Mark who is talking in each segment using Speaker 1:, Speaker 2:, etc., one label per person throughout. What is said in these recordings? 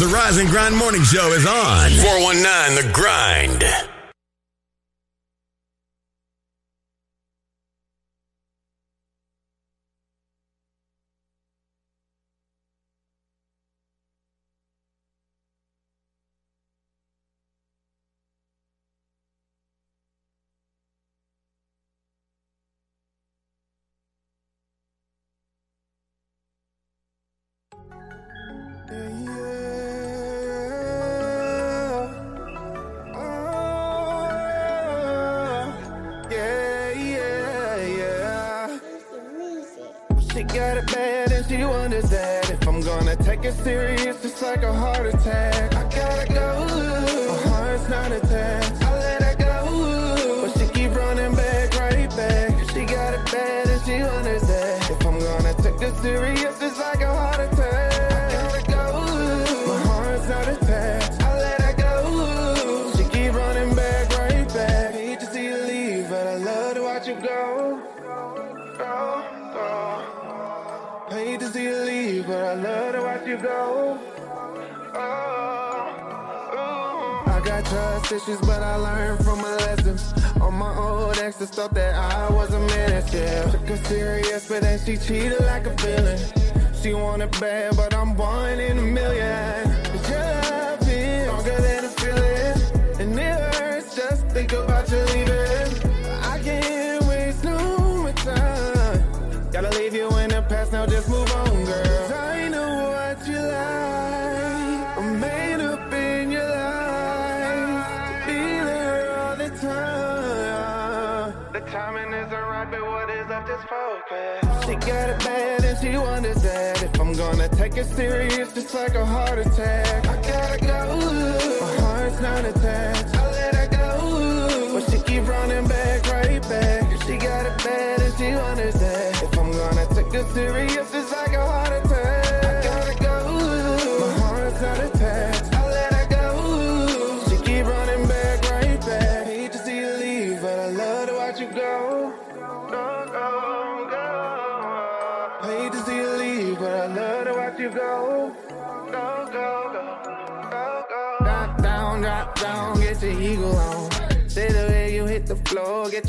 Speaker 1: The Rise and Grind Morning Show is on. 419 The Grind.
Speaker 2: Oh, Yeah, yeah, yeah. Well, She got it bad and she wonders that if I'm gonna take it serious, it's like a heart attack. I gotta go. My heart's not attached. I let her go. But she keep running back, right back. She got it bad and she wonders that if I'm gonna take it serious, it's like a heart attack. I gotta go. My heart's not attached. I let her go. She keep running back, right back. Hate to see you leave, but I love to watch you go. Go, go. Hate to see you leave, but I love to watch you go. I got trust issues, but I learned from my lessons. On my old exes thought that I was a menace, yeah. Took her serious, but then she cheated like a villain. She wanted bad, but I'm one in a million. Your love is stronger than a feeling, and it hurts just think about you leaving. I can't waste no more time. Gotta leave you in the past, now just move on, girl. 'Cause I know what you like. I'm made up in your life. to Be there all the time. The timing isn't right, but what is up is focus. She got it bad and she wonders that if I'm gonna take it serious, it's like a heart attack. I gotta go. My heart's not attached. I let her go. But she keep running back, right back. She got it bad and she wonders that if I'm gonna take it serious, it's like a heart attack. I gotta go. My heart's not attached. I let her go. She keep running back, right back. Hate to see you leave, but I love to watch you go. Go, go, go. Hate to see you leave, but I love to watch you go. Go, go, go. Go, go. Drop down, drop down, get your ego on. Say the way you hit the floor, get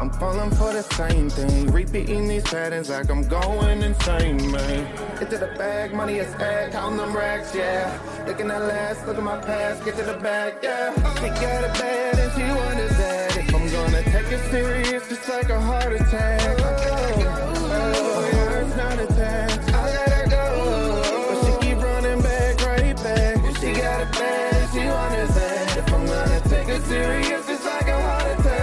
Speaker 2: I'm falling for the same thing. Repeating these patterns like I'm going insane, man. Into the bag, money is egg, counting them racks, yeah. Looking at last, look at my past, get to the back, yeah. She got it bad and she wonders that if I'm gonna take it serious, it's like a heart attack. Oh, oh, my heart's not attached. I let her go, but she keep running back, right back. She got it bad and she wonders that if I'm gonna take it serious, it's like a heart attack.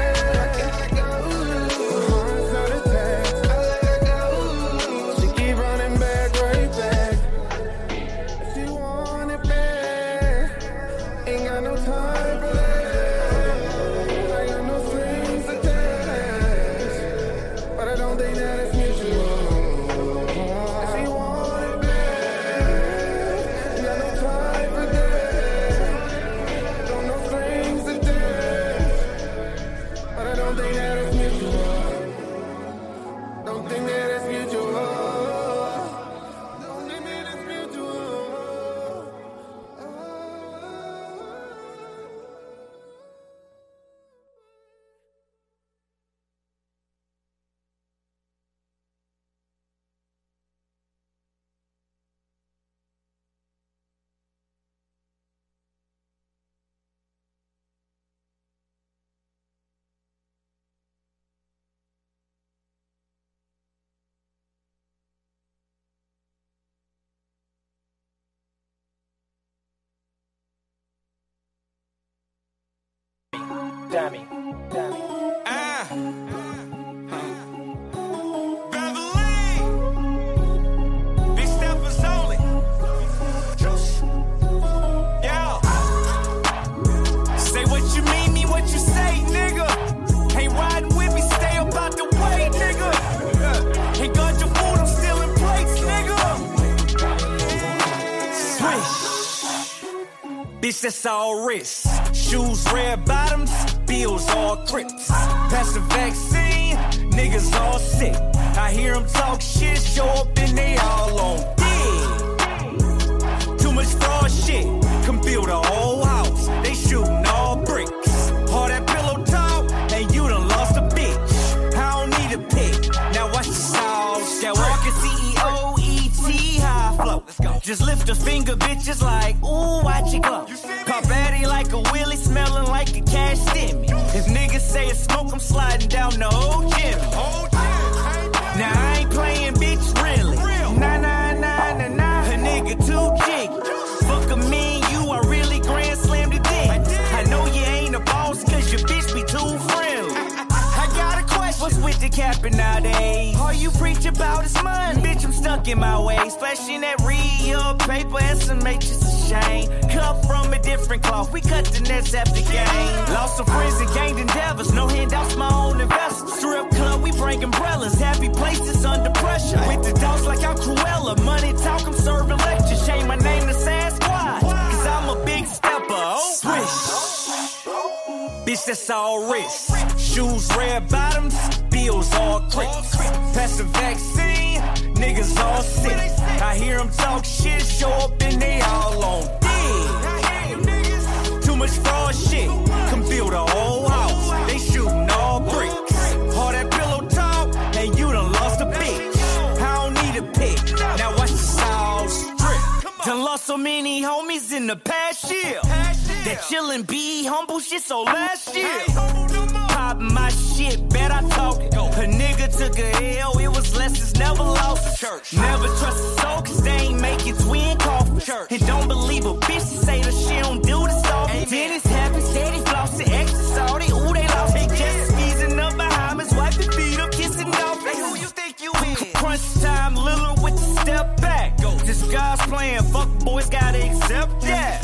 Speaker 2: But I don't think that it's mutual. Don't think that it's mutual. Don't think that it's mutual.
Speaker 3: Dummy. Dummy. Ah. Beverly. Big steppers only. Juice. Yeah. Say what you mean, mean what you say, nigga. Hey, ride with me, stay about the way, nigga. Yeah. bitch, that's all wrist. Shoes, red bottoms, bills, all crips. Pass the vaccine, niggas all sick. I hear 'em talk shit, show up and they all on dick. Too much fraud shit, can build a whole house. They shooting all bricks. All that pillow talk, and you done lost a bitch. I don't need a pick, now watch the sauce. That walking E CEO, ET, high flow. Just lift a finger, bitches like, ooh, watch it go. Caught baddie like a wheelie, smelling like a cash stimmy. If niggas say it's smoke, I'm sliding down the old gym. Now I ain't playing, bitch, really. Nah, nah, nah, nah, nah. A nigga too jiggy. Fuck a mean you, I really grand slammed the dick. I know you ain't a boss, cause your bitch be too friendly. I got a question. What's with the capping nowadays? All you preach about is money. Bitch, I'm stuck in my ways. Flashing that real paper and some matrix of shame. Cut from a different cloth. We cut the nets after game. Lost some friends and gained endeavors. No handouts, my own investment. Strip club, we bring umbrellas. Happy places under pressure. With the dogs like I'm Cruella. Money talk, I'm serving lectures. Shame my name to Sasquatch. Cause I'm a big stepper. Oh, swish. Bitch, that's all wrist. Shoes, red bottoms, bills all crips. Pass the vaccine, niggas all sick. I hear 'em talk shit, show up and they all on dick. Too much fraud shit, can build a whole house. They shooting all bricks. All that pillow talk, and you done lost a bitch. I don't need a pick, now watch the sauce drip. Done lost so many homies in the past year. That chillin' be humble shit so last year pop my shit, bet I talk it. A nigga took a L, it was lessons never lost. Church. Never trust a soul, cause they ain't making twin coffee. Church. And don't believe a bitch to say that she don't do this all. Dennis happy, steady flossing, extra salty, ooh, they lost They just squeezing up behind his wife and feet up, kissing off. Hey, who you think you is? Crunch time, Lillard with the step back. Go. This guy's playing, fuck boys gotta accept that.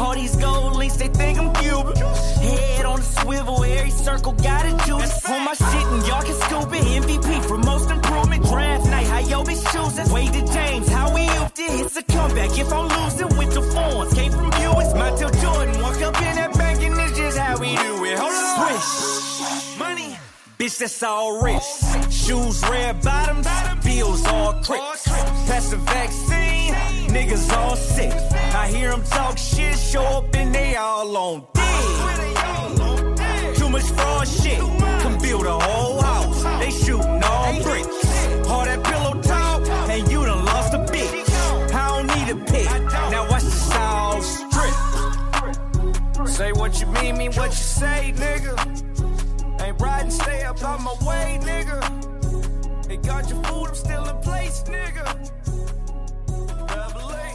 Speaker 3: All these gold links, they think I'm Cuban. Head on a swivel, every circle got a juice. On my shit, and y'all can scoop it. MVP for most improvement. Draft night, how y'all be choosing? Wade to James, how we ooped it. It's a comeback. If I'm losing with the forms, came from Buicks. My till Jordan walked up in that bank, and it's just how we do it. Hold on. Swish. Money. Bitch, that's all wrist. Shoes, red bottoms, bills all crips. Pass the vaccine, niggas all sick. I hear 'em talk shit, show up and they all on dick. Too much fraud shit, can build a whole house. They shooting all bricks. All that pillow talk, and you done lost a bitch. I don't need a pick, now watch the sauce drip. Say what you mean, mean what you say, nigga. Ain't riding, stay up on my way, nigga. They got your food, I'm still in place, nigga. Double A.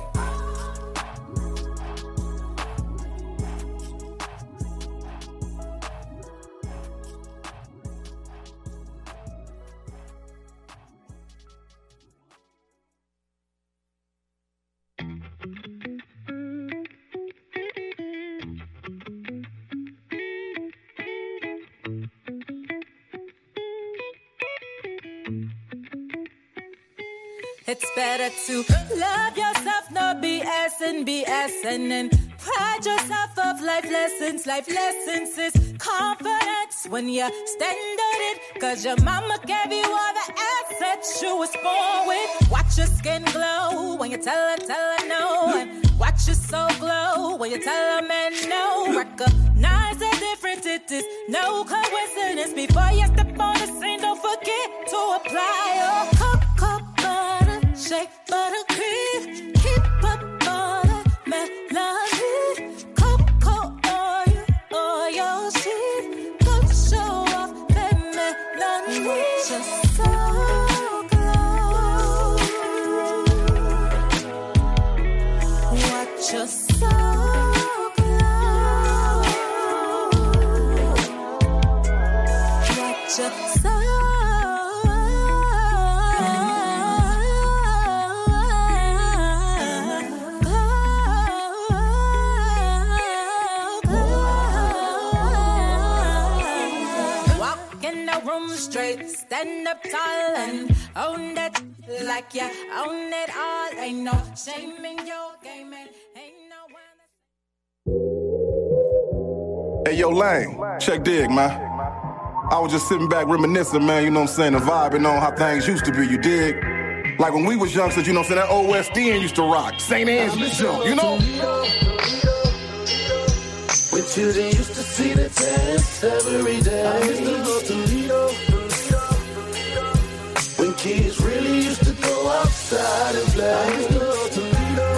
Speaker 4: It's better to love yourself, not BS and BS, and then pride yourself of life lessons. Life lessons is confidence when you stand on it, cause your mama gave you all the assets you was born with. Watch your skin glow when you tell her, tell her no, and watch your soul glow when you tell a man no. Recognize the difference, it is no coincidence. Before you step on the scene, don't forget to apply your cocoa butter, shake buttercream. Keep up on the melody. Cocoa oil, oil seed. Go show off that melody. Just so glow. Watch your soul glow. Watch your soul. Walk in the room straight, stand up tall and own that like you own it all. Ain't no shame in your game and ain't no one.
Speaker 5: Hey, yo, Lane, check dig, man. I was just sitting back reminiscing, man, you know what I'm saying, and vibing on how things used to be, you dig? Like when we was youngsters, you know what I'm saying, that OSDN used to rock, St. Angeles jump, you know?
Speaker 2: With you, they used to see the test every day. I used to go to Lido. When kids really used to go outside and play. I used to go to Lido.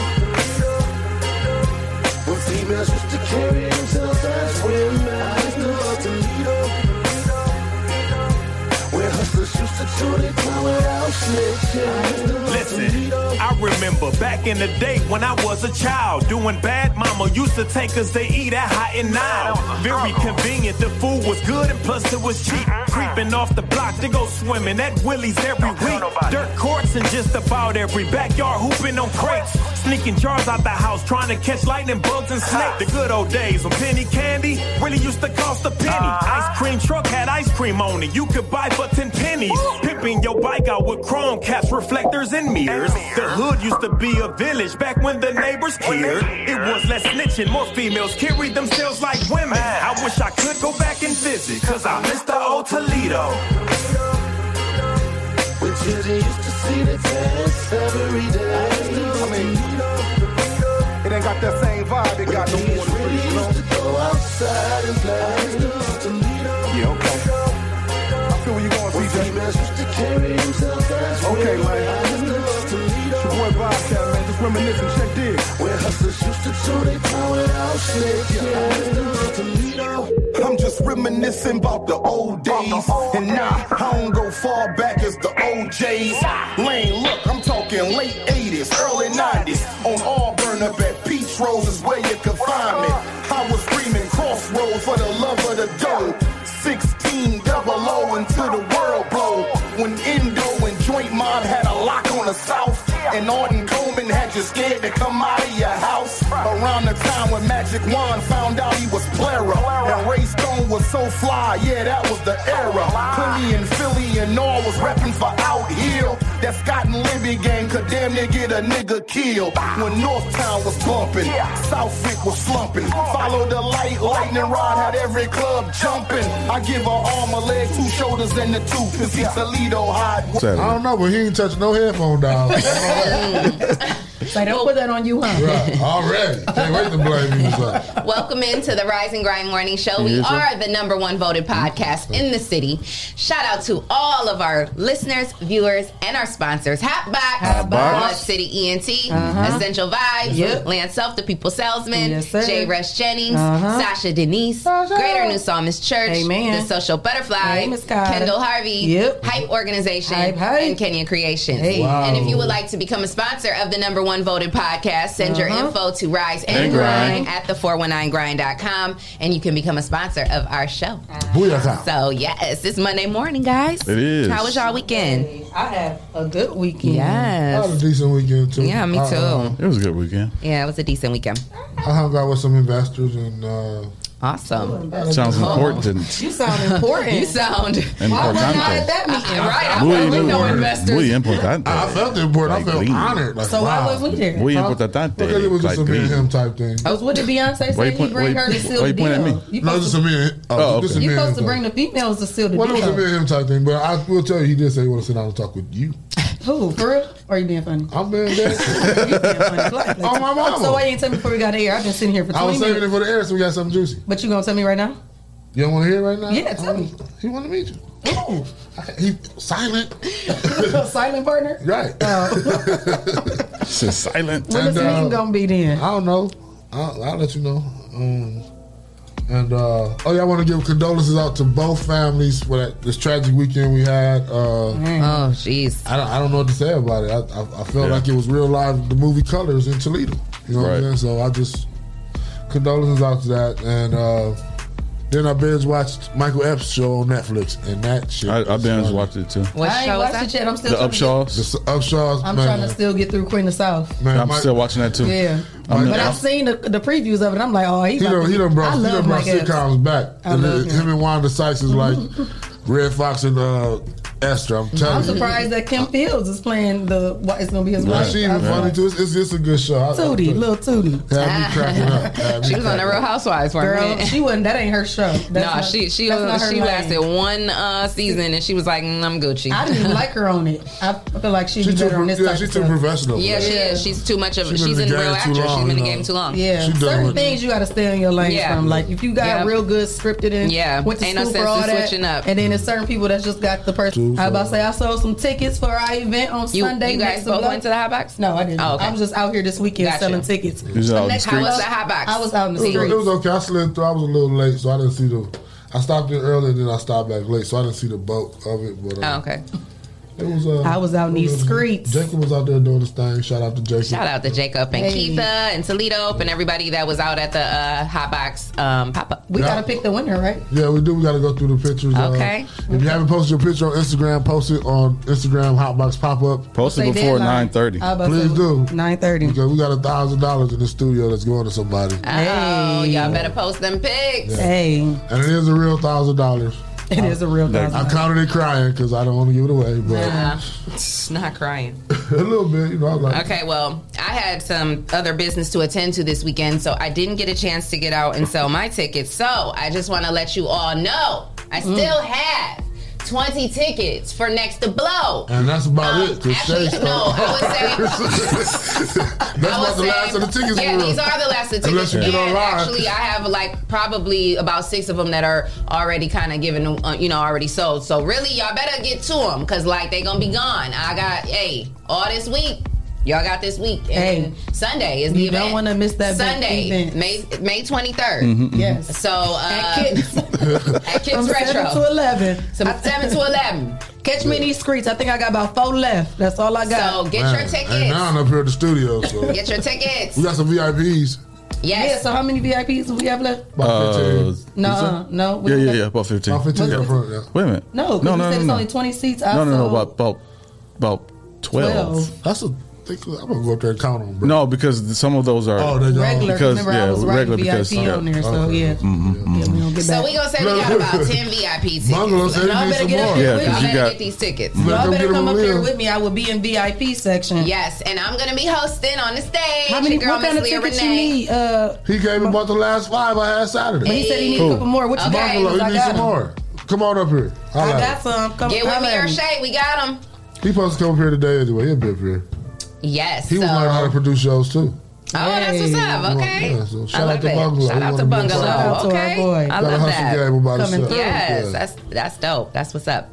Speaker 2: When females used to carry themselves as women. I used to go to Lido. Where hustlers used to tour their town without snitching. I used to go to
Speaker 1: Listen,
Speaker 2: Lido.
Speaker 1: I remember back in the day when I was a child doing bad. Mama used to take us to eat at Hot and Now. Very convenient, the food was good and plus it was cheap. Creeping off the block to go swimming at Willie's every week. Dirt courts and just about every backyard hooping on crates. Sneaking jars out the house trying to catch lightning bugs and snakes. The good old days when penny candy really used to cost a penny. Ice cream truck had ice cream on it. You could buy for 10 pennies. Pimping your bike out with chrome caps, reflectors, and mirrors. The hood used to be a village back when the neighbors cared. It was less snitching, more females carried themselves like women. I wish I could go back and visit, cause I miss the old Toledo.
Speaker 2: With you, they used to see the test every day. I used to go to Lido.
Speaker 5: It ain't got that same vibe, it got no more
Speaker 2: Kids really used to go outside and play. I used to go to Lido.
Speaker 5: Yeah, okay. I feel where you going, CJ.
Speaker 2: Females used to carry themselves as
Speaker 5: Okay,
Speaker 2: women.
Speaker 5: Lane.
Speaker 2: I used to love to lead
Speaker 5: It's your boy Bobcat, man, just reminiscing, check dig.
Speaker 2: Where hustlers used to throw their power out slick. Yeah, I used to love to lead
Speaker 5: I'm just reminiscing about the old days. And nah, I don't go far back as the OJs. Lane, look, I'm talking late 80s, early 90s. On Auburn up at Peach Rose is where you could find me. I was screaming crossroads for the love of the dough. 16 double O until the world blow. When Indo and Joint Mob had a lock on the South. And Arden Coleman had you scared to come out of your house. Around the time when Magic Wand found out he was plera. And Ray Stone was so fly, yeah, that was the era. Philly and Philly and all was repping for out here. That Scott and Libby gang could damn near get a nigga killed. When North Town was bumping, Southwick was slumping. Follow the light, lightning rod had every club jumping. I give her arm, a leg, two shoulders, and the two to see Toledo hot.
Speaker 6: I don't know, but he ain't touching no headphone down.
Speaker 7: Like, don't put that on you, huh?
Speaker 6: right. Already. Can't wait to blame you for something.
Speaker 8: Welcome into the Rise and Grind Morning Show. We
Speaker 6: Yes, sir.
Speaker 8: are the number one voted podcast in the city. Shout out to all of our listeners, viewers, and our sponsors. Hotbox,
Speaker 7: Hotbox.
Speaker 8: Blood City ENT, Essential Vibes,
Speaker 7: Uh-huh. Yep.
Speaker 8: Lance Self, The People Salesman,
Speaker 7: Yes, sir.
Speaker 8: Jay Rush Jennings,
Speaker 7: Uh-huh.
Speaker 8: Sasha Denise,
Speaker 7: Sasha.
Speaker 8: Greater New Psalmist Church,
Speaker 7: Amen.
Speaker 8: The Social Butterfly,
Speaker 7: Hey, Miss Carter.
Speaker 8: Kendall Harvey,
Speaker 7: Yep.
Speaker 8: Hype Organization,
Speaker 7: Hype, hype.
Speaker 8: and Kenya Creations.
Speaker 7: Hey.
Speaker 6: Wow.
Speaker 8: And if you would like to become a sponsor of the number one voted podcast, send your
Speaker 7: Uh-huh.
Speaker 8: info to Rise and
Speaker 6: And
Speaker 8: Grind
Speaker 6: grind.
Speaker 8: at the 419grind.com and you can become a sponsor of our show.
Speaker 6: Booyah
Speaker 8: So, yes, it's Monday morning, guys.
Speaker 9: It is.
Speaker 8: How was y'all weekend?
Speaker 7: I had a good weekend.
Speaker 6: I had a
Speaker 8: Yes.
Speaker 6: decent weekend, too.
Speaker 8: Yeah, me
Speaker 6: I, uh,
Speaker 8: too.
Speaker 9: It was a good weekend.
Speaker 8: Yeah, it was a decent weekend.
Speaker 6: I hung out with some investors and uh,
Speaker 8: Awesome.
Speaker 9: Sounds important.
Speaker 7: You sound important.
Speaker 8: You sound.
Speaker 7: Why wasn't I at
Speaker 9: Importante.
Speaker 7: that meeting?
Speaker 8: Right, I
Speaker 9: Muy,
Speaker 8: wasn't with
Speaker 9: muy,
Speaker 8: no
Speaker 9: bueno. muy
Speaker 8: investors.
Speaker 9: importante.
Speaker 6: I felt important. I felt
Speaker 9: Like,
Speaker 6: honored. Like,
Speaker 7: So why
Speaker 6: wow.
Speaker 7: wasn't we there?
Speaker 9: Muy
Speaker 7: Huh?
Speaker 9: importante.
Speaker 6: Because it was just
Speaker 9: Like,
Speaker 6: a me and him
Speaker 9: green.
Speaker 6: type thing.
Speaker 7: I was with the Beyonce
Speaker 9: Why you
Speaker 7: said you
Speaker 9: point-
Speaker 7: bring
Speaker 9: why
Speaker 7: her
Speaker 9: you-
Speaker 7: to seal
Speaker 9: why
Speaker 7: the
Speaker 9: you
Speaker 7: deal.
Speaker 9: point at me?
Speaker 7: You
Speaker 6: No,
Speaker 7: supposed
Speaker 6: just
Speaker 7: to-
Speaker 6: a me and
Speaker 9: Oh,
Speaker 6: just a
Speaker 9: okay.
Speaker 6: me
Speaker 7: you
Speaker 6: and him
Speaker 7: supposed to
Speaker 6: thing.
Speaker 7: bring the females to seal the
Speaker 6: Well, it was a me
Speaker 7: deal.
Speaker 6: and him type thing, but I will tell you, he did say he want to sit down and talk with you.
Speaker 7: Who? For real? Or you being funny?
Speaker 6: I'm being that.
Speaker 7: You being funny. Like,
Speaker 6: Oh, my mama.
Speaker 7: So why you didn't tell me before we got here? I've been sitting here for
Speaker 6: I
Speaker 7: 20
Speaker 6: was saving it
Speaker 7: minutes.
Speaker 6: for the air, so we got something juicy.
Speaker 7: But you gonna tell me right now?
Speaker 6: You don't want to hear it right now?
Speaker 7: Yeah, tell
Speaker 6: Um,
Speaker 7: me.
Speaker 6: He want to meet you. Oh, he silent.
Speaker 7: Silent partner. Oh.
Speaker 6: Right.
Speaker 9: It's just silent.
Speaker 7: When is the
Speaker 6: And, uh,
Speaker 7: meeting gonna be then?
Speaker 6: I don't know. I'll, I'll let you know. Um, and uh, oh yeah, I want to give condolences out to both families for that, this tragic weekend we had. Uh,
Speaker 7: Mm.
Speaker 8: Oh, jeez.
Speaker 6: I don't, I don't know what to say about it. I, I, I felt
Speaker 9: Yeah.
Speaker 6: like it was real live. The movie Colors in Toledo. You know what I'm
Speaker 9: Right.
Speaker 6: saying? So I just condolences out to that. And uh, then I binge watched Michael Epps' show on Netflix, and that shit.
Speaker 9: I, I
Speaker 6: was
Speaker 9: binge
Speaker 6: funny.
Speaker 9: watched it too.
Speaker 8: What
Speaker 7: I ain't
Speaker 8: show was
Speaker 7: watched
Speaker 8: that?
Speaker 7: it yet. I'm still
Speaker 9: The
Speaker 7: trying to get-
Speaker 6: The
Speaker 9: Upshaws.
Speaker 6: S- Upshaw's.
Speaker 7: I'm
Speaker 6: man,
Speaker 7: trying to still get through Queen of South.
Speaker 6: Man,
Speaker 9: I'm
Speaker 6: Mike-
Speaker 9: still watching that too.
Speaker 7: Yeah.
Speaker 9: I'm
Speaker 7: But
Speaker 9: not-
Speaker 7: I've seen the, the previews of it. I'm like, oh, he's
Speaker 6: He done, he done brought,
Speaker 7: I
Speaker 6: he
Speaker 7: love
Speaker 6: done brought
Speaker 7: Mike Epps.
Speaker 6: sitcoms back.
Speaker 7: I
Speaker 6: and
Speaker 7: love
Speaker 6: then
Speaker 7: him.
Speaker 6: him and Wanda Sykes is like Red Fox and uh, Esther, I'm telling
Speaker 7: I'm
Speaker 6: you.
Speaker 7: surprised that Kim Fields is playing the. What it's gonna be his
Speaker 6: Nah,
Speaker 7: wife.
Speaker 6: she even funny too. It's, it's, it's a good show. I- I-
Speaker 7: Tootie, little Tootie.
Speaker 6: Had me cracking up. Had me
Speaker 8: She was on
Speaker 6: cracking
Speaker 8: the Real
Speaker 6: up.
Speaker 8: Housewives for a
Speaker 7: Girl,
Speaker 8: minute.
Speaker 7: she wasn't. That ain't her show. That's
Speaker 8: No,
Speaker 7: not-
Speaker 8: she she
Speaker 7: that's not
Speaker 8: was,
Speaker 7: her
Speaker 8: she
Speaker 7: lane.
Speaker 8: lasted one uh, season and she was like, mm, I'm Gucci.
Speaker 7: I didn't even like her on it. I feel like she'd
Speaker 6: She
Speaker 7: be
Speaker 6: too,
Speaker 7: better on this
Speaker 6: yeah,
Speaker 7: type
Speaker 6: she
Speaker 7: of
Speaker 6: too
Speaker 7: stuff.
Speaker 6: professional.
Speaker 8: Yeah,
Speaker 6: for
Speaker 8: she
Speaker 6: that.
Speaker 8: is. She's too much of.
Speaker 6: She's
Speaker 8: She's,
Speaker 6: been
Speaker 8: in
Speaker 6: in the
Speaker 8: real
Speaker 6: game too
Speaker 8: actress. she's
Speaker 6: long,
Speaker 8: been in the
Speaker 6: you know.
Speaker 8: game too long.
Speaker 7: Yeah,
Speaker 6: She done
Speaker 7: certain
Speaker 6: with it.
Speaker 7: things you got to stay in your lane
Speaker 8: Yeah.
Speaker 7: from. Like if you got
Speaker 8: Yep.
Speaker 7: real good scripted and
Speaker 8: Yeah.
Speaker 7: went to
Speaker 8: Ain't no
Speaker 7: school
Speaker 8: sense
Speaker 7: for all
Speaker 8: in
Speaker 7: that,
Speaker 8: switching up.
Speaker 7: and then there's certain people that's just got the person.
Speaker 6: Too
Speaker 7: I about to
Speaker 6: far.
Speaker 7: say I sold some tickets for our event on
Speaker 8: You,
Speaker 7: Sunday.
Speaker 8: you
Speaker 7: next
Speaker 8: guys both
Speaker 7: block.
Speaker 8: went to the hot box.
Speaker 7: No, I didn't.
Speaker 8: Oh, okay.
Speaker 7: I was just out here this weekend
Speaker 8: Gotcha.
Speaker 7: selling tickets.
Speaker 9: You was out in the
Speaker 7: Next
Speaker 9: How was
Speaker 7: block,
Speaker 8: the hot box?
Speaker 7: I was out in the
Speaker 6: It was,
Speaker 7: street.
Speaker 6: it was okay. I slid through. I was a little late, so I didn't see the. I stopped in early and then I stopped back late, so I didn't see the bulk of it. But uh,
Speaker 8: Oh, okay.
Speaker 6: it was. Uh,
Speaker 7: I was out in these
Speaker 6: it was-
Speaker 7: streets.
Speaker 6: Jacob was out there doing his thing. Shout out to Jacob.
Speaker 8: Shout out to Jacob and
Speaker 7: Hey.
Speaker 8: Keitha and Toledo and everybody that was out at the uh, hot box um, pop up.
Speaker 7: We
Speaker 6: Yeah.
Speaker 7: gotta pick the winner, right?
Speaker 6: Yeah, we do. We got to go through the pictures. uh,
Speaker 8: Okay.
Speaker 6: if you haven't posted your picture on Instagram, post it on Instagram Hotbox Pop Up
Speaker 9: Posted before nine thirty.
Speaker 6: Please do.
Speaker 7: Nine thirty.
Speaker 6: because we got a thousand dollars in the studio that's going to somebody,
Speaker 8: Oh,
Speaker 7: Hey.
Speaker 8: y'all better post them pics.
Speaker 7: Hey,
Speaker 6: and it is a real thousand dollars.
Speaker 7: it is a real
Speaker 9: Like,
Speaker 7: thousand.
Speaker 6: I counted it crying because I don't want to give it away, but
Speaker 8: Uh, it's not crying.
Speaker 6: a little bit, you know. I was like,
Speaker 8: Okay, well, I had some other business to attend to this weekend, so I didn't get a chance to get out and sell my tickets. So I just want to let you all know I
Speaker 6: Mm.
Speaker 8: still have 20 tickets for Next to Blow.
Speaker 6: and that's about
Speaker 8: Um,
Speaker 6: it. 'cause
Speaker 8: actually,
Speaker 6: Shay
Speaker 8: no,
Speaker 6: started-
Speaker 8: I would say.
Speaker 6: That's
Speaker 8: I
Speaker 6: about
Speaker 8: was
Speaker 6: the last of
Speaker 8: saying-
Speaker 6: the tickets.
Speaker 8: Yeah,
Speaker 6: we were-
Speaker 8: these are the last of the
Speaker 6: Unless
Speaker 8: tickets.
Speaker 6: you get
Speaker 8: and
Speaker 6: online.
Speaker 8: actually, I have like probably about six of them that are already kind of given, uh, you know, already sold. So really, y'all better get to them because like they gonna be gone. I got hey all this week. Y'all got this week and
Speaker 7: Hey.
Speaker 8: Sunday is the
Speaker 7: You don't
Speaker 8: event.
Speaker 7: wanna miss that big
Speaker 8: Sunday,
Speaker 7: event.
Speaker 8: May May twenty
Speaker 6: Mm-hmm,
Speaker 7: Yes.
Speaker 8: So uh,
Speaker 7: At Kittens.
Speaker 8: at
Speaker 7: From seven
Speaker 8: Kids
Speaker 7: to
Speaker 8: Retro,
Speaker 7: eleven.
Speaker 8: so seven to eleven.
Speaker 7: Catch me in these streets. I think I got about four left. That's all I got.
Speaker 8: So get
Speaker 6: Man,
Speaker 8: your
Speaker 6: And now I'm
Speaker 8: tickets.
Speaker 6: up here at the studio, so
Speaker 8: Get your tickets.
Speaker 6: we got some VIPs.
Speaker 7: yeah.
Speaker 8: Yes.
Speaker 7: So how many VIPs do we have left?
Speaker 6: About 15.
Speaker 9: Uh,
Speaker 7: No, uh, no. we
Speaker 9: yeah,
Speaker 7: don't
Speaker 9: yeah,
Speaker 7: have-
Speaker 9: yeah. About fifteen.
Speaker 6: About 15 up front, yeah.
Speaker 9: Wait a minute.
Speaker 7: No, no,
Speaker 9: no,
Speaker 7: said
Speaker 9: no, no,
Speaker 7: it's
Speaker 9: no.
Speaker 7: only twenty seats. I
Speaker 9: No, no, no.
Speaker 7: sold
Speaker 9: About about about twelve.
Speaker 6: That's a. Think, I'm gonna go up there and count them, bro.
Speaker 9: No, because some of those are.
Speaker 6: Oh, they
Speaker 7: Regular.
Speaker 6: regular.
Speaker 9: Because,
Speaker 7: Remember, I
Speaker 9: yeah,
Speaker 7: was writing
Speaker 9: regular
Speaker 7: VIP
Speaker 9: because-
Speaker 7: on
Speaker 9: yeah. Mm-hmm,
Speaker 7: there, so
Speaker 6: Okay.
Speaker 7: yeah. yeah. We don't get
Speaker 8: So
Speaker 7: back.
Speaker 8: we gonna say we got about ten VIP tickets.
Speaker 6: Bungalow said
Speaker 7: Y'all
Speaker 6: he
Speaker 7: better
Speaker 6: needs some
Speaker 7: get
Speaker 6: more.
Speaker 7: up there
Speaker 9: Yeah,
Speaker 7: with me.
Speaker 8: Y'all
Speaker 9: because you
Speaker 8: better
Speaker 9: got-
Speaker 8: get these tickets.
Speaker 6: Better
Speaker 7: Y'all
Speaker 6: come
Speaker 7: better
Speaker 6: get
Speaker 7: come
Speaker 6: them
Speaker 7: up
Speaker 6: a
Speaker 7: here
Speaker 6: meal.
Speaker 7: with me. I will be in VIP section.
Speaker 8: Yes, and I'm gonna be hosting on the stage.
Speaker 7: How many?
Speaker 8: Your girl,
Speaker 7: what kind
Speaker 8: Miss
Speaker 7: of
Speaker 8: Leah
Speaker 7: tickets
Speaker 8: Renee.
Speaker 7: you need? Uh,
Speaker 6: He gave me about the last five I had Saturday.
Speaker 7: but he said he needs
Speaker 9: Cool.
Speaker 7: a couple more. Which
Speaker 8: Okay.
Speaker 6: Bungalow,
Speaker 7: ones?
Speaker 6: he
Speaker 7: I
Speaker 6: needs
Speaker 7: got
Speaker 6: some
Speaker 7: 'em.
Speaker 6: more. Come on up here.
Speaker 7: I
Speaker 6: Holla at
Speaker 7: got
Speaker 6: him.
Speaker 7: some. Come
Speaker 8: Get with
Speaker 7: holla
Speaker 8: me
Speaker 7: at
Speaker 8: or
Speaker 7: me.
Speaker 8: Shay. We got them.
Speaker 6: He supposed to come up here today anyway. He'll be up here.
Speaker 8: Yes.
Speaker 6: He
Speaker 8: so.
Speaker 6: was learning how to produce shows too.
Speaker 8: Oh, that's what's up. Okay.
Speaker 6: Yeah, so shout
Speaker 8: I
Speaker 6: out
Speaker 8: love
Speaker 6: to
Speaker 8: it.
Speaker 6: Bungalow.
Speaker 8: Shout
Speaker 6: We
Speaker 8: out
Speaker 6: wanna
Speaker 8: to
Speaker 6: be
Speaker 8: Bungalow.
Speaker 6: proud
Speaker 7: of him.
Speaker 8: okay.
Speaker 7: Shout out to
Speaker 8: I
Speaker 7: our
Speaker 6: Got a
Speaker 8: love
Speaker 6: hustle game
Speaker 8: that.
Speaker 6: about
Speaker 7: Coming
Speaker 6: himself.
Speaker 7: through.
Speaker 8: Yes,
Speaker 6: Yeah.
Speaker 8: that's that's dope. That's what's up.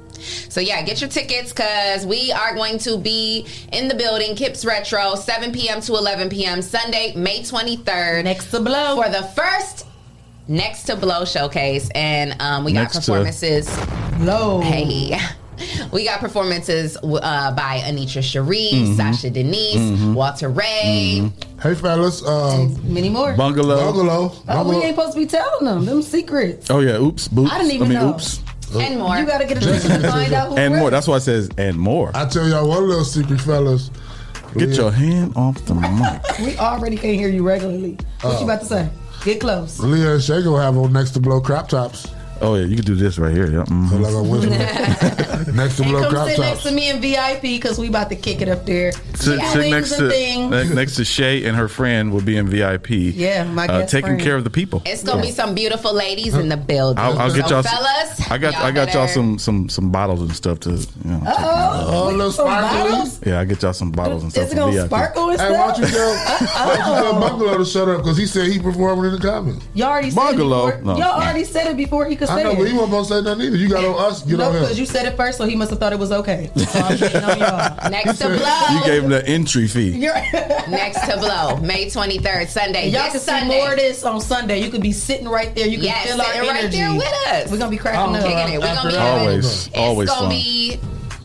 Speaker 8: So yeah, get your tickets because we are going to be in the building, Kips Retro, 7 p.m. to 11 p.m. Sunday, May 23rd.
Speaker 7: Next to blow.
Speaker 8: for the first Next to Blow showcase, and um, we
Speaker 9: Next to-
Speaker 8: got performances.
Speaker 7: blow.
Speaker 8: Hey. We got performances uh, by Anitra Cherie,
Speaker 7: Mm-hmm.
Speaker 8: Sasha Denise,
Speaker 9: Mm-hmm.
Speaker 8: Walter Ray.
Speaker 6: Hey fellas, uh,
Speaker 7: Many more.
Speaker 9: Bungalow.
Speaker 6: Bungalow.
Speaker 7: Oh, we
Speaker 6: Bungalow.
Speaker 7: ain't supposed to be telling them them secrets.
Speaker 9: Oh yeah, oops, boops.
Speaker 7: I didn't even
Speaker 9: mean,
Speaker 7: know.
Speaker 9: oops,
Speaker 8: and more.
Speaker 7: You gotta get a ticket to find out who.
Speaker 9: and
Speaker 7: wrote
Speaker 9: more.
Speaker 7: it.
Speaker 9: That's why it says and more.
Speaker 6: Uh, I tell y'all one little secret, fellas.
Speaker 9: Get your hand off the mic.
Speaker 7: we already can't hear you regularly. What
Speaker 6: Oh.
Speaker 7: you about to say? Get close.
Speaker 6: Leah and Shay gonna have on next to blow crop tops.
Speaker 9: Oh yeah, you can do this right here. Yeah. mhm.
Speaker 6: So like on Wednesday. next to
Speaker 7: And
Speaker 6: blow
Speaker 7: come
Speaker 6: crop
Speaker 7: sit next
Speaker 6: tops.
Speaker 7: to me in VIP because we about to kick it up there.
Speaker 9: Sit,
Speaker 7: Yeah.
Speaker 9: sit
Speaker 7: Wings
Speaker 9: next
Speaker 7: and
Speaker 9: to
Speaker 7: things.
Speaker 9: ne- next to Shay and her friend will be in VIP.
Speaker 7: Yeah, my
Speaker 9: uh,
Speaker 7: guest
Speaker 9: taking
Speaker 7: friend.
Speaker 9: care of the people.
Speaker 8: It's gonna be some beautiful ladies in the building.
Speaker 9: I'll, I'll get
Speaker 8: So,
Speaker 9: y'all.
Speaker 8: fellas.
Speaker 9: I got
Speaker 8: y'all
Speaker 9: I got y'all
Speaker 8: better-
Speaker 9: some some some bottles and stuff to. You know, check it
Speaker 7: Oh,
Speaker 9: out.
Speaker 6: Oh,
Speaker 7: we-
Speaker 6: little
Speaker 7: some
Speaker 6: sparkly.
Speaker 7: bottles?
Speaker 9: yeah, I get y'all some bottles and stuff.
Speaker 7: Is it
Speaker 9: for
Speaker 7: gonna
Speaker 9: VIP.
Speaker 7: sparkle and
Speaker 6: Hey, why don't you
Speaker 7: stuff?
Speaker 6: tell, why don't you
Speaker 8: Oh.
Speaker 6: tell Bungalow to shut up? Because he said he performing in the comments.
Speaker 7: Y'all already
Speaker 9: Bungalow.
Speaker 7: said it. Before,
Speaker 9: No.
Speaker 7: y'all already said it before he could say
Speaker 6: I know,
Speaker 7: it.
Speaker 6: but he wasn't supposed to say nothing either. You got on us, get
Speaker 7: no,
Speaker 6: on
Speaker 7: because
Speaker 6: him.
Speaker 7: you said it first, so he must have thought it was okay. So I'm getting on y'all.
Speaker 8: Next to
Speaker 9: You
Speaker 8: blow.
Speaker 9: gave him the entry fee.
Speaker 7: You're,
Speaker 8: next to blow. May 23rd, Sunday.
Speaker 7: y'all
Speaker 8: this
Speaker 7: can see
Speaker 8: Sunday.
Speaker 7: more of this on Sunday. You could be sitting right there. You can
Speaker 8: Yes,
Speaker 7: feel our
Speaker 8: sitting right
Speaker 7: energy.
Speaker 8: there with us.
Speaker 7: We're gonna be cracking
Speaker 6: Oh,
Speaker 7: up.
Speaker 8: Kicking it. We're gonna be
Speaker 9: Always,
Speaker 8: It's
Speaker 9: always
Speaker 8: gonna
Speaker 9: fun.
Speaker 8: be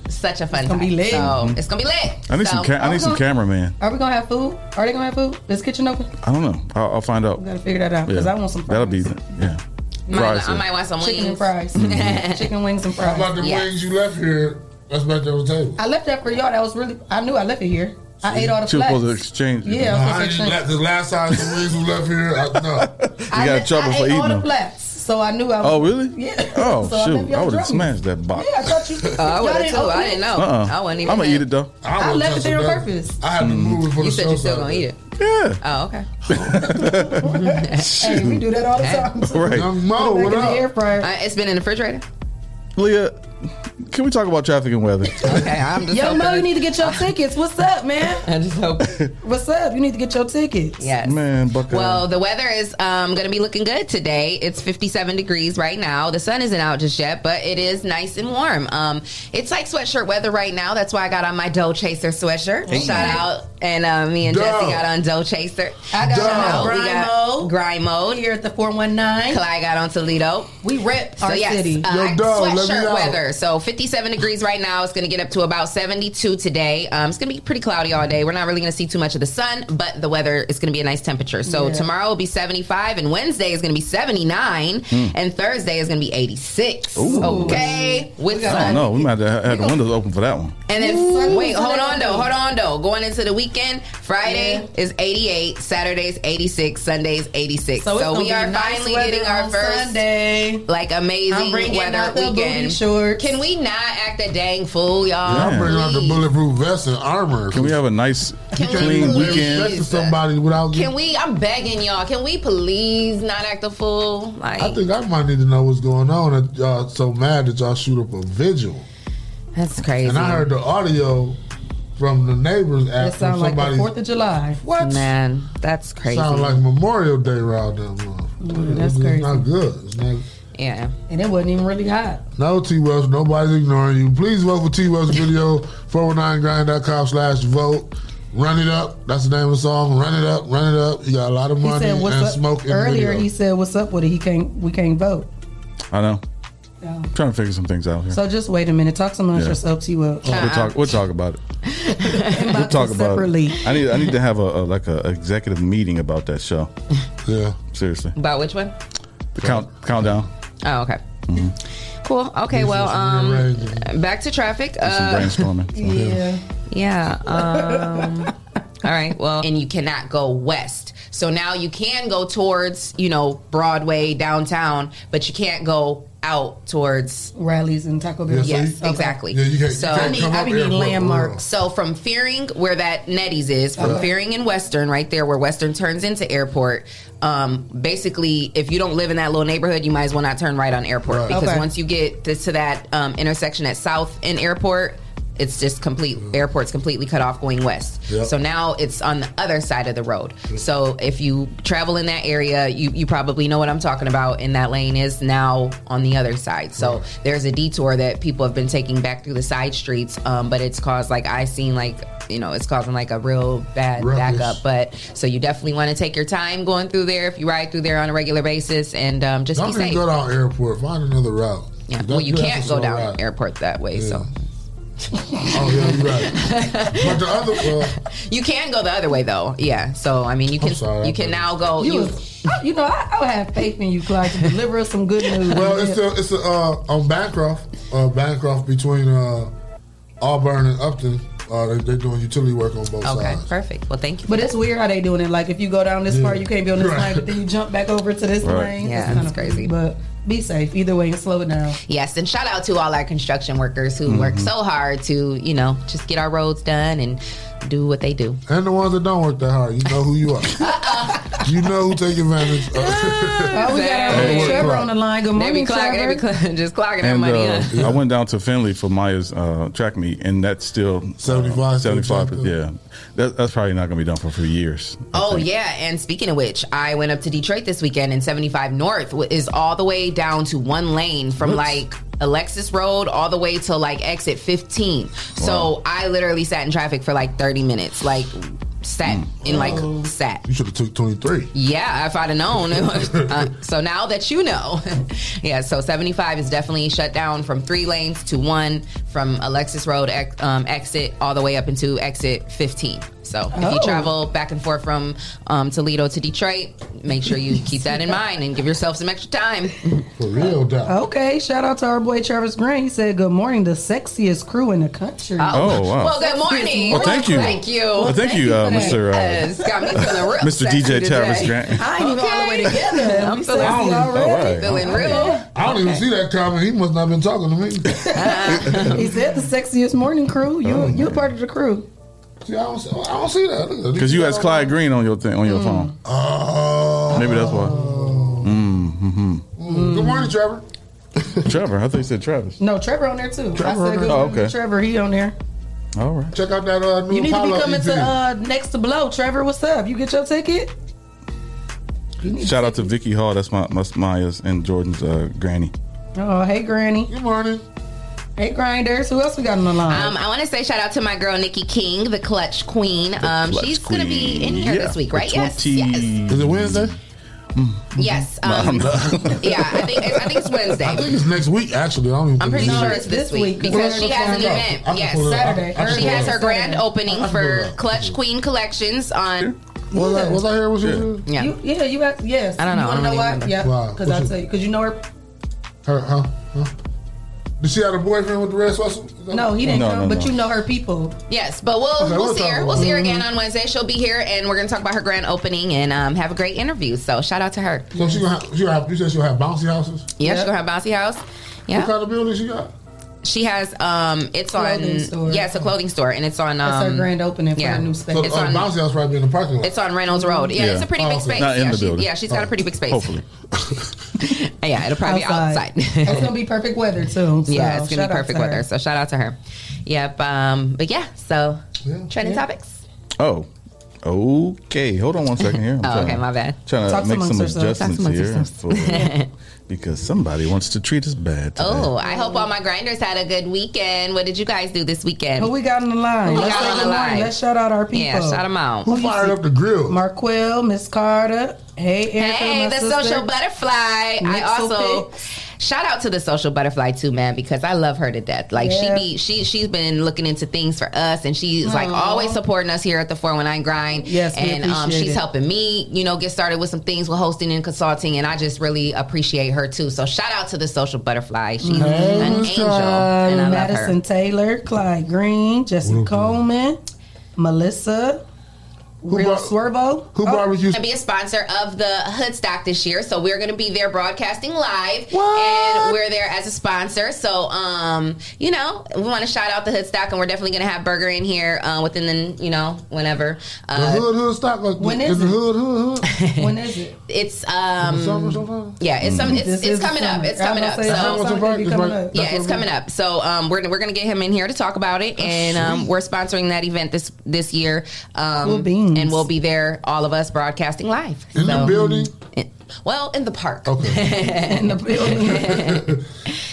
Speaker 8: such a fun
Speaker 7: gonna
Speaker 8: time.
Speaker 7: be lit.
Speaker 8: So it's gonna be lit.
Speaker 9: I need
Speaker 8: so, uh-huh.
Speaker 9: some. Ca- I need some
Speaker 7: Okay.
Speaker 9: cameraman.
Speaker 7: Are we gonna have food? Are they gonna have food? Is kitchen open?
Speaker 9: I don't know. I'll, I'll find out.
Speaker 7: We gotta figure that out because
Speaker 9: Yeah.
Speaker 7: I want some.
Speaker 9: That'll be
Speaker 7: fries.
Speaker 9: yeah. uh,
Speaker 8: might-
Speaker 9: Fries,
Speaker 8: I
Speaker 9: yeah.
Speaker 8: might want some
Speaker 7: chicken and
Speaker 8: wings.
Speaker 7: fries, chicken wings and
Speaker 6: How about
Speaker 7: fries.
Speaker 6: the
Speaker 8: Yeah.
Speaker 6: wings you left here? That's back there on the table.
Speaker 7: I left that for y'all. That was really. I knew I left it here. I ate all the
Speaker 9: She was
Speaker 7: flags.
Speaker 9: supposed to exchange.
Speaker 7: Yeah.
Speaker 6: I ain't left the last time the wings was left here. I, no.
Speaker 7: I
Speaker 9: got
Speaker 7: left-
Speaker 9: in trouble
Speaker 7: I
Speaker 9: for
Speaker 7: ate all
Speaker 9: eating
Speaker 7: the
Speaker 9: them.
Speaker 7: flaps.
Speaker 10: so I knew I was.
Speaker 9: Oh really?
Speaker 10: Yeah.
Speaker 9: Oh
Speaker 10: So I left
Speaker 9: shoot!
Speaker 10: y'all
Speaker 9: I would have
Speaker 10: drunk.
Speaker 9: smashed that box.
Speaker 10: Yeah, I thought you.
Speaker 8: Oh, I
Speaker 10: y'all
Speaker 8: would have
Speaker 10: didn't
Speaker 8: too.
Speaker 10: open
Speaker 8: I
Speaker 10: it?
Speaker 8: didn't know.
Speaker 9: Uh-uh.
Speaker 8: I wasn't even.
Speaker 9: I'm gonna eat it though. Mm.
Speaker 10: I left it there on purpose.
Speaker 6: I had to move it for
Speaker 8: You
Speaker 6: the
Speaker 8: said
Speaker 6: show.
Speaker 8: you're still gonna
Speaker 6: Saturday.
Speaker 8: eat it.
Speaker 9: Yeah.
Speaker 8: Oh, okay.
Speaker 10: Hey, we do that all the time.
Speaker 9: Right.
Speaker 6: Young Mo,
Speaker 10: Put it
Speaker 6: what
Speaker 10: back in the air
Speaker 6: up?
Speaker 10: fryer.
Speaker 8: Uh, it's been in the refrigerator.
Speaker 9: Leah, can we talk about traffic and weather?
Speaker 8: Okay, I'm just.
Speaker 10: Young Mo, you
Speaker 8: hoping-
Speaker 10: need to get your tickets. What's up, man?
Speaker 8: I just hope.
Speaker 10: What's up? You need to get your tickets.
Speaker 8: Yes.
Speaker 9: Man, Buckeye.
Speaker 8: Well, the weather is um, going to be looking good today. It's 57 degrees right now. The sun isn't out just yet, but it is nice and warm. Um, it's like sweatshirt weather right now. That's why I got on my Doe Chaser sweatshirt. Shout out. And uh, me and
Speaker 6: Doe.
Speaker 8: Jesse got on Doe Chaser.
Speaker 10: I got
Speaker 6: Duh.
Speaker 10: out
Speaker 8: We
Speaker 10: Grimo.
Speaker 8: got Grind Mode.
Speaker 10: Here at the 419.
Speaker 8: Clyde got on Toledo.
Speaker 10: We rep
Speaker 8: So
Speaker 10: our
Speaker 8: yes,
Speaker 10: city.
Speaker 8: uh,
Speaker 6: Yo, dog, let me
Speaker 8: sweatshirt
Speaker 6: out.
Speaker 8: weather. So 57 degrees right now. It's going to get up to about 72 today. Um, it's going to be pretty cloudy all day. We're not really going to see too much of the sun, but the weather is going to be a nice temperature. So
Speaker 10: Yeah.
Speaker 8: tomorrow will be 75, and Wednesday is going to be 79,
Speaker 9: Hmm.
Speaker 8: and Thursday is going to be 86. Okay, with
Speaker 9: I don't
Speaker 8: sun.
Speaker 9: know. We might have had the windows open for that one.
Speaker 8: And then wait, hold on though, hold on though. Going into the weekend, Friday
Speaker 10: Yeah.
Speaker 8: is 88, Saturday's 86, Sunday's 86.
Speaker 10: So,
Speaker 8: So,
Speaker 10: it's gonna
Speaker 8: we
Speaker 10: be
Speaker 8: are
Speaker 10: nice
Speaker 8: finally
Speaker 10: weather
Speaker 8: getting our
Speaker 10: on
Speaker 8: first
Speaker 10: Sunday.
Speaker 8: like
Speaker 10: I'm
Speaker 8: amazing
Speaker 10: bringing
Speaker 8: weather
Speaker 10: out the booty
Speaker 8: weekend.
Speaker 10: shorts.
Speaker 8: Can we not act a dang fool, y'all?
Speaker 9: Yeah.
Speaker 6: I'm bringing out the
Speaker 8: Please.
Speaker 6: bulletproof vest and armor.
Speaker 9: Can we have a nice,
Speaker 8: Can we
Speaker 9: clean
Speaker 8: please?
Speaker 9: weekend?
Speaker 6: to somebody without
Speaker 8: Can we? I'm begging y'all. Can we please not act a fool? Like
Speaker 6: I think I might need to know what's going on. That y'all so mad that y'all shoot up a vigil.
Speaker 8: that's crazy.
Speaker 6: And I heard the audio from the neighbors
Speaker 10: That
Speaker 6: after
Speaker 10: sounds like the
Speaker 6: somebody.
Speaker 10: 4th of July.
Speaker 6: what?
Speaker 8: Man, that's crazy.
Speaker 6: Sound like Memorial Day round them.
Speaker 10: Mm, that's
Speaker 6: it's
Speaker 10: crazy.
Speaker 6: not good. It's not.
Speaker 8: yeah.
Speaker 10: And it wasn't even really hot.
Speaker 6: No, T Wells, nobody's ignoring you. Please vote for T Wells video, oh 419grind.com slash vote. Run it up. That's the name of the song. Run it up, run it up. You got a lot of
Speaker 10: He
Speaker 6: money
Speaker 10: said,
Speaker 6: and
Speaker 10: "What's up?"
Speaker 6: smoke in the
Speaker 10: Earlier,
Speaker 6: video.
Speaker 10: he said, "What's up with it? He can't. We can't vote."
Speaker 9: I know. trying to figure some things out here.
Speaker 10: So just wait a minute. Talk some amongst
Speaker 9: Yeah.
Speaker 10: yourself, T. Well,
Speaker 9: we'll talk. We'll talk about it.
Speaker 10: we'll
Speaker 9: We'll talk about
Speaker 10: separately.
Speaker 9: it. I need. I need to have a, a like a executive meeting about that show.
Speaker 6: Yeah.
Speaker 9: Seriously,
Speaker 8: About which one?
Speaker 9: the count countdown. Mm-hmm.
Speaker 8: Oh, okay. Cool. Okay. Well,
Speaker 6: Some
Speaker 8: um,
Speaker 6: rearrange and
Speaker 8: back to traffic.
Speaker 9: Some
Speaker 8: Uh,
Speaker 9: brainstorming.
Speaker 10: Yeah,
Speaker 8: Yeah. Um, all right. Well, and you cannot go west. So now you can go towards, you know, Broadway, downtown, but you can't go out towards.
Speaker 10: rallies and Taco Bell.
Speaker 6: Yes, So
Speaker 8: Yes,
Speaker 6: you-
Speaker 8: exactly.
Speaker 6: Yeah, you can't,
Speaker 8: so
Speaker 6: you can't
Speaker 10: I need-
Speaker 6: come
Speaker 10: I
Speaker 6: up
Speaker 10: be
Speaker 6: here
Speaker 10: needing
Speaker 6: and put-
Speaker 10: landmarks.
Speaker 8: so from Fearing, where that Nettie's is, from Fearing and Western, right there where Western turns into Airport. Um, basically, if you don't live in that little neighborhood, you might as well not turn right on Airport
Speaker 6: Right.
Speaker 8: because
Speaker 10: Okay.
Speaker 8: once you get to, to that um, intersection at South and Airport, it's just complete. Airport's completely cut off going west.
Speaker 6: Mm-hmm. Yep. Mm-hmm.
Speaker 8: So now it's on the other side of the road. So if you travel in that area, you you probably know what I'm talking about. And that lane is now on the other side. So
Speaker 6: Mm-hmm.
Speaker 8: there's a detour that people have been taking back through the side streets, um, but it's caused like I seen like you know it's causing like a real bad
Speaker 6: Ruckus.
Speaker 8: backup. But so you definitely want to take your time going through there if you ride through there on a regular basis and um, just
Speaker 6: Don't
Speaker 8: be
Speaker 6: even
Speaker 8: safe.
Speaker 6: go down airport. Find another route.
Speaker 8: Yeah.
Speaker 6: That-
Speaker 8: Well, you
Speaker 6: that's
Speaker 8: can't
Speaker 6: just
Speaker 8: go
Speaker 6: all
Speaker 8: down
Speaker 6: right.
Speaker 8: airport that way.
Speaker 6: Yeah.
Speaker 8: So
Speaker 6: Oh yeah, you're right. but the other, well,
Speaker 8: you can go the other way though. Yeah. So I mean, you
Speaker 6: I'm
Speaker 8: can
Speaker 6: sorry, I
Speaker 8: you can
Speaker 6: missed
Speaker 8: now go.
Speaker 10: You,
Speaker 8: you-
Speaker 10: was, I, you know, I, I would have faith in you, Clyde, to deliver us some good news.
Speaker 6: well, it's a, it's a, uh, on Bancroft, uh, Bancroft between uh, Auburn and Upton. Uh, they, they're doing utility work on both
Speaker 8: Okay,
Speaker 6: sides.
Speaker 8: perfect. Well, thank you.
Speaker 10: but it's weird how they doing it. Like if you go down this
Speaker 6: Yeah.
Speaker 10: part, you can't be on this
Speaker 6: Right.
Speaker 10: lane, but then you jump back over to this
Speaker 9: Right.
Speaker 10: lane.
Speaker 8: Yeah,
Speaker 10: kinda
Speaker 8: it's crazy.
Speaker 10: But be safe either way and slow it down.
Speaker 8: Yes, and shout out to all our construction workers who
Speaker 6: Mm-hmm.
Speaker 8: work so hard to, you know, just get our roads done and do what they do.
Speaker 6: And the ones that don't work that hard, you know who you are. you know who take advantage. Of.
Speaker 10: Oh, we got our
Speaker 6: Hey,
Speaker 10: man Trevor
Speaker 6: what
Speaker 10: on the line. Good
Speaker 8: They
Speaker 10: morning,
Speaker 8: be clocking,
Speaker 10: Trevor.
Speaker 8: they be cl- just clocking that
Speaker 9: And
Speaker 8: money.
Speaker 9: uh,
Speaker 8: huh?
Speaker 9: I went down to Finley for Maya's uh, track meet, and that's still
Speaker 6: 75,
Speaker 9: Seventy five.
Speaker 6: 75.
Speaker 9: Yeah, that, that's probably not going to be done for a few years. I
Speaker 8: Oh
Speaker 9: think.
Speaker 8: yeah, and speaking of which, I went up to Detroit this weekend, and 75 North w- is all the way down to one lane from like Alexis Road all the way to like exit 15. So I literally sat in traffic for like 30 minutes, like sat in like sat.
Speaker 6: You should have took twenty three.
Speaker 8: Yeah, if I'd have known. Uh, so now that you know, yeah. So seventy five is definitely shut down from three lanes to one from Alexis Road ex- um, exit all the way up into exit fifteen. So if you
Speaker 7: Oh.
Speaker 8: travel back and forth from um, Toledo to Detroit, make sure you keep that in mind and give yourself some extra time.
Speaker 6: For real, dog.
Speaker 7: Okay, shout out to our boy Travis Green. He said, "Good morning, the sexiest crew in the country."
Speaker 9: Oh, wow.
Speaker 8: Well, good morning.
Speaker 9: Well, thank you.
Speaker 8: Thank you.
Speaker 9: Well, thank you, uh, Mr. Uh,
Speaker 8: Yes, got me feeling real
Speaker 9: Mr.
Speaker 8: sexy
Speaker 9: DJ
Speaker 8: today.
Speaker 9: Travis Grant.
Speaker 7: I ain't even all the way together.
Speaker 8: I'm
Speaker 7: We
Speaker 8: feeling
Speaker 7: sexy already.
Speaker 8: Feeling real.
Speaker 6: I don't even see that comment. He must not have been talking to me.
Speaker 7: He said the sexiest morning crew. You you part of the crew.
Speaker 6: Oh, See, I don't, I don't see that.
Speaker 9: Because you has Clyde Green on your thing on your phone. Oh, maybe that's why. Mm-hmm.
Speaker 6: Good morning, Trevor.
Speaker 9: Trevor, I thought you said Travis.
Speaker 7: Mm. No, Trevor on there too.
Speaker 9: Trevor
Speaker 7: I
Speaker 9: on
Speaker 7: said
Speaker 9: there.
Speaker 7: good
Speaker 9: Oh,
Speaker 7: morning,
Speaker 9: okay.
Speaker 7: Trevor, he on there.
Speaker 9: All right.
Speaker 6: Check out that uh, new
Speaker 7: You need to be
Speaker 6: Apollo
Speaker 7: coming to
Speaker 6: EP.
Speaker 7: uh, next to blow. Trevor, what's up? You get your ticket?
Speaker 9: Shout out to Vicky Hall. That's my, my Maya's and Jordan's uh, granny.
Speaker 7: Oh, hey Granny.
Speaker 6: Good morning.
Speaker 7: Hey Grinders. Who else we got on the line?
Speaker 8: Um, I want to say shout out to my girl Nikki King, the Clutch Queen. Um,
Speaker 9: Clutch
Speaker 8: she's going to be in here
Speaker 9: Yeah.
Speaker 8: this week, right?
Speaker 9: The
Speaker 8: Yes.
Speaker 9: 20
Speaker 6: Is it Wednesday? Mm-hmm.
Speaker 8: Yes. Um, yeah, I think, I think it's Wednesday.
Speaker 6: I think it's next week, actually. I don't even
Speaker 8: I'm pretty
Speaker 6: think
Speaker 8: sure
Speaker 6: is.
Speaker 8: it's this week because she has an event.
Speaker 6: I can
Speaker 8: Yes,
Speaker 6: pull it up.
Speaker 8: Saturday.
Speaker 6: I can
Speaker 8: She
Speaker 6: pull it
Speaker 8: has
Speaker 6: up.
Speaker 8: her grand
Speaker 6: I
Speaker 8: opening
Speaker 6: can pull it
Speaker 8: for
Speaker 6: up.
Speaker 8: Clutch Queen Collections on.
Speaker 6: Was I, was I here with you?
Speaker 8: Yeah.
Speaker 7: You, yeah, you got yes.
Speaker 8: I don't know.
Speaker 7: You wanna
Speaker 8: I don't
Speaker 7: know
Speaker 8: even
Speaker 7: why?
Speaker 8: remember.
Speaker 7: Yeah,
Speaker 6: Wow.
Speaker 7: because
Speaker 6: What's
Speaker 7: I
Speaker 6: it-
Speaker 7: tell you, because you know her.
Speaker 6: Her, huh? Huh? Did she have a boyfriend with the red sweatshirt?
Speaker 7: No, he didn't
Speaker 6: No,
Speaker 7: come,
Speaker 6: no,
Speaker 7: but
Speaker 6: no.
Speaker 7: you know her people.
Speaker 8: Yes, but we'll, we'll,
Speaker 6: Okay, we'll Mm-hmm.
Speaker 8: see
Speaker 6: talk
Speaker 8: her.
Speaker 6: about
Speaker 8: We'll see her
Speaker 6: it.
Speaker 8: again on Wednesday. She'll be here, and we're going to talk about her grand opening and um, have a great interview. So shout out to her.
Speaker 6: So she gonna have, she gonna have, you said she'll have bouncy houses?
Speaker 8: Yeah, she's gonna have bouncy house. Yeah.
Speaker 6: What kind of building she got?
Speaker 8: She has um it's
Speaker 7: Clothing
Speaker 8: on
Speaker 7: store.
Speaker 8: yeah, it's a clothing store and it's on um
Speaker 7: That's her grand opening for her new space.
Speaker 6: So
Speaker 8: It's
Speaker 6: uh,
Speaker 8: on-
Speaker 6: bouncy house probably be in the parking lot.
Speaker 8: It's on Reynolds Road. Yeah,
Speaker 6: Yeah.
Speaker 8: it's a pretty
Speaker 6: Oh,
Speaker 8: big
Speaker 6: okay.
Speaker 8: space.
Speaker 6: Not in
Speaker 8: yeah,
Speaker 6: the
Speaker 8: she,
Speaker 6: building. Oh.
Speaker 8: yeah, she's got a pretty big space.
Speaker 9: Hopefully.
Speaker 8: yeah, it'll probably be outside.
Speaker 7: It's gonna be perfect weather too. So
Speaker 8: yeah,
Speaker 7: shout
Speaker 8: it's gonna be
Speaker 7: out
Speaker 8: perfect
Speaker 7: to her.
Speaker 8: weather. So shout out to her. Yep. Um but yeah, so trending topics.
Speaker 9: Oh. Okay. Hold on one second here. I'm
Speaker 8: Oh, okay, my bad.
Speaker 9: Trying to
Speaker 8: Talk
Speaker 9: make
Speaker 8: amongst
Speaker 9: some
Speaker 8: yourselves. Talk
Speaker 9: adjustments
Speaker 8: amongst
Speaker 9: here
Speaker 8: yourselves.
Speaker 9: for- because somebody wants to treat us bad. Today.
Speaker 8: Oh, I hope all my grinders had a good weekend. What did you guys do this weekend?
Speaker 7: Who we got on the line?
Speaker 8: Who we
Speaker 7: Let's
Speaker 8: got
Speaker 7: say
Speaker 8: on
Speaker 7: good
Speaker 8: the
Speaker 7: morning.
Speaker 8: line?
Speaker 7: Let's shout out our people.
Speaker 8: Yeah, shout 'em out.
Speaker 7: Who fired
Speaker 6: up the grill?
Speaker 7: Marquel, Miss Carter. Hey, Erica,
Speaker 8: Hey,
Speaker 7: my
Speaker 8: the
Speaker 7: sister.
Speaker 8: social butterfly. I
Speaker 7: Mixel
Speaker 8: also shout out to the social butterfly too, man, because I love her to death. Like
Speaker 7: Yeah.
Speaker 8: she be she she's been looking into things for us, and she's like
Speaker 7: Aw.
Speaker 8: always supporting us here at the Four One Nine Grind.
Speaker 7: Yes, we
Speaker 8: and um,
Speaker 7: appreciate
Speaker 8: she's
Speaker 7: it.
Speaker 8: helping me, you know, get started with some things with hosting and consulting, and I just really appreciate her too. So shout out to the social butterfly. She's
Speaker 7: Hey,
Speaker 8: an
Speaker 7: Miss
Speaker 8: angel,
Speaker 7: Carter.
Speaker 8: and I love
Speaker 7: Um, Madison
Speaker 8: her.
Speaker 7: Taylor, Clyde Green, Jesse Coleman, Melissa, Real Swervo. Oh.
Speaker 6: Who barbecue?
Speaker 8: And Oh, be a sponsor of the Hood Stock this year, so we're going to be there broadcasting live, and we're there as a sponsor. So, um, you know, we want to shout out the Hood Stock, and we're definitely going to have burger in here uh, within the, you know, whenever.
Speaker 6: The
Speaker 8: Uh,
Speaker 6: hood, hood stock. Like,
Speaker 8: when
Speaker 6: is
Speaker 8: is
Speaker 6: the
Speaker 8: it?
Speaker 6: hood, hood, hood?
Speaker 7: When is it? Mm.
Speaker 8: it's
Speaker 6: In the summer
Speaker 8: um,
Speaker 6: sometime?
Speaker 8: yeah, it's some, it's,
Speaker 7: This
Speaker 8: it's
Speaker 7: is
Speaker 8: coming up,
Speaker 7: summer.
Speaker 8: it's
Speaker 7: I was
Speaker 8: coming
Speaker 7: about
Speaker 8: up.
Speaker 7: to say,
Speaker 8: So.
Speaker 7: summer could be coming up.
Speaker 8: Yeah, it's coming up. So um, we're we're gonna get him in here to talk about it, and um, we're sponsoring that event this this year.
Speaker 7: Cool
Speaker 8: Um,
Speaker 7: beans.
Speaker 8: and we'll be there, all of us broadcasting live
Speaker 6: In the building?
Speaker 8: Well, in the park.
Speaker 7: in the building.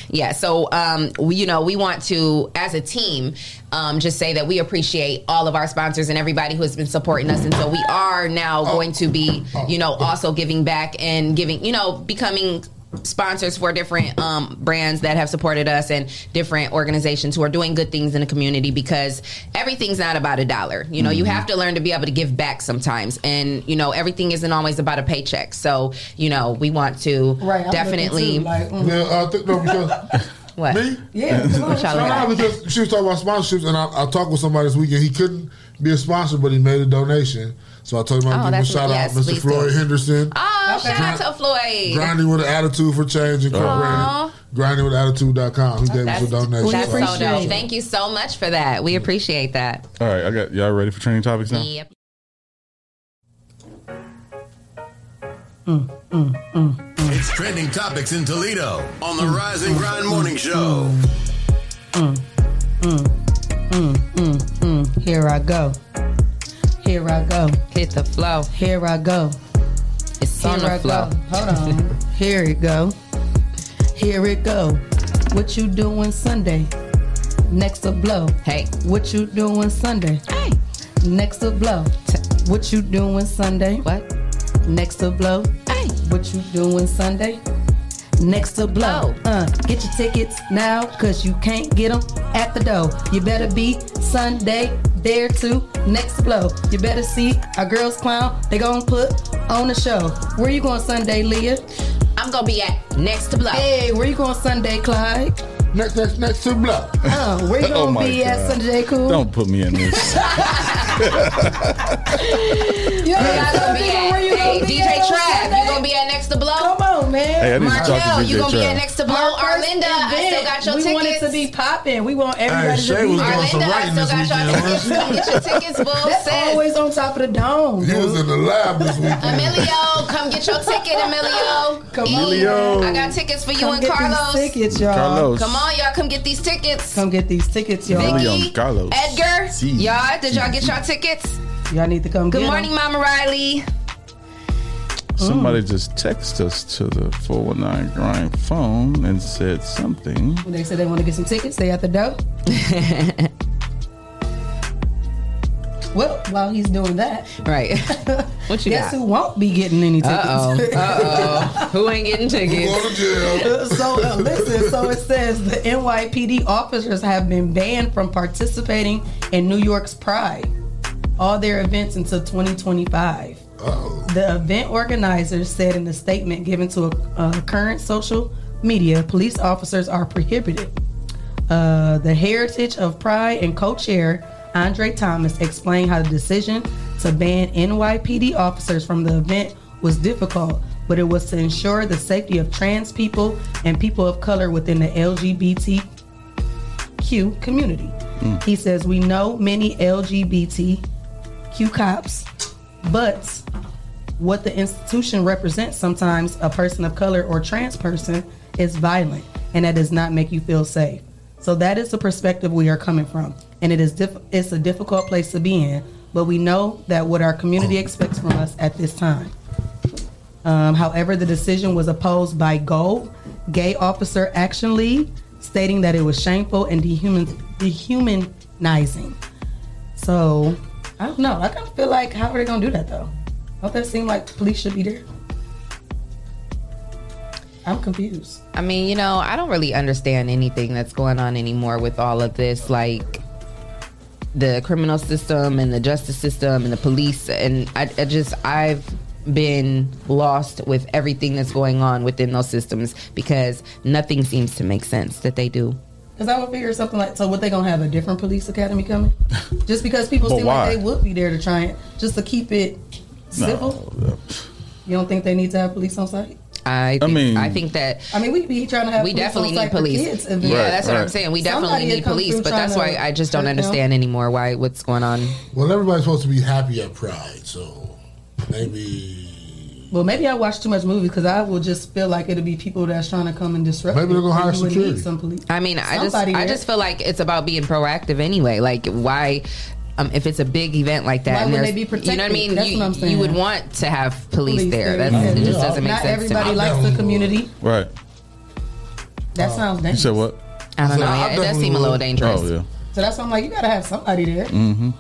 Speaker 8: Yeah, so um, we, you know, we want to, as a team, um, just say that we appreciate all of our sponsors and everybody who has been supporting us, and so we are now
Speaker 7: Oh.
Speaker 8: going to be, you know, also giving back and giving, you know, becoming sponsors for different um, brands that have supported us and different organizations who are doing good things in the community because everything's not about a dollar. You know,
Speaker 7: Mm-hmm.
Speaker 8: you have to learn to be able to give back sometimes, and you know, everything isn't always about a paycheck. So, you know, we want to
Speaker 7: right. I'm
Speaker 8: definitely.
Speaker 7: looking too, like, mm.
Speaker 6: Yeah, uh, I think no, because
Speaker 8: what?
Speaker 6: me.
Speaker 7: Yeah, come on.
Speaker 8: Shout
Speaker 6: No,
Speaker 8: out.
Speaker 6: no, because she was talking about sponsorships, and I, I talked with somebody this weekend. He couldn't be a sponsor, but he made a donation. So I told him
Speaker 8: Oh,
Speaker 6: I'd give him a
Speaker 8: that's-
Speaker 6: shout
Speaker 8: yes,
Speaker 6: out, Mr.
Speaker 8: please
Speaker 6: Floyd
Speaker 8: do.
Speaker 6: Henderson.
Speaker 8: Oh,
Speaker 7: Okay.
Speaker 8: shout out to Floyd.
Speaker 6: Grinding with an Attitude for Change
Speaker 8: Aw.
Speaker 6: Incorporated. Grindingwithattitude.com. He gave us a
Speaker 8: That's, that's
Speaker 6: donation. So I
Speaker 8: so
Speaker 6: appreciate
Speaker 8: dope.
Speaker 6: it.
Speaker 8: Thank you so much for that. We appreciate that.
Speaker 9: All right, I got y'all ready for training topics now.
Speaker 8: Yep.
Speaker 7: Mm,
Speaker 1: It's trending topics in Toledo on the Rise and Grind Morning Show.
Speaker 7: Mm, mm. Here I go. Here I go.
Speaker 8: Hit the flow.
Speaker 7: Here I go.
Speaker 8: It's on
Speaker 7: Here
Speaker 8: the
Speaker 7: I
Speaker 8: flow.
Speaker 7: go. Hold on. Here it go. Here it go. What you doing Sunday? Next to blow.
Speaker 8: Hey.
Speaker 7: What you doing Sunday?
Speaker 8: Hey.
Speaker 7: Next to blow. What you doing Sunday?
Speaker 8: What?
Speaker 7: Next to blow.
Speaker 8: Hey.
Speaker 7: What you doing Sunday? Next to blow.
Speaker 8: Oh.
Speaker 7: Uh, get your tickets now, cause you can't get them at the door. You better be Sunday there to next blow. You better see our girls clown. They gonna put on a show. Where you going Sunday, Leah?
Speaker 8: I'm gonna be at next blow.
Speaker 7: Hey, where you going Sunday, Clyde?
Speaker 6: Next, next, next to blow.
Speaker 7: Oh, where you
Speaker 9: Oh
Speaker 7: gonna
Speaker 9: my
Speaker 7: be at
Speaker 9: God.
Speaker 7: Sunday, Cool?
Speaker 9: Don't put me in this.
Speaker 7: You ain't
Speaker 8: Y'all gonna be at-
Speaker 7: where you
Speaker 8: hey,
Speaker 7: gonna be
Speaker 8: DJ
Speaker 7: at on
Speaker 8: Trav,
Speaker 7: Sunday?
Speaker 8: you gonna be at next to blow? Come
Speaker 7: on, man.
Speaker 9: Hey, I need to talk to DJ
Speaker 8: you gonna be at
Speaker 9: Trav.
Speaker 8: next to blow?
Speaker 7: Our first
Speaker 8: Arlinda, I still
Speaker 7: event,
Speaker 8: got your
Speaker 7: we
Speaker 8: tickets.
Speaker 7: want it to be popping. We want
Speaker 6: Hey,
Speaker 7: everybody to
Speaker 6: Shay
Speaker 7: be
Speaker 6: was doing some
Speaker 8: Arlinda, I
Speaker 6: writing
Speaker 8: still
Speaker 6: this
Speaker 8: got y'all
Speaker 6: weekend.
Speaker 8: tickets.
Speaker 6: wasn't
Speaker 8: Get your tickets, boo.
Speaker 7: That's
Speaker 8: Sis.
Speaker 7: always on top of the dome.
Speaker 6: she? You was in the lab this weekend.
Speaker 8: Emilio, come get your ticket, Emilio.
Speaker 7: Come
Speaker 8: E,
Speaker 7: on.
Speaker 6: Emilio.
Speaker 8: I got tickets for you
Speaker 7: Come
Speaker 8: and
Speaker 7: get
Speaker 8: Carlos.
Speaker 7: these tickets, y'all.
Speaker 9: Carlos.
Speaker 8: Come on, y'all, come get these tickets.
Speaker 7: Come get these tickets, y'all.
Speaker 9: Emilio, Carlos.
Speaker 8: Edgar,
Speaker 9: See.
Speaker 8: y'all, did y'all get y'all tickets?
Speaker 7: Y'all need to come
Speaker 8: Good
Speaker 7: get 'em.
Speaker 8: morning, Mama Riley.
Speaker 9: Somebody just texted us to the 419 grind phone and said something.
Speaker 7: They said they want to get some tickets. They at the door. well, while he's doing that,
Speaker 8: Right. What you
Speaker 7: guess
Speaker 8: got?
Speaker 7: who won't be getting any tickets?
Speaker 8: Uh oh. Uh oh. Who ain't getting tickets?
Speaker 7: so uh, listen. So it says the NYPD officers have been banned from participating in New York's Pride, all their events until 2025. The event organizer said in a statement given to a, a current social media, police officers are prohibited. Uh, the heritage of Pride and co-chair Andre Thomas explained how the decision to ban NYPD officers from the event was difficult, but it was to ensure the safety of trans people and people of color within the LGBTQ community. He says we know many LGBTQ cops, but what the institution represents sometimes a person of color or trans person is violent and that does not make you feel safe so that is the perspective we are coming from and it is diff- it's a difficult place to be in but we know that what our community expects from us at this time um, however the decision was opposed by gold gay officer action league stating that it was shameful and dehuman- dehumanizing so i don't know i kind of feel like how are they gonna do that though don't that seem like police should be there? I'm confused.
Speaker 8: I mean, you know, I don't really understand anything that's going on anymore with all of this, like the criminal system and the justice system and the police. And I, I just, I've been lost with everything that's going on within those systems because nothing seems to make sense that they do.
Speaker 7: Because I would figure something like, so what they gonna have a different police academy coming? Just because people
Speaker 9: But
Speaker 7: seem
Speaker 9: why?
Speaker 7: like they would be there to try it, just to keep it civil. You don't think they need to have police on site?
Speaker 8: I, think, I
Speaker 9: mean-
Speaker 8: think that
Speaker 7: I mean, we be trying to have
Speaker 8: we
Speaker 7: police
Speaker 8: definitely
Speaker 7: on
Speaker 8: need
Speaker 7: site for
Speaker 8: police.
Speaker 7: kids
Speaker 8: yeah,
Speaker 7: events.
Speaker 8: that's what I'm
Speaker 9: Right.
Speaker 8: saying. We
Speaker 7: Somebody
Speaker 8: definitely
Speaker 7: had
Speaker 8: need
Speaker 7: come
Speaker 8: police,
Speaker 7: through
Speaker 8: but that's
Speaker 7: trying
Speaker 8: why
Speaker 7: to
Speaker 8: I just don't
Speaker 7: hurt them.
Speaker 8: understand anymore why what's going on.
Speaker 6: Well, everybody's supposed to be happy at Pride, so maybe
Speaker 7: Well, maybe I watch too much movies because I will just feel like it'll be people that's trying to come and disrupt.
Speaker 6: Maybe
Speaker 7: you,
Speaker 6: they're gonna
Speaker 7: and
Speaker 6: hire
Speaker 7: you would
Speaker 6: security.
Speaker 7: need some police.
Speaker 8: I mean, I just
Speaker 7: Somebody
Speaker 8: I
Speaker 7: there.
Speaker 8: just feel like it's about being proactive anyway. Like why um, if it's a big event like that,
Speaker 7: Why
Speaker 8: and
Speaker 7: would they
Speaker 8: there's-
Speaker 7: be
Speaker 8: You know what
Speaker 7: protected?
Speaker 8: I mean?
Speaker 7: That's
Speaker 8: you,
Speaker 7: what I'm
Speaker 8: you would
Speaker 7: saying.
Speaker 8: want to have police, there. That's
Speaker 7: yeah.
Speaker 8: it just doesn't make
Speaker 7: Not
Speaker 8: sense.
Speaker 7: everybody
Speaker 8: to me.
Speaker 7: likes the community.
Speaker 9: Right.
Speaker 7: That
Speaker 8: Oh.
Speaker 7: sounds
Speaker 9: You
Speaker 7: dangerous.
Speaker 9: said what?
Speaker 8: I don't know.
Speaker 6: I
Speaker 8: Yeah, it does
Speaker 6: definitely
Speaker 8: seem a little
Speaker 6: would.
Speaker 8: dangerous.
Speaker 9: Oh, yeah. Mm-hmm.
Speaker 7: So that's why I'm like, you gotta have somebody there.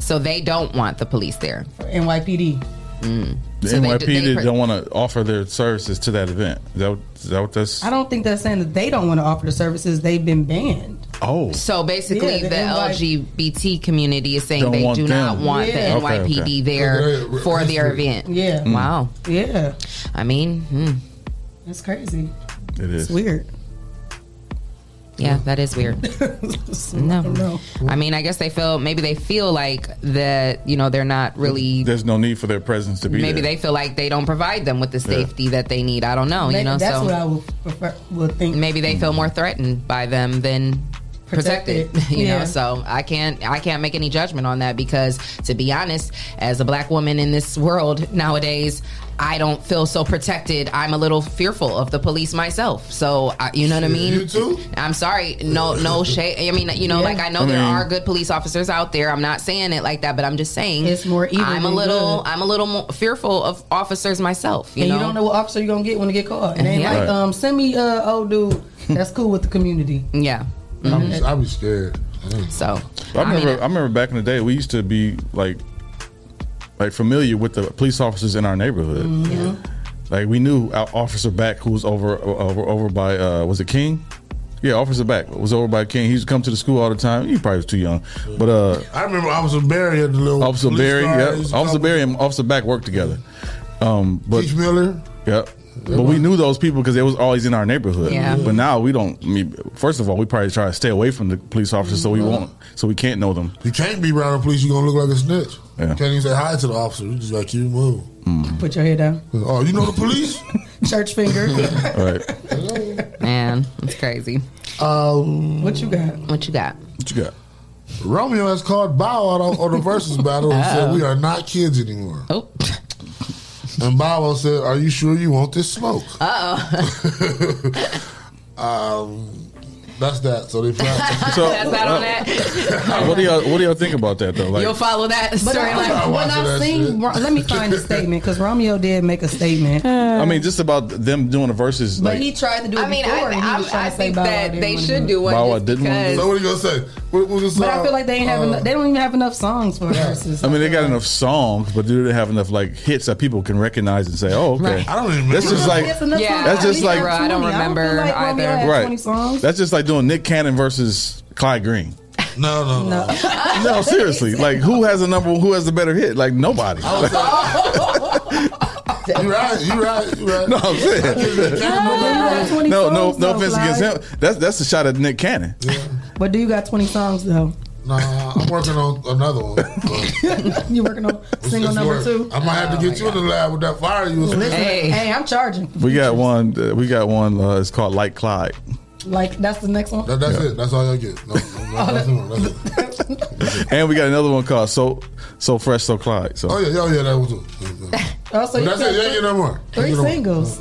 Speaker 8: So they don't want the police there.
Speaker 7: NYPD.
Speaker 9: The
Speaker 8: Mm. So they-
Speaker 9: NYPD
Speaker 8: they pre-
Speaker 9: don't want to offer their services to that event. Is that, is that what that's?
Speaker 7: I don't think that's saying that they don't want to offer the services. They've been banned.
Speaker 9: oh,
Speaker 8: So basically,
Speaker 7: Yeah, the
Speaker 8: the
Speaker 7: NY
Speaker 8: LGBT community is saying
Speaker 9: Don't
Speaker 8: they
Speaker 9: want
Speaker 8: do not
Speaker 9: them.
Speaker 8: want
Speaker 7: Yeah.
Speaker 8: the
Speaker 9: Okay, okay.
Speaker 8: NYPD there
Speaker 6: Okay,
Speaker 8: for their
Speaker 6: history.
Speaker 8: event.
Speaker 7: Yeah.
Speaker 8: Wow.
Speaker 7: Yeah.
Speaker 8: I mean, hmm.
Speaker 7: That's crazy.
Speaker 9: it is.
Speaker 7: It's weird.
Speaker 8: yeah, that is weird.
Speaker 7: I
Speaker 8: No.
Speaker 7: don't know.
Speaker 8: I mean, I guess they feel maybe they feel like that, you know, they're not really
Speaker 9: There's no need for their presence to be
Speaker 8: maybe
Speaker 9: there.
Speaker 8: they feel like they don't provide them with the safety that they need. I don't know, you
Speaker 7: Maybe
Speaker 8: know,
Speaker 7: that's
Speaker 8: so
Speaker 7: what I would prefer would think.
Speaker 8: maybe they feel more threatened by them than protected,
Speaker 7: Protected.
Speaker 8: you know.
Speaker 7: Yeah.
Speaker 8: So I can't I can't make any judgment on that because to be honest, as a black woman in this world nowadays, I don't feel so protected. I'm a little fearful of the police myself. So, I, you know what I mean?
Speaker 6: You too?
Speaker 8: I'm sorry. No, no shade. I mean, you know,
Speaker 7: Yeah.
Speaker 8: like I know
Speaker 9: I
Speaker 8: there
Speaker 9: mean-
Speaker 8: are good police officers out there. I'm not saying it like that, but I'm just saying
Speaker 7: It's more evil
Speaker 8: I'm a
Speaker 7: than
Speaker 8: little,
Speaker 7: good.
Speaker 8: I'm a little more fearful of officers myself. You
Speaker 7: and
Speaker 8: know,
Speaker 7: you don't know what officer you're gonna get when you get caught. And they ain't
Speaker 8: Yeah.
Speaker 7: like,
Speaker 9: Right.
Speaker 7: um, send me uh old dude that's cool with the community. Mm-hmm.
Speaker 8: yeah.
Speaker 6: I'd be, I'd be scared.
Speaker 8: Mm-hmm. So
Speaker 9: I remember. I,
Speaker 8: mean,
Speaker 9: remember back in the day, we used to be like, like familiar with the police officers in our neighborhood.
Speaker 8: Mm-hmm.
Speaker 9: Like we knew our officer back who was over over over by uh, was it King? Yeah, Officer Back was over by King. He used to come to the school all the time. He probably was too young, but uh,
Speaker 6: I remember Officer Barry had the little
Speaker 9: Officer
Speaker 6: police
Speaker 9: Barry.
Speaker 6: car.
Speaker 9: Yeah,
Speaker 6: He used to
Speaker 9: Officer
Speaker 6: come-
Speaker 9: Barry and Officer Back worked together. Um, but
Speaker 6: Teach Miller.
Speaker 9: Yep. But we knew those people because they was always in our neighborhood.
Speaker 6: Yeah.
Speaker 9: But now we don't. I mean, first of all, we probably try to stay away from the police officers, so we
Speaker 6: Mm-hmm.
Speaker 9: won't, so we can't know them.
Speaker 6: You can't be around the police. You're gonna look like a snitch.
Speaker 9: Yeah. Mm.
Speaker 6: You can't even say hi to the officer. You just like keep it moving.
Speaker 7: Put your head down.
Speaker 6: Oh, you know the police?
Speaker 7: Church finger.
Speaker 8: Man, it's crazy.
Speaker 6: Um,
Speaker 7: what you got?
Speaker 8: What you got?
Speaker 9: What you got?
Speaker 6: Romeo has called Bow out on, on the versus battle and said
Speaker 8: Oh.
Speaker 6: we are not kids anymore.
Speaker 8: Oh.
Speaker 6: And Bow Wow said, "Are you sure you want this smoke?"
Speaker 8: Uh
Speaker 6: Um, that's that. So they found.
Speaker 9: So- uh,
Speaker 8: That's not on that.
Speaker 9: what do y'all What do y'all think about that though? Like,
Speaker 8: You'll follow that
Speaker 7: But I,
Speaker 8: storyline.
Speaker 7: when I seen, Ro- let me find the statement because Romeo did make a statement.
Speaker 9: I mean, just about them doing the verses.
Speaker 7: but
Speaker 9: like,
Speaker 7: he tried to do it
Speaker 8: I mean,
Speaker 7: before.
Speaker 8: I-
Speaker 7: and he
Speaker 8: I'm-
Speaker 7: was trying
Speaker 8: I
Speaker 7: to say
Speaker 8: think
Speaker 7: Bow Wow
Speaker 8: that
Speaker 7: didn't
Speaker 8: they
Speaker 7: wanna
Speaker 8: should
Speaker 7: do it.
Speaker 8: do one
Speaker 9: Bow Wow
Speaker 8: just
Speaker 9: didn't want to do it.
Speaker 8: because-
Speaker 6: So what are you gonna say? What, what was uh,
Speaker 7: But I feel like they ain't have enough. They don't even have enough songs for verses.
Speaker 9: I mean, they got enough songs, but do they have enough like hits that people can recognize and say, "Oh, okay."
Speaker 6: Right. I don't even
Speaker 9: That's just
Speaker 6: remember.
Speaker 9: like
Speaker 7: That's enough
Speaker 8: Yeah.
Speaker 9: that's just
Speaker 8: Yeah,
Speaker 9: like
Speaker 8: bro, I don't remember
Speaker 7: I don't feel like Romeo
Speaker 8: either.
Speaker 7: had
Speaker 9: Right.
Speaker 7: 20 songs.
Speaker 9: that's just like doing Nick Cannon versus Clyde Green.
Speaker 6: No, no, no.
Speaker 9: No, seriously, like who has a number? Who has the better hit? Like nobody.
Speaker 6: Oh, you right. You right. You right.
Speaker 9: No, I'm saying. No, no, no offense against
Speaker 7: him.
Speaker 9: him. That's that's a shot at Nick Cannon.
Speaker 7: But do you got 20 songs though?
Speaker 6: Nah, I'm working on another one.
Speaker 7: you working on
Speaker 6: It's-
Speaker 7: single
Speaker 6: it's
Speaker 7: number
Speaker 6: work.
Speaker 7: two?
Speaker 6: I might have to get you in the lab with that fire you was
Speaker 7: Listen, hey.
Speaker 6: listening.
Speaker 7: I'm charging.
Speaker 9: We got one. Uh, we got one. Uh, it's called Like Clyde.
Speaker 7: Like that's the next one.
Speaker 6: That, that's it. That's all y'all get. No, no, no, that's it. That's it.
Speaker 9: And we got another one called So So Fresh So Clyde. So
Speaker 6: Oh yeah, oh yeah, that was it.
Speaker 7: Oh, so you
Speaker 6: That's
Speaker 7: got
Speaker 6: it. You ain't get no more.
Speaker 7: Three singles.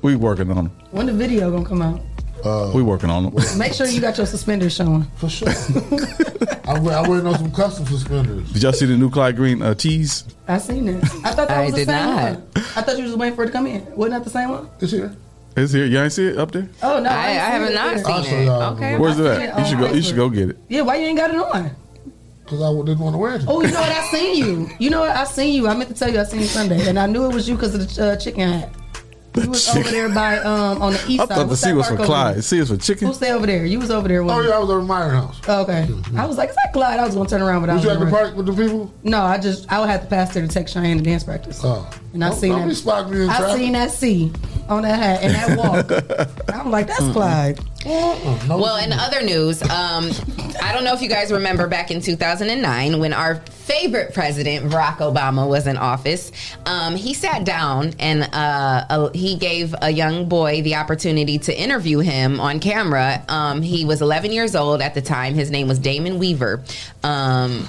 Speaker 9: we working on them.
Speaker 7: When the video gonna come out?
Speaker 6: Uh,
Speaker 9: we working on them.
Speaker 7: Make sure you got your suspenders showing.
Speaker 6: For sure. I, wa- I waiting on some custom suspenders.
Speaker 9: Did y'all see the new Clyde Green uh, tease?
Speaker 7: I seen it. I thought that
Speaker 9: I
Speaker 7: was the
Speaker 9: did
Speaker 7: same
Speaker 9: not.
Speaker 7: one. I thought you was waiting for it to come in. Wasn't that the same one?
Speaker 6: This year.
Speaker 9: It's here. Y'all ain't see it up there?
Speaker 7: Oh no,
Speaker 8: I- I have not seen
Speaker 6: I'll show it. y'all. Okay,
Speaker 9: Where's
Speaker 7: I
Speaker 9: it
Speaker 7: seen
Speaker 9: at? You
Speaker 7: on
Speaker 9: should go. You
Speaker 7: Facebook.
Speaker 9: should go get it.
Speaker 7: Yeah, why you ain't got it on?
Speaker 6: Because I w- didn't want to wear it.
Speaker 7: Oh, you know what? I seen you. You know what? I seen you. I meant to tell you I seen you Sunday, and I knew it was you because of the uh, chicken hat. You was over there by um on the east
Speaker 9: I
Speaker 7: side.
Speaker 9: thought the
Speaker 7: What's
Speaker 9: C
Speaker 7: that
Speaker 9: was
Speaker 7: park
Speaker 9: for
Speaker 7: over
Speaker 9: Clyde. C was for
Speaker 7: there?
Speaker 9: chicken.
Speaker 7: Who stay over there? You was over there.
Speaker 6: Oh
Speaker 7: Wasn't
Speaker 6: yeah, I was over at Meyer house.
Speaker 7: you? Okay. I was like, is that Clyde? I was gonna turn around, but I
Speaker 6: Was
Speaker 7: was
Speaker 6: you at the
Speaker 7: over-
Speaker 6: park with the people?
Speaker 7: No, I just I would have to pass there to take Cheyenne to dance practice.
Speaker 6: Oh.
Speaker 7: And I
Speaker 6: Don't-
Speaker 7: seen
Speaker 6: don't
Speaker 7: that.
Speaker 6: be spotting me in
Speaker 7: I
Speaker 6: traffic.
Speaker 7: seen that C on that hat and that walk. I'm like, that's Clyde. Uh-uh,
Speaker 8: Well, in other news, um, I don't know if you guys remember back in 2009 when our favorite president, Barack Obama, was in office. Um, he sat down and uh, uh, he gave a young boy the opportunity to interview him on camera. Um, he was 11 years old at the time. His name was Damon Weaver. Um,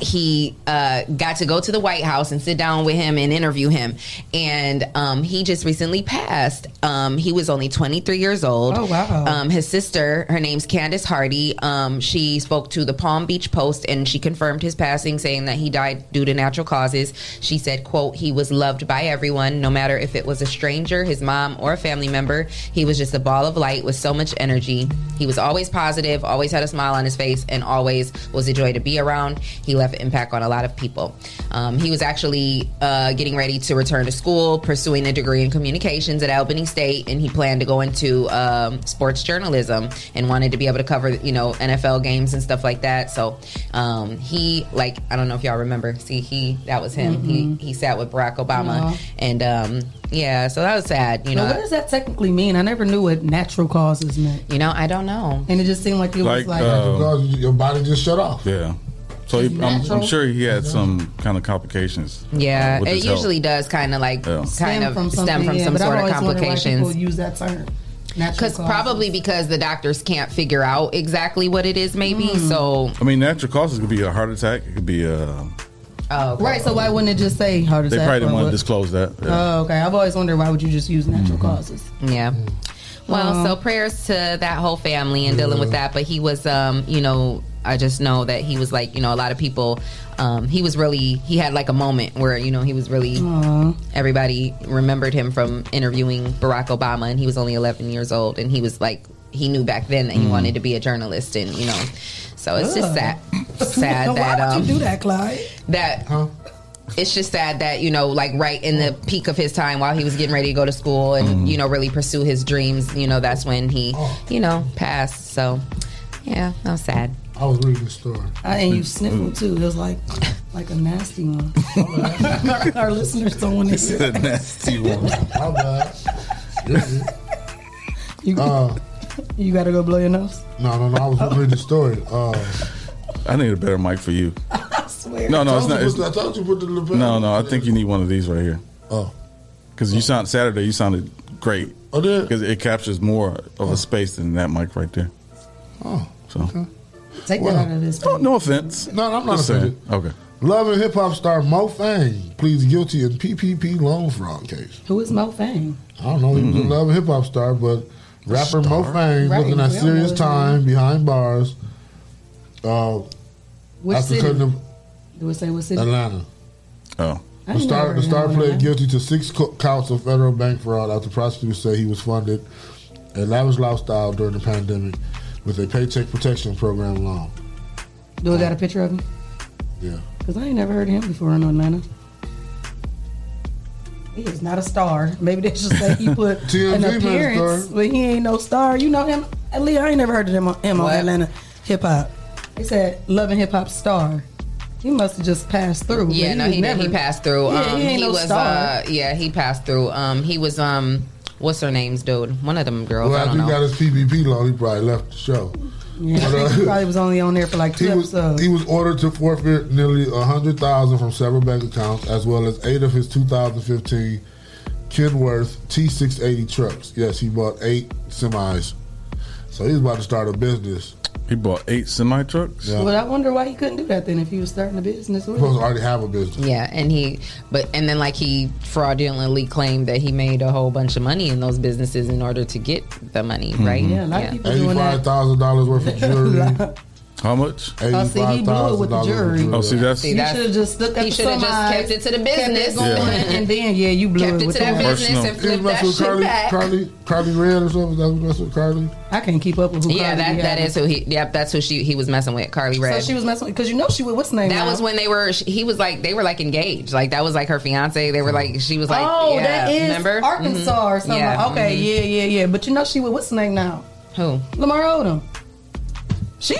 Speaker 8: he uh, got to go to the White House and sit down with him and interview him. And um, he just recently passed. Um, he was only 23 years old.
Speaker 7: Oh, wow.
Speaker 8: Um, his sister, her name's Candace Hardy, um, she spoke to the Palm Beach Post and she confirmed his passing, saying that he died due to natural causes. She said, quote, he was loved by everyone, no matter if it was a stranger, his mom, or a family member. He was just a ball of light with so much energy. He was always positive, always had a smile on his face, and always was a joy to be around. He left an impact on a lot of people. Um, he was actually uh, getting ready to return to school, pursuing a degree in communications at Albany State, and he planned to go into um, sports journalism and wanted to be able to cover, you know, NFL games and stuff like that. So um, he, like, I don't know if y'all remember. See, he that was him. He he sat with Barack Obama,
Speaker 7: Aw.
Speaker 8: and um, yeah, so that was sad. You
Speaker 7: Now,
Speaker 8: know,
Speaker 7: what does that technically mean? I never knew what natural causes meant.
Speaker 8: you know, I don't know.
Speaker 7: And it just seemed like it was like
Speaker 9: Like, uh,
Speaker 6: Because you- your body just shut off.
Speaker 9: Yeah. So he, I'm, I'm
Speaker 7: Natural.
Speaker 9: sure he had some kind of complications. uh,
Speaker 8: Yeah,
Speaker 9: with
Speaker 8: it
Speaker 9: his health.
Speaker 8: usually does kind of like
Speaker 9: Yeah.
Speaker 8: kind of stem from
Speaker 7: yeah,
Speaker 8: some
Speaker 7: but I've
Speaker 8: sort of
Speaker 7: always wondered why
Speaker 8: complications.
Speaker 7: People use that term.
Speaker 8: Because probably because the doctors can't figure out exactly what it is, maybe.
Speaker 7: Mm.
Speaker 8: So,
Speaker 9: I mean, natural causes could be a heart attack. It could be a.
Speaker 8: oh, okay.
Speaker 7: Right, so why wouldn't it just say heart
Speaker 9: They
Speaker 7: attack?
Speaker 9: probably didn't
Speaker 7: or
Speaker 9: want to
Speaker 7: what?
Speaker 9: disclose that. Yeah.
Speaker 7: Oh, okay. I've always wondered why would you just use natural causes?
Speaker 8: yeah. Well,
Speaker 7: Um,
Speaker 8: so prayers to that whole family and dealing with that. But he was, um, you know, I just know that he was like, you know, a lot of people. Um, he was really, he had like a moment where, you know, he was really.
Speaker 7: Oh.
Speaker 8: Mm-hmm.
Speaker 7: Aw.
Speaker 8: Everybody remembered him from interviewing Barack Obama, and he was only 11 years old, and he was like, he knew back then that he
Speaker 7: Mm.
Speaker 8: wanted to be a journalist, and you know, so it's just
Speaker 7: Ugh.
Speaker 8: sad, sad
Speaker 7: why
Speaker 8: that
Speaker 7: would
Speaker 8: um,
Speaker 7: you do that, Clyde?
Speaker 8: that it's just sad that you know, like right in the peak of his time, while he was getting ready to go to school and
Speaker 7: Mm.
Speaker 8: you know really pursue his dreams, you know that's when he,
Speaker 7: Oh.
Speaker 8: you know, passed. So, yeah, that was sad.
Speaker 6: I was reading the story.
Speaker 7: I, Uh, and
Speaker 8: Mm-hmm.
Speaker 7: you sniffed them too. It was like like a nasty one. our, our listeners don't want to
Speaker 9: It's
Speaker 7: hear
Speaker 9: a
Speaker 7: that.
Speaker 9: nasty one.
Speaker 6: My bad.
Speaker 7: You, you got to go blow your nose.
Speaker 6: No, no, no. I was reading the story. Uh,
Speaker 9: I need a better mic for you.
Speaker 7: I swear.
Speaker 9: No, no, it's not-
Speaker 6: I
Speaker 9: it's-
Speaker 6: thought you put the lapel.
Speaker 9: No, no, I think you need one of these right here.
Speaker 6: Oh,
Speaker 9: because you sound Saturday, you sounded great.
Speaker 6: Oh, did
Speaker 9: because it captures more of a space than that mic right there.
Speaker 6: Oh,
Speaker 9: so
Speaker 7: Take
Speaker 6: Well,
Speaker 7: that out of this.
Speaker 9: Oh, no offense.
Speaker 6: No, I'm not
Speaker 9: Just saying.
Speaker 6: offended.
Speaker 9: Okay,
Speaker 6: Love and hip hop star Mo Fang pleads guilty in PPP loan fraud case.
Speaker 7: Who is Mo Fang?
Speaker 6: I don't know. He was a love and hip hop star, but rapper Mo
Speaker 7: Star?
Speaker 6: Fang
Speaker 7: Right,
Speaker 6: looking at
Speaker 7: we all
Speaker 6: serious
Speaker 7: know his
Speaker 6: time behind bars. Uh,
Speaker 7: Which
Speaker 6: after
Speaker 7: city?
Speaker 6: cutting
Speaker 7: Do we say what
Speaker 6: the
Speaker 7: city?
Speaker 6: Atlanta.
Speaker 9: Oh.
Speaker 7: I
Speaker 6: The star,
Speaker 7: never
Speaker 6: the star
Speaker 7: heard of
Speaker 6: pled
Speaker 7: that.
Speaker 6: guilty to six co- counts of federal bank fraud after prosecutors say he was funded a lavish lifestyle during the pandemic with a paycheck protection program loan.
Speaker 8: Oh.
Speaker 7: Do we got a picture of him?
Speaker 6: Yeah.
Speaker 7: Because I ain't never heard of him before in Atlanta. He is not a star. Maybe they should say he put
Speaker 6: TMZ
Speaker 7: an
Speaker 6: man
Speaker 7: appearance,
Speaker 6: star.
Speaker 7: but he ain't no star. You know him, Lee. I ain't never heard of him on, him on
Speaker 8: What?
Speaker 7: Atlanta hip hop. They said loving hip hop star. He must have just passed through.
Speaker 8: Yeah,
Speaker 7: but
Speaker 8: no,
Speaker 7: was
Speaker 8: he did.
Speaker 7: never-
Speaker 8: He passed through.
Speaker 7: Yeah,
Speaker 8: um,
Speaker 7: he
Speaker 8: he,
Speaker 7: ain't no
Speaker 8: was.
Speaker 7: star.
Speaker 8: Uh, yeah, he passed through. Um, he was. Um, what's her name's dude? One of them girls.
Speaker 6: Well,
Speaker 8: I
Speaker 6: after
Speaker 8: don't
Speaker 6: he
Speaker 8: know.
Speaker 6: got his PPP loan, he probably left the show. uh,
Speaker 7: Yeah, I think he probably was only on there for like two
Speaker 6: He was,
Speaker 7: episodes.
Speaker 6: he was ordered to forfeit nearly a hundred thousand from several bank accounts, as well as eight of his 2015 Kenworth T680 trucks. Yes, he bought eight semis, so he's about to start a business.
Speaker 9: he bought eight semi trucks.
Speaker 6: Yeah.
Speaker 7: But I wonder why he couldn't do that then if he was starting a business. With
Speaker 6: Supposed to
Speaker 7: it.
Speaker 6: already have a business.
Speaker 8: Yeah, and he, but and then like he fraudulently claimed that he made a whole bunch of money in those businesses in order to get the money,
Speaker 6: Mm-hmm.
Speaker 8: right?
Speaker 7: Yeah, a lot of people doing that.
Speaker 6: Eighty-five thousand dollars worth of jewelry.
Speaker 9: How much?
Speaker 7: Oh, see, he blew it with the jury.
Speaker 9: Oh, see, that's
Speaker 8: See,
Speaker 7: you
Speaker 8: that's-
Speaker 7: should have just looked at
Speaker 8: he
Speaker 7: the
Speaker 8: shoulda just
Speaker 7: semis,
Speaker 8: kept it to the
Speaker 7: kept it
Speaker 8: business.
Speaker 7: going,
Speaker 8: Yeah.
Speaker 7: and then yeah, you blew
Speaker 8: Kept
Speaker 7: it
Speaker 8: it
Speaker 7: with
Speaker 8: to that
Speaker 7: the
Speaker 8: business
Speaker 9: Personal.
Speaker 8: and
Speaker 6: He
Speaker 8: flipped
Speaker 6: was
Speaker 8: that
Speaker 6: messing with
Speaker 8: shit
Speaker 6: Carly,
Speaker 8: back.
Speaker 6: Carly, Carly Red or something. That was messing with Carly.
Speaker 7: I can't keep up with who. Cardi
Speaker 8: Yeah, that
Speaker 7: B
Speaker 8: that
Speaker 7: had.
Speaker 8: is who he. Yep, that's who she he was messing with, Carly Red.
Speaker 7: So she was messing because you know she was what's the name?
Speaker 8: that
Speaker 7: now?
Speaker 8: was when they were. she- He was like they were like engaged. Like that was like her fiance. They were like she was like.
Speaker 7: oh,
Speaker 8: yeah,
Speaker 7: that is
Speaker 8: remember
Speaker 7: Arkansas
Speaker 8: Mhm.
Speaker 7: or something.
Speaker 8: Yeah,
Speaker 7: Okay,
Speaker 8: mhm.
Speaker 7: yeah, yeah, yeah. But you know she was what's the name now?
Speaker 8: Who?
Speaker 7: Lamar Odom. She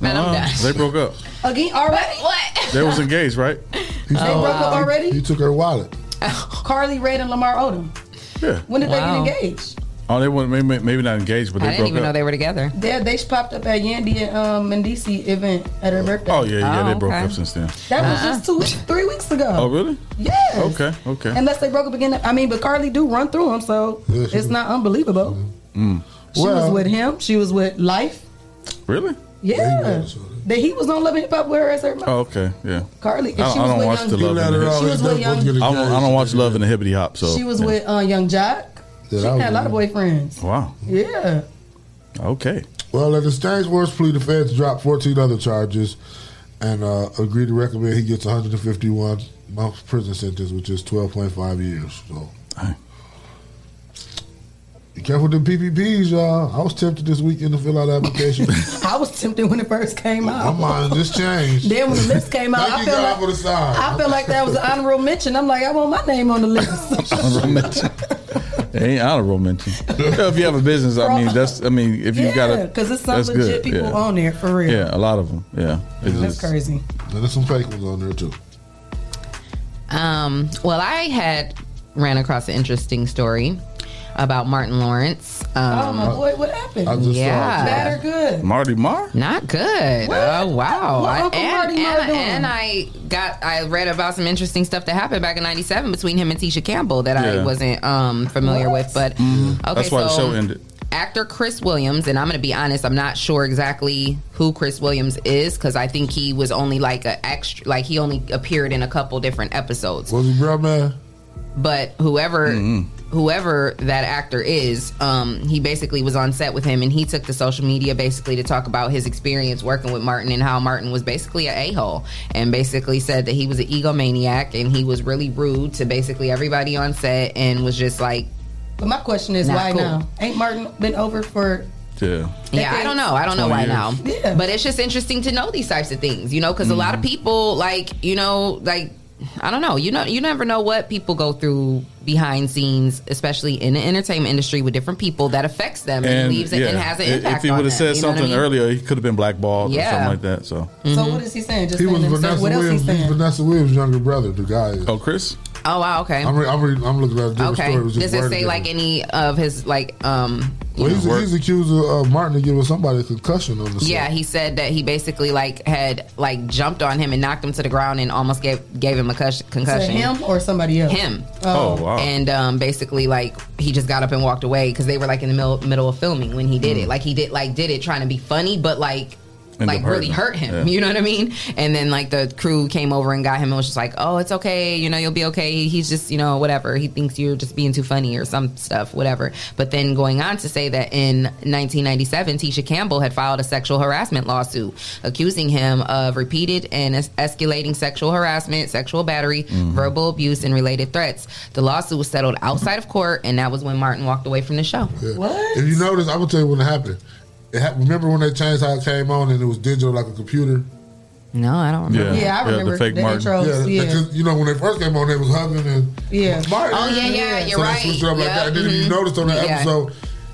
Speaker 8: Man, I'm
Speaker 9: Uh-uh.
Speaker 8: done.
Speaker 9: They broke up.
Speaker 7: again already.
Speaker 8: What?
Speaker 9: They was engaged, right?
Speaker 8: Oh,
Speaker 6: He
Speaker 7: They
Speaker 9: Oh,
Speaker 7: broke up already.
Speaker 6: He took her wallet.
Speaker 7: Carly Red and Lamar Odom.
Speaker 9: Yeah.
Speaker 7: When did
Speaker 8: Wow.
Speaker 7: they get engaged?
Speaker 9: Oh, they weren't maybe, maybe not engaged, but they
Speaker 8: I didn't
Speaker 9: broke
Speaker 8: even
Speaker 9: up.
Speaker 8: know they were together.
Speaker 7: They they popped up at Yandy and um, Mendici event at her birthday.
Speaker 9: oh yeah, yeah,
Speaker 8: Oh,
Speaker 9: they broke
Speaker 8: okay. Uh-huh.
Speaker 9: up since then.
Speaker 7: That was just two, three weeks ago.
Speaker 9: Oh really?
Speaker 7: Yes.
Speaker 9: Okay, okay.
Speaker 7: Unless they broke up again. I mean, but Carly do run through him, so
Speaker 6: Yeah, she
Speaker 7: it's
Speaker 6: do.
Speaker 7: not unbelievable.
Speaker 9: Hmm.
Speaker 7: She was
Speaker 6: Well-
Speaker 7: with him. She was with Life.
Speaker 9: really?
Speaker 7: Yeah.
Speaker 6: Yeah, he was with
Speaker 7: that he was on Love and Hip Hop with her as her mother.
Speaker 9: Oh okay, yeah.
Speaker 7: Carly. And
Speaker 9: I,
Speaker 7: she
Speaker 9: I
Speaker 7: was
Speaker 9: don't
Speaker 7: with
Speaker 9: watch
Speaker 7: young,
Speaker 9: the love.
Speaker 6: Let
Speaker 9: And
Speaker 6: her
Speaker 9: the
Speaker 6: out.
Speaker 7: She was
Speaker 6: They
Speaker 7: with
Speaker 6: both
Speaker 7: young-
Speaker 6: get
Speaker 9: I don't, I
Speaker 6: engaged.
Speaker 9: don't watch love and the hippity hop. So
Speaker 7: She was
Speaker 9: yeah.
Speaker 7: with uh, Young Jock.
Speaker 6: Yeah,
Speaker 7: she
Speaker 6: that
Speaker 7: had
Speaker 6: was
Speaker 7: a lot of
Speaker 6: good.
Speaker 7: boyfriends.
Speaker 9: Wow.
Speaker 7: Yeah.
Speaker 9: Okay.
Speaker 6: Well, at the Stange Wars plea, the feds dropped 14 other charges and uh, agreed to recommend he gets 151 months prison sentence, which is 12.5 years. So,
Speaker 9: Dang.
Speaker 6: be careful with them PPPs, y'all. I was tempted this weekend to fill out an application.
Speaker 7: I was tempted when it first came
Speaker 6: My
Speaker 7: out.
Speaker 6: mind just changed.
Speaker 7: Then when the list came out,
Speaker 6: Thank
Speaker 7: I
Speaker 6: you,
Speaker 7: felt
Speaker 6: God,
Speaker 7: like
Speaker 6: for the sign.
Speaker 7: I felt like that was an honorable mention. I'm like, I want my name on the list.
Speaker 9: honorable mention. It ain't honorable mention. Yeah, if you have a business, I mean, that's. I mean, if you got
Speaker 7: yeah,
Speaker 9: a,
Speaker 7: because it's some
Speaker 9: that's
Speaker 7: legit
Speaker 9: good,
Speaker 7: people
Speaker 9: yeah.
Speaker 7: on there for real.
Speaker 9: Yeah, a lot of them. Yeah, It's
Speaker 7: That's
Speaker 9: just-
Speaker 7: crazy.
Speaker 6: And there's some fake ones on there, too.
Speaker 8: Um, well, I had ran across an interesting story about Martin Lawrence.
Speaker 7: Oh
Speaker 8: Um,
Speaker 7: my boy, what
Speaker 6: I
Speaker 7: happened?
Speaker 6: just
Speaker 8: Yeah.
Speaker 6: saw it.
Speaker 7: Bad or good?
Speaker 9: Marty Mar.
Speaker 8: not good. Oh wow!
Speaker 7: What
Speaker 8: I-
Speaker 7: Uncle
Speaker 8: and,
Speaker 7: Marty Mar
Speaker 8: and-
Speaker 7: doing?
Speaker 8: and I got I read about some interesting stuff that happened back in '97 between him and Tisha Campbell that
Speaker 9: Yeah.
Speaker 8: I wasn't um, familiar with. But
Speaker 6: Mm-hmm.
Speaker 8: okay,
Speaker 9: That's why the
Speaker 8: so
Speaker 9: show ended.
Speaker 8: actor Chris Williams, and I'm going to be honest, I'm not sure exactly who Chris Williams is because I think he was only like a extra, like he only appeared in a couple different episodes.
Speaker 6: Was he brown man?
Speaker 8: but whoever whoever that actor is um he basically was on set with him and he took to social media basically to talk about his experience working with martin and how martin was basically a a-hole and basically said that he was an egomaniac and he was really rude to basically everybody on set and was just like
Speaker 7: But my question is,
Speaker 8: Not
Speaker 7: why
Speaker 8: cool.
Speaker 7: now? Ain't Martin been over for?
Speaker 9: Yeah.
Speaker 8: yeah, I
Speaker 7: Decades.
Speaker 8: don't know. I don't know
Speaker 9: 20
Speaker 8: why
Speaker 9: years.
Speaker 8: now.
Speaker 7: Yeah.
Speaker 9: Mm-hmm.
Speaker 8: But it's just interesting to know these types of things, you know, because a lot of people, like, you know, like I don't know. You know, you never know what people go through behind scenes, especially in the entertainment industry with different people that affects them and, leaves it and has an
Speaker 9: i-
Speaker 8: impact.
Speaker 9: If he
Speaker 8: on
Speaker 9: would have
Speaker 8: them,
Speaker 9: said
Speaker 8: you know what I
Speaker 9: something
Speaker 8: mean?
Speaker 9: earlier, he could have been blackballed
Speaker 8: Yeah. Mm-hmm.
Speaker 9: or something like that. So,
Speaker 7: So what is he saying? Just
Speaker 6: he was
Speaker 7: saying himself.
Speaker 6: Vanessa
Speaker 7: What else
Speaker 6: Williams.
Speaker 7: he saying?
Speaker 6: He's Vanessa Williams' younger brother. The guy. Is.
Speaker 9: Oh, Chris.
Speaker 8: Oh wow, okay.
Speaker 6: I'm, re- I'm, re- I'm looking at a different
Speaker 8: okay.
Speaker 6: story. It was just
Speaker 8: Does it
Speaker 6: worded
Speaker 8: say
Speaker 6: different.
Speaker 8: like any of his like um
Speaker 6: Well, he's, he's accused of uh, Martin of giving somebody a concussion on the set.
Speaker 8: Yeah, he said that he basically like had like jumped on him and knocked him to the ground and almost gave gave him a cush-
Speaker 7: To
Speaker 8: concussion.
Speaker 7: him or somebody else?
Speaker 8: Him.
Speaker 7: Oh.
Speaker 9: wow.
Speaker 8: And um, basically, like he just got up and walked away because they were like in the middle, middle of filming when he did it. Like he did, like did it trying to be funny, but like.
Speaker 9: Ended
Speaker 8: like
Speaker 9: Hmm. up
Speaker 8: really hurt
Speaker 9: hurting him.
Speaker 8: him,
Speaker 9: Yeah.
Speaker 8: you know what I mean? And then like the crew came over and got him and was just like, "Oh, it's okay, you know, you'll be okay." He's just, you know, whatever. He thinks you're just being too funny or some stuff, whatever. But then going on to say that in 1997, Tisha Campbell had filed a sexual harassment lawsuit accusing him of repeated and es- escalating sexual harassment, sexual battery, verbal abuse, and related threats. The lawsuit was settled outside of court, and that was when Martin walked away from the show.
Speaker 6: If you notice, I'm gonna tell you when it happened. It hap remember when they changed how it came on and it was digital like a computer.
Speaker 8: No, I don't remember.
Speaker 7: Yeah, I Yeah, the remember fake the Martin. intros,
Speaker 6: they
Speaker 7: yeah.
Speaker 6: just- you know when they first came on, they was hugging and
Speaker 7: Yeah.
Speaker 6: Martin.
Speaker 8: Oh, yeah, yeah, you're
Speaker 6: so
Speaker 8: right.
Speaker 6: They switched it up like
Speaker 8: Yep,
Speaker 6: that. And then if you
Speaker 8: mhm.
Speaker 6: noticed on that
Speaker 8: Yeah.
Speaker 6: episode,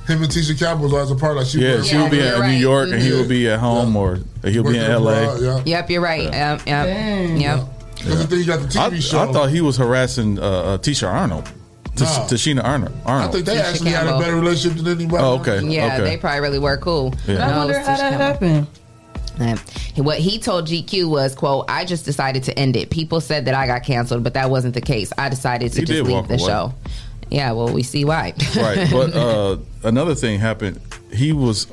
Speaker 6: him and Tisha Campbell was always apart. Like she
Speaker 9: yeah,
Speaker 6: was
Speaker 9: she would be in New York and he
Speaker 6: Mm-hmm.
Speaker 9: would be at home or he'll be in LA.
Speaker 8: Yep, you're right. Yep, yep,
Speaker 7: Dang.
Speaker 8: yep.
Speaker 6: Because the thing you got the TV
Speaker 9: I,
Speaker 6: show.
Speaker 9: I thought he was harassing uh, uh, Tisha Arnold, T-
Speaker 6: Nah.
Speaker 9: Tashina Arnold.
Speaker 6: I
Speaker 9: Arnold.
Speaker 6: think they
Speaker 8: Tisha
Speaker 6: actually had
Speaker 8: Campbell.
Speaker 6: a better relationship than anybody.
Speaker 9: Oh, okay.
Speaker 8: Yeah,
Speaker 9: okay.
Speaker 8: they probably really were cool.
Speaker 9: Yeah.
Speaker 7: I
Speaker 8: No,
Speaker 7: wonder
Speaker 8: it's
Speaker 7: how
Speaker 8: just
Speaker 7: that
Speaker 8: kinda-
Speaker 7: happened.
Speaker 8: Yeah. He- What he told GQ was, "quote I just decided to end it. People said that I got canceled, but that wasn't the case. I decided to
Speaker 9: He
Speaker 8: just
Speaker 9: did
Speaker 8: leave
Speaker 9: walk
Speaker 8: the
Speaker 9: away.
Speaker 8: show." Yeah, well, we see why.
Speaker 9: right. But uh, another thing happened. He was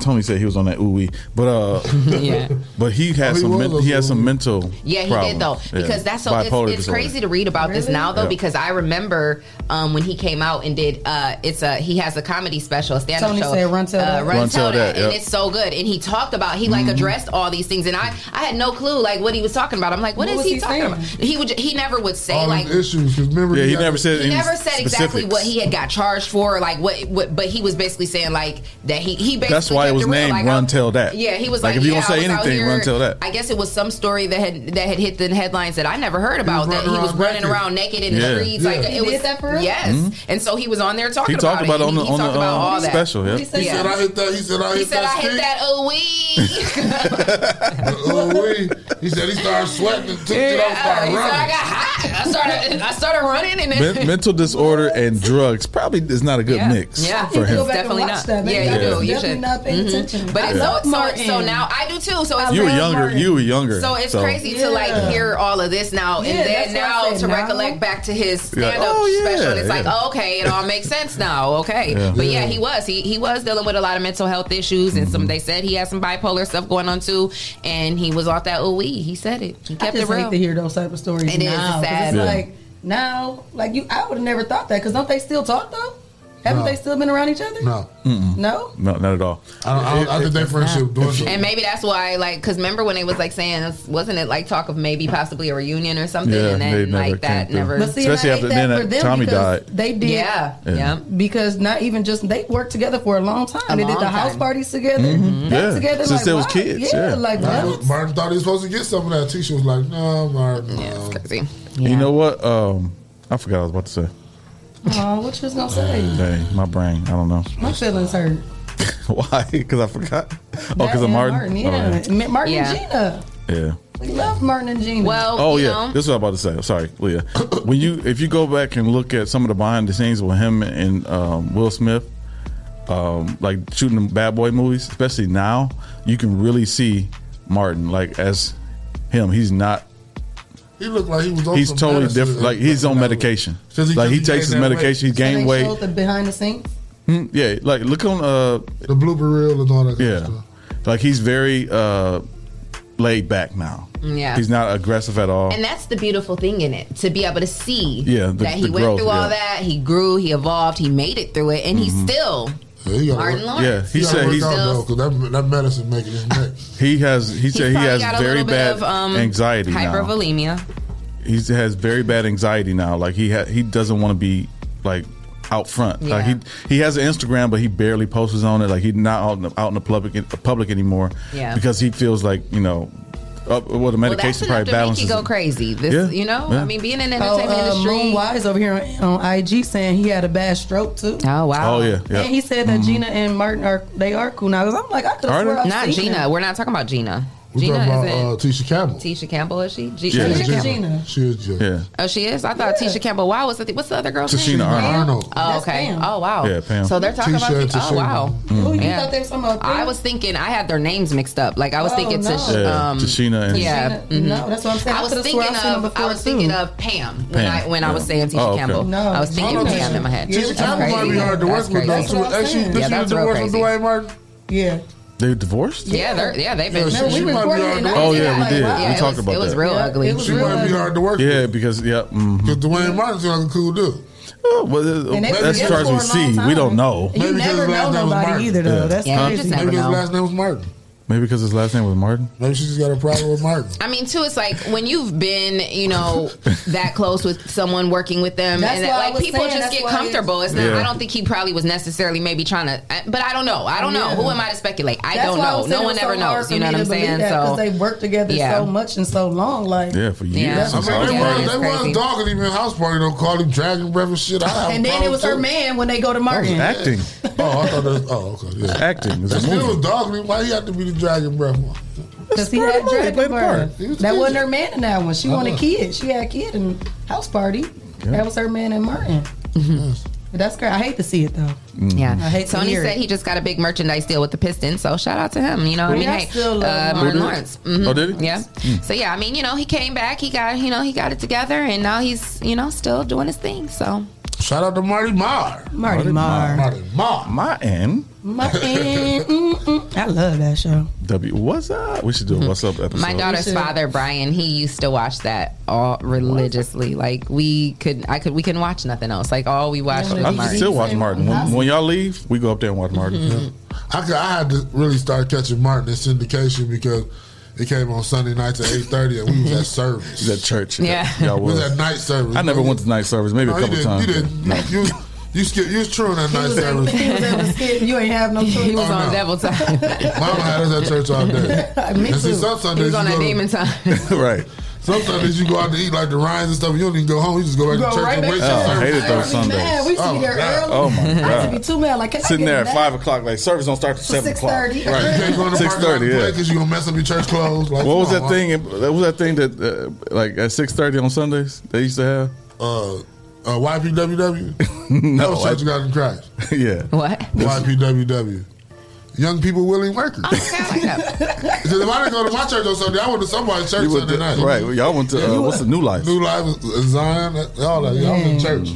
Speaker 9: Tony said he was on that ooey, but uh,
Speaker 8: Yeah.
Speaker 9: but he had
Speaker 6: Oh, he
Speaker 9: some
Speaker 6: was
Speaker 9: men-
Speaker 6: on
Speaker 9: he
Speaker 6: the
Speaker 9: had some mental.
Speaker 8: Yeah, he
Speaker 9: problems.
Speaker 8: did though
Speaker 9: Yeah.
Speaker 8: because that's so. It's,
Speaker 9: Bipolar
Speaker 8: it's
Speaker 9: disorder.
Speaker 8: crazy to read about this
Speaker 7: Really?
Speaker 8: now though
Speaker 9: Yeah.
Speaker 8: because I remember um, when he came out and did uh, it's a he has a comedy special, a stand up
Speaker 7: Tony
Speaker 8: show.
Speaker 7: said, "Run Tell
Speaker 8: uh,
Speaker 7: That."
Speaker 8: Run,
Speaker 9: Run
Speaker 8: Tell
Speaker 9: Tell
Speaker 8: that,
Speaker 9: That,
Speaker 8: and
Speaker 9: yep. Mm-hmm.
Speaker 8: it's so good. And he talked about he like addressed all these things, and I I had no clue like what he was talking about. I'm like,
Speaker 7: What was
Speaker 8: what is he,
Speaker 7: he
Speaker 8: talking
Speaker 7: saying?
Speaker 8: about? He would he never would say
Speaker 6: All
Speaker 8: like
Speaker 6: these issues. 'cause remember,
Speaker 9: Yeah,
Speaker 6: you
Speaker 9: he
Speaker 6: got-
Speaker 9: never said.
Speaker 8: he
Speaker 9: any
Speaker 8: never said exactly
Speaker 9: specifics.
Speaker 8: what he had got charged for, or like what, what, but he was basically saying like that he he basically
Speaker 9: That's why
Speaker 8: kept
Speaker 9: it was
Speaker 8: real,
Speaker 9: named
Speaker 8: like,
Speaker 9: Run
Speaker 8: I'm-
Speaker 9: Tell That.
Speaker 8: Yeah, he was
Speaker 9: Like,
Speaker 8: like,
Speaker 9: if you
Speaker 8: yeah,
Speaker 9: don't say
Speaker 8: I was out
Speaker 9: anything,
Speaker 8: here-
Speaker 9: Run Tell That.
Speaker 8: I guess it was some story that had that had hit the headlines that I never heard
Speaker 6: was
Speaker 8: about. That he
Speaker 6: running
Speaker 8: was
Speaker 6: around
Speaker 8: running
Speaker 6: naked.
Speaker 8: around naked in
Speaker 9: Yeah. Mm-hmm.
Speaker 8: the streets,
Speaker 6: Yeah.
Speaker 8: like
Speaker 6: He
Speaker 8: it was
Speaker 7: did that for real?
Speaker 8: Yes, and so he was on there talking.
Speaker 9: He talked about
Speaker 8: it.
Speaker 9: it on the
Speaker 8: he
Speaker 9: on the
Speaker 8: talked about all
Speaker 9: um,
Speaker 8: that.
Speaker 9: special.
Speaker 7: He
Speaker 9: Yeah.
Speaker 7: said,
Speaker 6: He
Speaker 8: Yeah.
Speaker 6: said I hit that. He said I hit
Speaker 8: He said,
Speaker 6: that.
Speaker 8: "I hit
Speaker 6: stick."
Speaker 8: that oh wee."
Speaker 6: Oh, we. He said he started sweating and took
Speaker 8: Yeah,
Speaker 6: it off started
Speaker 8: he said, "I
Speaker 6: running.
Speaker 8: got hot. I started. I started running, and then
Speaker 9: Men- mental disorder and drugs probably is not a good
Speaker 8: Yeah.
Speaker 9: mix
Speaker 8: Yeah.
Speaker 9: for
Speaker 7: Go
Speaker 9: him.
Speaker 7: back
Speaker 8: Definitely
Speaker 7: and watch
Speaker 8: not.
Speaker 7: That. Maybe
Speaker 8: Yeah,
Speaker 7: I
Speaker 9: you
Speaker 7: was
Speaker 9: do.
Speaker 7: definitely
Speaker 9: You
Speaker 8: should. Mm-hmm.
Speaker 7: not paying attention.
Speaker 8: But
Speaker 7: I
Speaker 8: it's
Speaker 7: love
Speaker 8: so, so
Speaker 7: Martin.
Speaker 8: so now I do too. So it's
Speaker 9: You were
Speaker 8: very-
Speaker 9: younger. You were younger.
Speaker 8: So it's crazy to
Speaker 7: Yeah.
Speaker 8: like hear all of this now,
Speaker 7: Yeah,
Speaker 8: and
Speaker 7: that's
Speaker 8: then
Speaker 7: what I
Speaker 8: now
Speaker 7: said,
Speaker 8: to
Speaker 7: now.
Speaker 8: recollect back to his
Speaker 9: You're like,
Speaker 8: stand up
Speaker 9: oh, yeah,
Speaker 8: special. And it's like,
Speaker 9: yeah.
Speaker 8: oh, okay, it all makes sense now. Okay,
Speaker 9: Yeah.
Speaker 8: but yeah,
Speaker 6: Yeah.
Speaker 8: he was he he was dealing with a lot of mental health issues, and
Speaker 9: Mm-hmm.
Speaker 8: some they said he had some bipolar stuff going on too, and he was off that ooh He said it. He
Speaker 7: I
Speaker 8: kept it
Speaker 7: just
Speaker 8: real.
Speaker 7: hate to hear those type of stories
Speaker 8: It is,
Speaker 7: now.
Speaker 8: it's
Speaker 7: 'cause
Speaker 8: sad.
Speaker 7: It's
Speaker 9: Yeah.
Speaker 7: like now, like you, I would have never thought that because don't they still talk though? Haven't
Speaker 6: No.
Speaker 7: they still been around each other?
Speaker 6: No,
Speaker 7: No.
Speaker 9: No, not at all.
Speaker 6: I, don't, I, don't, I think their friendship dwindled.
Speaker 8: And maybe that's why, like, because remember when they was like saying, wasn't it like talk of maybe possibly a reunion or something,
Speaker 9: Yeah,
Speaker 8: and
Speaker 9: they
Speaker 8: then
Speaker 9: never
Speaker 8: like that
Speaker 9: came through.
Speaker 8: never.
Speaker 7: But see, Especially
Speaker 9: Especially
Speaker 7: I hate
Speaker 9: after-
Speaker 7: that
Speaker 9: then
Speaker 7: for them
Speaker 9: Tommy
Speaker 7: because
Speaker 9: died.
Speaker 7: They did.
Speaker 8: yeah,
Speaker 9: Yeah.
Speaker 8: yeah.
Speaker 7: Because not even just they worked together for a long time.
Speaker 8: A
Speaker 7: they did
Speaker 8: long
Speaker 7: the house
Speaker 8: time. Mm-hmm.
Speaker 7: parties together. Mm-hmm. Back
Speaker 9: Yeah.
Speaker 7: together
Speaker 9: Since
Speaker 7: like,
Speaker 9: they was
Speaker 7: wow.
Speaker 9: kids,
Speaker 7: Yeah,
Speaker 9: yeah.
Speaker 7: like
Speaker 6: Martin,
Speaker 7: what?
Speaker 6: Martin thought he was supposed to get some of that. Tisha was like, "No, Martin."
Speaker 8: Yeah,
Speaker 6: no.
Speaker 8: it's crazy.
Speaker 9: You
Speaker 8: Yeah.
Speaker 9: know what? Um, I forgot what I was about to say.
Speaker 7: Oh, what you was gonna say?
Speaker 9: Dang, my brain. I don't know
Speaker 7: My feelings
Speaker 8: Oh,
Speaker 7: hurt.
Speaker 9: why. Because I forgot. Oh, because
Speaker 7: and
Speaker 9: of Martin.
Speaker 7: yeah.
Speaker 9: Oh,
Speaker 7: Ma- Martin
Speaker 8: Yeah.
Speaker 7: and Gina.
Speaker 9: yeah. yeah.
Speaker 7: We love Martin and Gina.
Speaker 8: Well,
Speaker 9: Oh
Speaker 8: you
Speaker 9: yeah,
Speaker 8: know,
Speaker 9: this is what I'm about to say. Sorry, Leah. when you if you go back and look at some of the behind the scenes with him and um, Will Smith, um, like shooting the bad boy movies, especially now, you can really see Martin like as him. He's not.
Speaker 6: He looked like he was. On
Speaker 9: He's
Speaker 6: some
Speaker 9: totally
Speaker 6: medicine.
Speaker 9: different. Like he's on medication.
Speaker 6: Since he-
Speaker 9: like he
Speaker 6: since he
Speaker 9: takes his
Speaker 6: gained that
Speaker 9: medication. He
Speaker 6: weight.
Speaker 9: gained
Speaker 7: they showed
Speaker 9: weight.
Speaker 7: the behind the scenes.
Speaker 9: Hmm, yeah. Like look on. Uh,
Speaker 6: The blooper reel and all that. Kind of
Speaker 9: yeah.
Speaker 6: stuff.
Speaker 9: Like he's very uh, laid back now.
Speaker 8: Yeah.
Speaker 9: He's not aggressive at all.
Speaker 8: and that's the beautiful thing in it to be able to see
Speaker 9: Oh. Yeah, the-
Speaker 8: that he
Speaker 9: the
Speaker 8: went
Speaker 9: growth,
Speaker 8: through all
Speaker 9: yeah. Mm-hmm.
Speaker 8: that, he grew, he evolved, he made it through it, and he's still
Speaker 6: Yeah, he got
Speaker 8: Martin
Speaker 6: work.
Speaker 8: Lawrence.
Speaker 9: Yeah, he
Speaker 6: He,
Speaker 9: said
Speaker 6: said
Speaker 9: he's-
Speaker 6: he's out though, because that, that medicine making his neck.
Speaker 9: He has. He said he
Speaker 8: probably
Speaker 9: has
Speaker 8: got a
Speaker 9: very
Speaker 8: little bit
Speaker 9: bad
Speaker 8: of, um,
Speaker 9: anxiety now.
Speaker 8: hypervolemia.
Speaker 9: He has very bad anxiety now. Like he ha- he doesn't want to be like out front. Like
Speaker 8: Yeah.
Speaker 9: he he has an Instagram, but he barely posts on it. Like he's not out in the, out in the public public anymore.
Speaker 8: Yeah.
Speaker 9: Because he feels like you know Uh, well, the
Speaker 8: Well, that's
Speaker 9: medication
Speaker 8: enough
Speaker 9: probably
Speaker 8: to make
Speaker 9: balances.
Speaker 8: you go
Speaker 9: it.
Speaker 8: crazy. This,
Speaker 9: Yeah,
Speaker 8: you know,
Speaker 9: yeah.
Speaker 8: I mean, being in the
Speaker 7: Oh,
Speaker 8: entertainment
Speaker 7: uh,
Speaker 8: industry.
Speaker 7: Moon Wise over here on, on IG saying he had a bad stroke too.
Speaker 8: Oh wow! Mm-hmm.
Speaker 9: Oh, yeah, yeah.
Speaker 7: And he said that
Speaker 9: Mhm.
Speaker 7: Gina and Martin are they are cool now. 'Cause I'm like, I could have sworn I've
Speaker 8: Not
Speaker 7: seen
Speaker 8: Gina.
Speaker 7: him.
Speaker 8: We're not talking about Gina.
Speaker 6: We're
Speaker 8: Gina
Speaker 6: talking about
Speaker 8: is
Speaker 6: uh,
Speaker 8: in.
Speaker 6: Tisha Campbell.
Speaker 8: Tisha Campbell is she? G-
Speaker 6: Yeah,
Speaker 8: Tisha
Speaker 6: Gina.
Speaker 8: Caina.
Speaker 6: She is Gina.
Speaker 9: Yeah.
Speaker 8: Oh, she is. I thought Tisha Campbell. Wow, what's the th- what's the other girl's
Speaker 9: Tashina
Speaker 8: name?
Speaker 9: Arnold. Arnold.
Speaker 8: Oh, okay. Oh, wow.
Speaker 9: Yeah, Pam.
Speaker 8: So they're talking
Speaker 9: Tisha
Speaker 8: about.
Speaker 9: and
Speaker 8: T- oh,
Speaker 9: Tashina.
Speaker 8: wow.
Speaker 9: Mm. Oh, you
Speaker 8: Yeah.
Speaker 7: thought they were talking about
Speaker 8: I was thinking. I had their names mixed up. Like I was
Speaker 7: Oh,
Speaker 8: thinking
Speaker 7: no.
Speaker 8: Tish.
Speaker 9: Yeah,
Speaker 8: Um,
Speaker 9: Tashina and-
Speaker 8: yeah.
Speaker 7: Tashina. No, that's what I'm saying. I
Speaker 8: was
Speaker 7: could've
Speaker 8: thinking
Speaker 7: swore I've seen them
Speaker 8: of. I
Speaker 7: before,
Speaker 8: was thinking
Speaker 7: too.
Speaker 8: of Pam when
Speaker 9: Pam,
Speaker 8: I when I
Speaker 9: yeah.
Speaker 8: was saying Tisha
Speaker 9: Oh, okay.
Speaker 8: Campbell.
Speaker 9: No,
Speaker 8: I was
Speaker 9: I
Speaker 8: thinking
Speaker 9: don't
Speaker 8: Pam
Speaker 9: think-
Speaker 8: in my head.
Speaker 9: Tisha
Speaker 8: That's
Speaker 9: Campbell might
Speaker 8: crazy.
Speaker 9: be hard to work
Speaker 8: That's
Speaker 9: with, though,
Speaker 8: crazy.
Speaker 9: too. That's what I'm Actually, saying. this
Speaker 8: Yeah,
Speaker 9: year
Speaker 8: that's
Speaker 9: to
Speaker 8: real
Speaker 9: work with
Speaker 8: crazy.
Speaker 9: Dwayne Martin.
Speaker 7: Yeah.
Speaker 9: They divorced?
Speaker 8: Yeah, they're yeah they've been.
Speaker 9: Yeah, she- she might be hard to work Oh, with. yeah, we did. We
Speaker 8: Yeah, it
Speaker 9: talked
Speaker 8: was-
Speaker 9: about
Speaker 8: It was
Speaker 9: that.
Speaker 8: real
Speaker 9: Yeah,
Speaker 8: ugly.
Speaker 9: it was She real might be ugly. hard
Speaker 6: to work.
Speaker 9: Yeah, because yeah, because
Speaker 6: Dwayne Martin's like a cool dude.
Speaker 9: Oh, well, uh,
Speaker 6: And they were
Speaker 9: that's as far
Speaker 6: together
Speaker 9: as we
Speaker 6: for a long
Speaker 9: see. We don't know.
Speaker 6: You Maybe never his last know name was nobody Martin. either, though. That's Yeah, you crazy. just never Maybe his know. last name was Martin.
Speaker 9: Maybe because his last name was Martin.
Speaker 6: Maybe she just got a problem with Martin.
Speaker 8: I mean, too, it's like when you've been, you know, that close with someone working with them,
Speaker 7: That's why
Speaker 8: and
Speaker 7: I
Speaker 8: that, like
Speaker 7: was
Speaker 8: people
Speaker 7: saying
Speaker 8: just
Speaker 7: that's
Speaker 8: get
Speaker 7: why it's-
Speaker 8: comfortable. It's not.
Speaker 7: Yeah.
Speaker 8: I don't think he probably was necessarily maybe trying to, I- but I don't know. I don't know.
Speaker 7: Yeah.
Speaker 8: Who am I to speculate? I
Speaker 7: That's
Speaker 8: don't
Speaker 7: why I
Speaker 8: know.
Speaker 7: was saying
Speaker 8: No
Speaker 7: it
Speaker 8: one
Speaker 7: was so
Speaker 8: ever
Speaker 7: hard
Speaker 8: knows.
Speaker 7: for
Speaker 8: You
Speaker 7: me
Speaker 8: know what
Speaker 7: to
Speaker 8: I'm
Speaker 7: believe
Speaker 8: saying?
Speaker 7: that 'cause
Speaker 8: So
Speaker 7: they worked together
Speaker 8: Yeah.
Speaker 7: so much and so long. Like
Speaker 9: Yeah, for years.
Speaker 7: Yeah.
Speaker 6: I mean,
Speaker 9: House
Speaker 6: they
Speaker 9: party.
Speaker 6: weren't, they weren't dogging him in house party. Don't call him dragon breath and shit. I have a
Speaker 7: And then it
Speaker 6: problem,
Speaker 7: was her
Speaker 6: too.
Speaker 7: man when they go to
Speaker 9: That was
Speaker 7: Martin.
Speaker 9: acting.
Speaker 6: Oh, I thought that. Was, oh, okay. Yeah.
Speaker 9: Acting. It's a
Speaker 6: That still
Speaker 9: movie.
Speaker 6: was dogging him. Why he had to be the dragon breath one?
Speaker 7: Because he had
Speaker 6: He played
Speaker 7: dragon
Speaker 6: the
Speaker 7: birth.
Speaker 6: part. He was
Speaker 7: That
Speaker 6: cute.
Speaker 7: wasn't her man in that one. She
Speaker 6: I
Speaker 7: wanted a
Speaker 8: Uh-uh.
Speaker 6: know.
Speaker 7: kid. She had a kid in house party. That was her man and Martin. But that's great. I hate to see it though.
Speaker 8: Mm-hmm. Yeah,
Speaker 7: I hate to
Speaker 8: Tony
Speaker 7: hear
Speaker 8: said
Speaker 7: it.
Speaker 8: he just got a big merchandise deal with the Pistons, so shout out to him. You know, what I
Speaker 7: Who?
Speaker 8: mean,
Speaker 7: Yeah, I
Speaker 8: hey,
Speaker 7: still love Martin.
Speaker 8: uh, Martin
Speaker 7: Who did?
Speaker 8: Lawrence. Mhm.
Speaker 7: Oh, did he?
Speaker 8: Yeah.
Speaker 9: Hmm.
Speaker 8: So yeah, I mean, you know, he came back. He got, you know, he got it together, and now he's, you know, still doing his thing. So
Speaker 6: Shout out to Marty Marr.
Speaker 7: Marty Marr.
Speaker 6: Marty Marr.
Speaker 9: Martin.
Speaker 7: Martin. Mm-mm. I love that show.
Speaker 9: W. What's up? We should
Speaker 6: Mm-hmm.
Speaker 9: do a what's up episode.
Speaker 8: My daughter's father, Brian, he used to watch that all religiously. Like we could, I could, we couldn't watch nothing else. Like all we watched was
Speaker 9: I
Speaker 8: Martin.
Speaker 9: still watch Martin. When, when y'all leave, we go up there and watch Martin.
Speaker 8: Mm-hmm.
Speaker 6: I, could, I had to really start catching Martin in syndication because it came on Sunday nights at eight thirty, and we was at service.
Speaker 9: He's at church.
Speaker 6: Yeah.
Speaker 9: Y'all
Speaker 6: We was
Speaker 9: was.
Speaker 6: at night service.
Speaker 9: I never went to night service. Maybe
Speaker 6: No,
Speaker 9: a
Speaker 6: you
Speaker 9: couple
Speaker 6: didn't-
Speaker 9: times.
Speaker 6: You didn't. You, was- you skipped. You was true in that night service.
Speaker 7: He was at the skit. You ain't have no choice.
Speaker 8: He was on devil time.
Speaker 6: Mama had us at church all day.
Speaker 7: Me
Speaker 6: and see,
Speaker 7: too.
Speaker 6: some
Speaker 8: he
Speaker 6: Sundays
Speaker 8: was on
Speaker 6: you
Speaker 8: that
Speaker 6: go to-
Speaker 8: demon time.
Speaker 9: right.
Speaker 6: Some Sundays you go out to eat like the Ryans and stuff. You don't even go home. You just go back
Speaker 7: Go
Speaker 6: to church
Speaker 7: right
Speaker 6: and
Speaker 7: back
Speaker 6: wait
Speaker 7: to
Speaker 6: for
Speaker 7: church.
Speaker 6: service.
Speaker 9: Oh, I hated those
Speaker 7: I used to be
Speaker 9: Sundays.
Speaker 7: mad. We used to be
Speaker 9: Oh,
Speaker 7: there
Speaker 9: God.
Speaker 7: early.
Speaker 9: Oh, my
Speaker 7: I used
Speaker 9: God.
Speaker 7: to be too mad. Like, can I
Speaker 9: Sitting
Speaker 7: get
Speaker 9: there
Speaker 7: in
Speaker 9: at
Speaker 7: that?
Speaker 9: five o'clock, like service don't start till seven o'clock.
Speaker 7: 6:30.
Speaker 6: You can't go in
Speaker 9: Right,
Speaker 6: the parking lot
Speaker 9: six
Speaker 6: and
Speaker 9: thirty.
Speaker 6: play
Speaker 9: Yeah.
Speaker 6: 'cause you gonna mess up your church clothes. Like,
Speaker 9: what was
Speaker 6: come on,
Speaker 9: that thing? What was that thing that uh, like at six thirty on Sundays they used to have?
Speaker 6: Uh, uh YPWW. that
Speaker 9: no,
Speaker 6: was Church of God in Christ.
Speaker 9: yeah.
Speaker 8: What?
Speaker 6: YPWW. Young people willing workers. Because if I didn't go to my church on Sunday, I went to somebody's church
Speaker 9: You went
Speaker 6: Sunday
Speaker 9: to-
Speaker 6: night.
Speaker 9: right, well, y'all went to, uh,
Speaker 6: You-
Speaker 9: what's the New Life?
Speaker 6: New Life, uh, Zion, uh, all that. Y'all was in church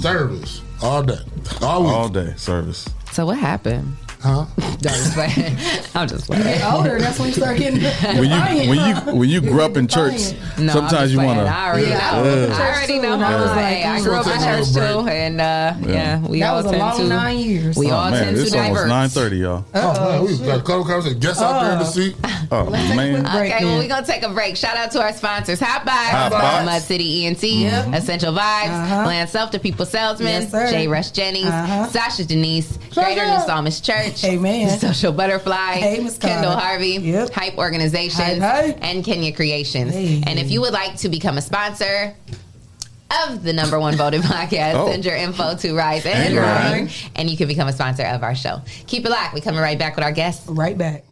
Speaker 6: service all day, all week.
Speaker 9: Mm-hmm, All day service.
Speaker 8: So what happened?
Speaker 6: Huh?
Speaker 8: I'm just playing. I'm just
Speaker 7: You
Speaker 8: playing.
Speaker 7: Get older. That's when you start getting.
Speaker 9: When you when you when you grew up in church,
Speaker 8: No, I'm
Speaker 9: sometimes
Speaker 8: just
Speaker 9: you
Speaker 8: playing.
Speaker 9: want to.
Speaker 8: I already know. I already know.
Speaker 7: I was like,
Speaker 8: Hey, I
Speaker 7: you
Speaker 8: grew up
Speaker 7: gonna
Speaker 8: in
Speaker 7: take a
Speaker 8: church too,
Speaker 7: little
Speaker 8: and uh,
Speaker 9: Yeah.
Speaker 8: yeah, we
Speaker 7: That
Speaker 8: all
Speaker 7: was a
Speaker 8: tend
Speaker 7: long
Speaker 8: to.
Speaker 7: nine years.
Speaker 8: We
Speaker 9: oh
Speaker 8: all
Speaker 9: man,
Speaker 8: tend to
Speaker 9: it's almost
Speaker 8: divert.
Speaker 9: nine thirty, y'all.
Speaker 6: Oh, man, we was like, couple conversations. Guess out there in the
Speaker 8: Uh-oh.
Speaker 6: seat.
Speaker 9: Oh man,
Speaker 8: Okay,
Speaker 9: Okay,
Speaker 8: well, we're going to take a break. Shout out to our sponsors Hotbox,
Speaker 9: Hot Box. Mm-hmm.
Speaker 8: Mud City ENT, Essential Vibes, Land Self, The People Salesman,
Speaker 7: Uh-huh. Yes, sir. Uh-huh.
Speaker 8: J. Rush Jennings, Sasha Denise, Greater New Psalmist Church,
Speaker 7: Amen.
Speaker 8: Social Butterfly,
Speaker 7: Hey, Miss Carter.
Speaker 8: Kendall Harvey, Hype Organizations, and Kenya Creations. And if you would like to become a sponsor, of the number one voted podcast,
Speaker 9: Oh.
Speaker 8: send your info to Rise and,
Speaker 9: And Grind.
Speaker 8: Grind, and you can become a sponsor of our show. Keep it locked. We coming right back with our guests.
Speaker 7: Right back.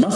Speaker 11: My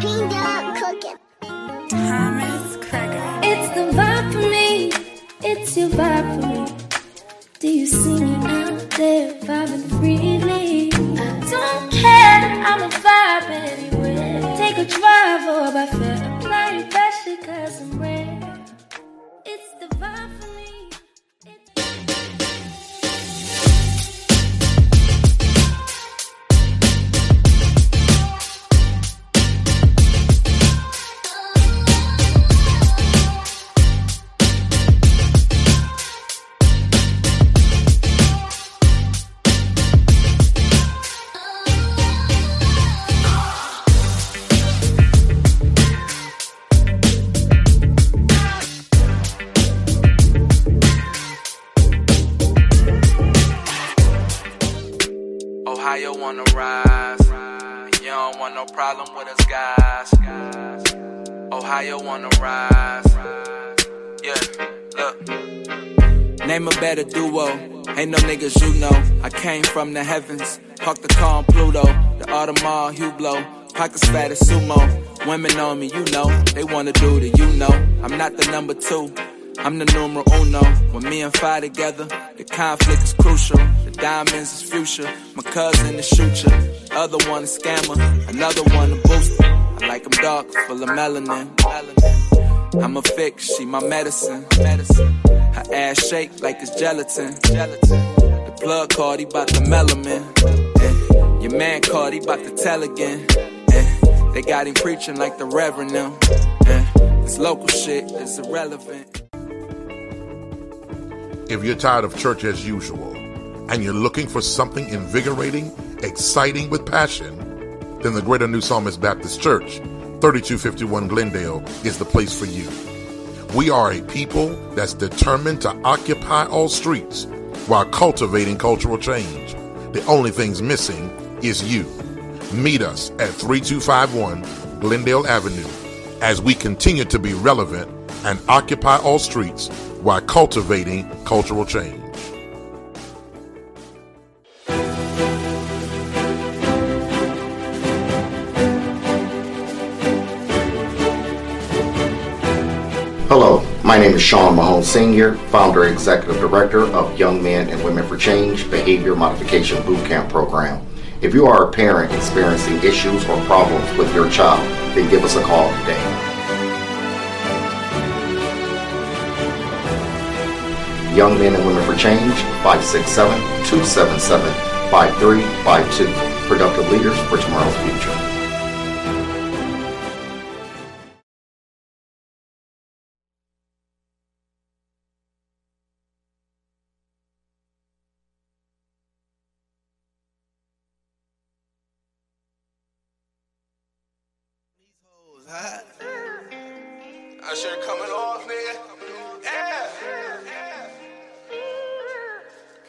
Speaker 4: Peanut cooking.
Speaker 12: Thomas Cracker.
Speaker 4: It's the vibe for me. It's your vibe for me. Do you see me out there vibing freely? I don't care. I'm a vibe anywhere. Take a drive or by fair. Apply your fashion cause I'm rare. It's the vibe for me.
Speaker 13: Ohio wanna rise. And you don't want no problem with us guys. Ohio wanna rise. Yeah, look. Name a better duo. Ain't no niggas you know. I came from the heavens. Park the car on Pluto. The Audemars Hublot. Pockets fat as sumo. Women on me, you know. They wanna do the you know. I'm not the number two. I'm the numero uno. When me and Fi together, the conflict is crucial. The diamonds is future. My cousin is shooter. Other one a scammer. Another one a booster. I like 'em dark, full of melanin. Melanin. I'm a fix, she my medicine. Medicine. Her ass shake like it's gelatin. Gelatin. The plug card, he bout the melanin. Eh. Your man called, he bout to tell again. Eh. They got him preaching like the reverend now. Eh. This local shit is irrelevant.
Speaker 10: If you're tired of church as usual and you're looking for something invigorating, exciting with passion, then the Greater New Psalmist Baptist Church, 3251 Glendale, is the place for you. We are a people that's determined to occupy all streets while cultivating cultural change. The only thing's missing is you. Meet us at 3251 Glendale Avenue as we continue to be relevant and occupy all streets while cultivating cultural change.
Speaker 14: Hello, my name is Sean Mahone Sr., founder and executive director of Young Men and Women for Change Behavior Modification Bootcamp Program. If you are a parent experiencing issues or problems with your child, then give us a call today. Young Men and Women for Change, 567 277 5352. Productive leaders for tomorrow's future.
Speaker 15: I should come in off, nigga. Yeah.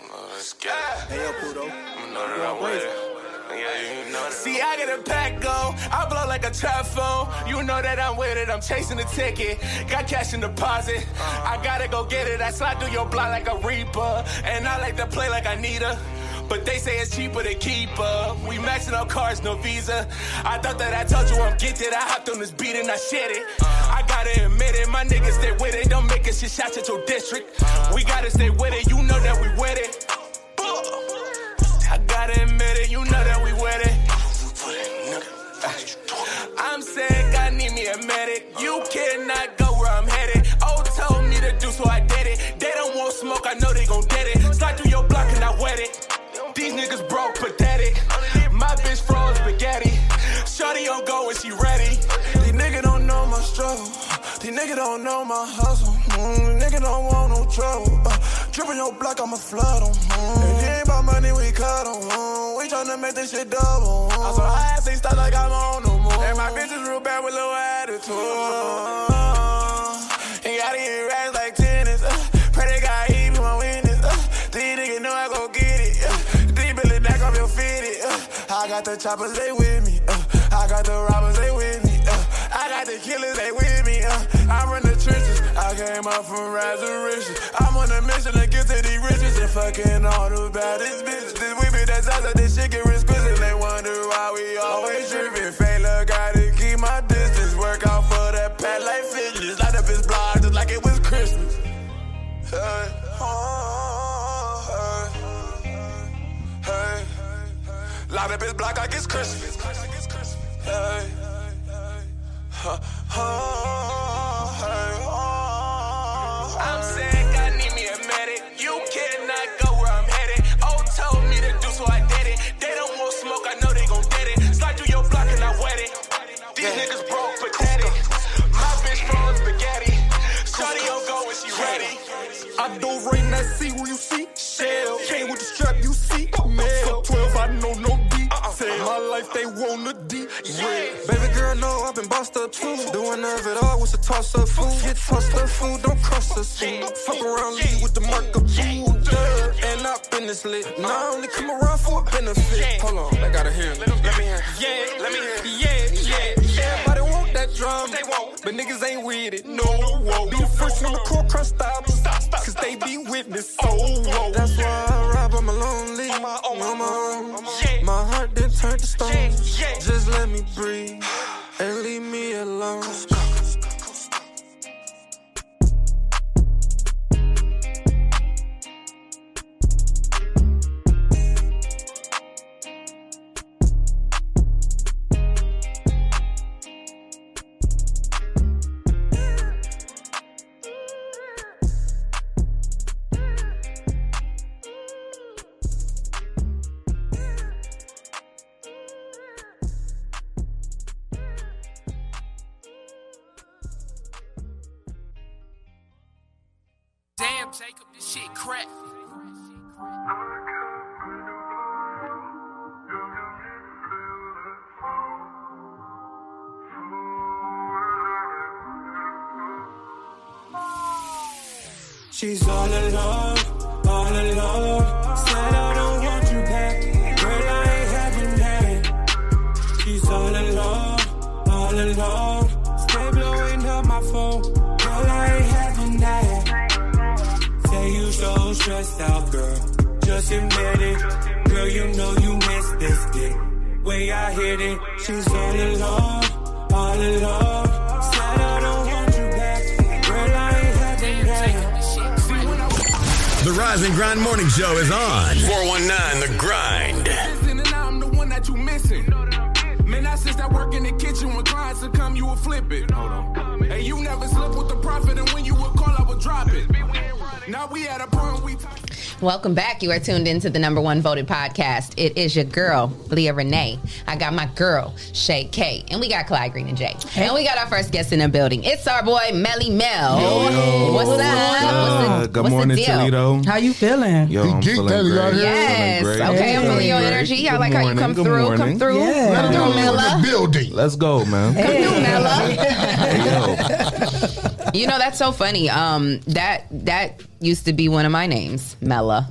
Speaker 13: Oh, let's get it. Hey, yo, Pluto. I'm not around with it. Yeah, you know
Speaker 15: See, I got a pack go. I blow like a trap phone. You know that I'm with it. I'm chasing the ticket. Got cash in deposit. I gotta go get it. I slide through your block like a reaper. And I like to play like I need her. But they say it's cheaper to keep her. We maxing out cars, no visa. I thought that I told you I'm gifted. I hopped on this beat and I shed it. I gotta admit it, my niggas stay with it. Don't make it shit shots at your district. We gotta stay with it. You know that we with it. I gotta admit it, you know that we with it. I'm sick, I need me a medic. You cannot go where I'm headed. O told me to do, so I did it. They don't want smoke, I know they gon' get it. Slide through your block and I wet it. These niggas broke, pathetic. My bitch froze spaghetti. Shorty on go when she ready.
Speaker 2: These niggas don't know my struggle. These niggas don't know my hustle. Mm, nigga don't want no trouble. Uh, drip on your block, I'ma flood 'em. Mm. If you ain't about money, we cut 'em. Mm, we tryna make this shit double. Mm. I'm so high, I see stuff like I'm on no more. And my bitch is real bad with low attitude. He gotta get rags like tennis. Uh, pray to God he be my witness. Uh, these niggas know I go get it. Uh, these Billy back up your fitted. Uh, I got the choppers, they with me. Uh, I got the robbers, they with me. Uh, I got the killers, they with me. Uh, I run the trenches. I came up from rags and riches. I'm on a mission to get to these riches and fucking all the baddest bitches. This we be that size of this shit get exquisite. They wonder why we always dripping. Fake look, gotta keep my
Speaker 16: Light up his block like it's Christmas. Hey. Huh. Huh. Hey. Oh. I'm sick, I need me a medic. You cannot go where I'm headed. Oh, told me to do, so I did it. They don't want smoke, I know they gon' dead it. Slide through your block and I wet it. These niggas broke, pathetic. My bitch throwing spaghetti. Shawty on go when she ready.
Speaker 3: I do rain, I see where you see shell. Came with the strap, you see mail. So 12, I know no detail. My life, they want a deep red.
Speaker 2: Baby girl, no, I've been bossed up too. Doing none of it all was a toss up food. Get tossed up food, don't cross us. Fuck around, leave with the mark of food. And I've been this lit. Now I only come around for a benefit. Hold on, I gotta hear. it. Let me hear. it.
Speaker 3: Yeah, let me hear. Yeah, yeah. Everybody want that drum. They want. But niggas ain't with it. No, whoa. New first on the court crust stop. Stop, stop. Cause they be witness. Oh, whoa. Oh,
Speaker 2: That's why I rob, I'm a lonely. On my own. My heart then turned to stone. Just let me breathe and leave me alone.
Speaker 13: Damn, Jacob, this shit crack.
Speaker 3: She's all alone, all alone. Said I don't want you back. Girl, I ain't having that. She's all alone, all alone. Stay blowing up my phone. Girl, I ain't having that. Say you so stressed out, girl. Just admit it. Girl, you know you miss this dick. Way I hit it. She's all alone, all alone. Said I don't want you back. Girl, I ain't having that.
Speaker 1: The Rise and Grind Morning Show is on. 419 The Grind.
Speaker 15: Listen, and I'm the one that you missing. Man, I since that work in the kitchen when clients would come, you would flip it. Hold on. And you never slip with the profit, and when you would call, I would drop it. Now we at a point we
Speaker 8: Welcome back. You are tuned into the number one voted podcast. It is your girl, Leah Renee. I got my girl, Shay K. And we got Clyde Green and Jay. And we got our first guest in the building. It's our boy, Melly Mel. What's up? What's the,
Speaker 17: Uh,
Speaker 8: what's
Speaker 17: Good
Speaker 8: the
Speaker 17: morning,
Speaker 8: deal?
Speaker 17: Toledo.
Speaker 7: How you feeling?
Speaker 17: Yo, I'm feeling great.
Speaker 8: Yes.
Speaker 17: Feeling great.
Speaker 8: Okay, I'm feeling your energy. I
Speaker 17: Good
Speaker 8: like how you
Speaker 17: morning.
Speaker 8: come
Speaker 17: Good
Speaker 8: through, come
Speaker 17: morning.
Speaker 8: through. Yeah. Come through, Mella.
Speaker 17: building. Let's go, man.
Speaker 8: You know, that's so funny. Um, that that used to be one of my names, Mella.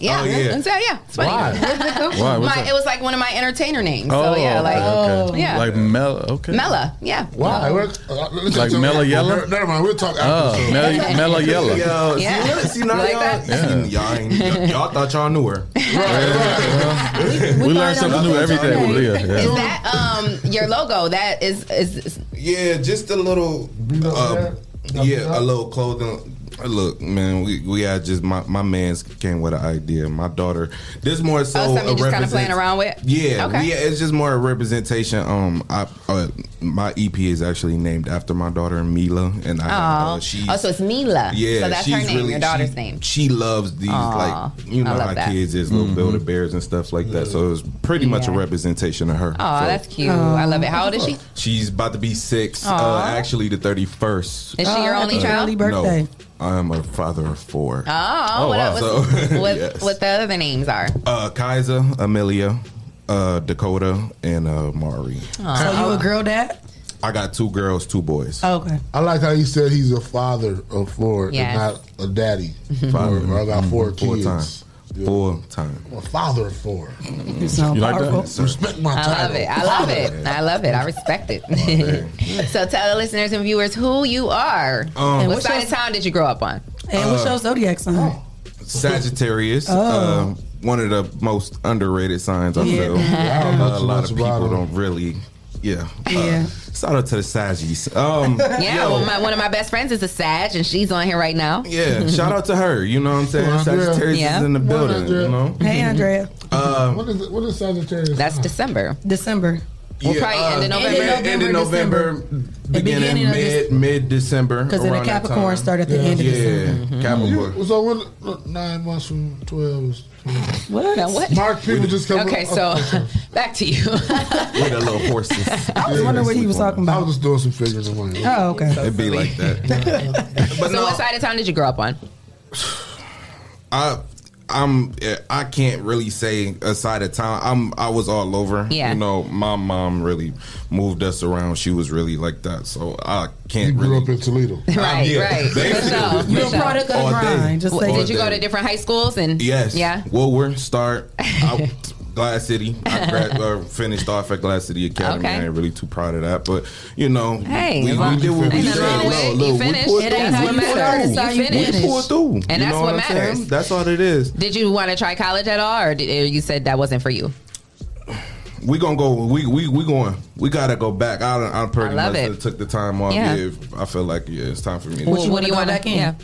Speaker 8: Yeah,
Speaker 17: Oh, yeah.
Speaker 8: And so, yeah, it's funny.
Speaker 17: Why? Oh,
Speaker 9: Why? What's
Speaker 8: My,
Speaker 9: up?
Speaker 8: it was like one of my entertainer names. so yeah, like yeah,
Speaker 9: Oh, like Mel. Okay,
Speaker 8: Mella. Yeah,
Speaker 6: Why?
Speaker 8: Mella.
Speaker 6: We're- uh, let's
Speaker 9: Like
Speaker 6: talk-
Speaker 9: Mella Yella?
Speaker 6: Never, never mind. We'll talk
Speaker 9: Oh,
Speaker 6: after. the show.
Speaker 9: Mel- Mella Yella. Yo,
Speaker 17: Oh, see,
Speaker 8: Yeah.
Speaker 17: look, see, now
Speaker 8: You like
Speaker 17: y'all,
Speaker 8: that?
Speaker 17: see, y'all, ain't, y'all, y'all thought y'all knew her.
Speaker 9: we, learn something new every day with Leah.
Speaker 8: Is that um your logo? That is is, is
Speaker 17: Yeah, just a little. Uh, yeah, a little clothing. Look, man, we we had just my my man's came with an idea. My daughter, this more so
Speaker 8: oh, something
Speaker 17: a
Speaker 8: you just kind of playing
Speaker 17: represent-
Speaker 8: around with?
Speaker 17: Yeah,
Speaker 8: Okay.
Speaker 17: yeah, it's just more a representation. Um, I uh, my EP is actually named after my daughter Mila, and I
Speaker 8: Oh,
Speaker 17: uh, she's
Speaker 8: oh, so it's Mila.
Speaker 17: yeah,
Speaker 8: so that's her
Speaker 17: she's
Speaker 8: name,
Speaker 17: really-
Speaker 8: your daughter's
Speaker 17: she-
Speaker 8: name.
Speaker 17: She loves these
Speaker 8: Aw,
Speaker 17: like you
Speaker 8: I
Speaker 17: know
Speaker 8: love
Speaker 17: how
Speaker 8: that.
Speaker 17: kids is
Speaker 7: Mm-hmm.
Speaker 17: little builder bears and stuff like that. So it was pretty much a
Speaker 8: Yeah.
Speaker 17: representation of her.
Speaker 8: Oh,
Speaker 17: So-
Speaker 8: that's cute. I love it. How old is she?
Speaker 17: She's about to be six. Uh,
Speaker 8: Aw.
Speaker 17: actually, the thirty first.
Speaker 8: Is she
Speaker 7: Oh,
Speaker 8: your only child?
Speaker 17: No, I am a father of four.
Speaker 8: Oh, what,
Speaker 17: wow.
Speaker 8: what,
Speaker 17: So-
Speaker 8: what,
Speaker 17: Yes.
Speaker 8: what the other names are?
Speaker 17: Uh, Kaiser, Amelia, uh, Dakota, and uh, Mari.
Speaker 8: Oh,
Speaker 7: So you a girl dad?
Speaker 17: I got two girls, two boys.
Speaker 7: Oh, Okay.
Speaker 6: I like how he said he's a father of four
Speaker 7: Yes. Mm-hmm.
Speaker 6: and not a daddy.
Speaker 17: Father.
Speaker 6: Or I got four
Speaker 17: Mhm. Full
Speaker 6: kids.
Speaker 17: time. Full time.
Speaker 6: I'm a father of four.
Speaker 7: You sound
Speaker 17: You like that?
Speaker 6: powerful.
Speaker 17: Yes, sir.
Speaker 6: Respect my
Speaker 8: I
Speaker 6: title.
Speaker 8: love it. I love it. I love it. I respect it. so tell the listeners and viewers who you are.
Speaker 17: Um,
Speaker 8: and
Speaker 17: And
Speaker 8: what
Speaker 17: what's
Speaker 8: side
Speaker 17: your-
Speaker 8: of town did you grow up on?
Speaker 7: And what's
Speaker 17: Uh, um,
Speaker 7: your zodiac sign?
Speaker 17: Sagittarius.
Speaker 7: Oh.
Speaker 17: Uh, one of the most underrated signs I
Speaker 7: Yeah.
Speaker 17: feel.
Speaker 7: Wow.
Speaker 17: Uh, a lot of people don't really. Yeah.
Speaker 7: Yeah.
Speaker 17: Uh, shout out to the Saggies. Um,
Speaker 8: yeah,
Speaker 17: yo,
Speaker 8: well, my, one of my best friends is a Sag, and she's on here right now.
Speaker 17: yeah. Shout out to her. You know what I'm saying?
Speaker 8: Andrea.
Speaker 17: Sagittarius
Speaker 8: Yeah.
Speaker 17: is in the building. You know.
Speaker 7: Hey, Andrea.
Speaker 17: Uh, Um,
Speaker 6: what is what is Sagittarius?
Speaker 8: That's December.
Speaker 7: December.
Speaker 8: We'll probably end in November.
Speaker 17: End, end in November, beginning,
Speaker 7: beginning of
Speaker 17: mid mid December.
Speaker 7: 'Cause then the Capricorn start at the end of
Speaker 17: yeah.
Speaker 7: December.
Speaker 17: Yeah, Capricorn.
Speaker 6: So what? look, Nine months from twelve. Is 12.
Speaker 7: What?
Speaker 8: Now what?
Speaker 6: Mark people just come.
Speaker 8: Okay, so back to you.
Speaker 17: With a little horses.
Speaker 7: I was wondering what he was talking about.
Speaker 6: I was just doing some figures of mine.
Speaker 7: Oh, okay.
Speaker 17: It'd be like that.
Speaker 8: so what side of town did you grow up on?
Speaker 17: I I'm I can't really say aside of town. I'm I was all over.
Speaker 8: Yeah.
Speaker 17: You know, my mom really moved us around. She was really like that. So I can't
Speaker 6: Grew
Speaker 17: really
Speaker 6: up in Toledo.
Speaker 17: Right, yeah,
Speaker 8: right.
Speaker 17: basically.
Speaker 8: Michelle,
Speaker 17: You're a
Speaker 8: Michelle.
Speaker 17: product of the All day. grind, just
Speaker 8: Well,
Speaker 17: say
Speaker 8: did
Speaker 17: that.
Speaker 8: you go to different high schools and?
Speaker 17: Yes.
Speaker 8: Yeah.
Speaker 17: Woolworth, Start, I, Glad City. I grad, uh, finished off at Glad City Academy.
Speaker 8: Okay.
Speaker 17: I ain't really too proud of that, but you know,
Speaker 8: Hey,
Speaker 17: we, we
Speaker 8: well,
Speaker 17: did what we
Speaker 8: ain't
Speaker 17: did.
Speaker 8: nothing wrong with it.
Speaker 17: No,
Speaker 8: You
Speaker 17: look, we
Speaker 8: finished.
Speaker 17: pulled
Speaker 8: It
Speaker 17: through.
Speaker 8: ain't how it
Speaker 17: We pulled
Speaker 8: matters. It's how
Speaker 17: through.
Speaker 8: you finished.
Speaker 17: We pulled through.
Speaker 8: And that's
Speaker 17: know
Speaker 8: what
Speaker 17: I'm saying?
Speaker 8: matters.
Speaker 17: That's all it is.
Speaker 8: Did you want to try college at all, or did, you said that wasn't for you?
Speaker 17: we gonna go. We we we going. We gotta go back. I done- I pretty
Speaker 8: I love
Speaker 17: much
Speaker 8: it.
Speaker 17: done took the time off.
Speaker 8: Yeah.
Speaker 17: Yeah. I feel like yeah, it's time for
Speaker 9: uh,
Speaker 17: me. to
Speaker 8: What you
Speaker 17: go.
Speaker 8: What do wanna you go wanna- back in? yeah.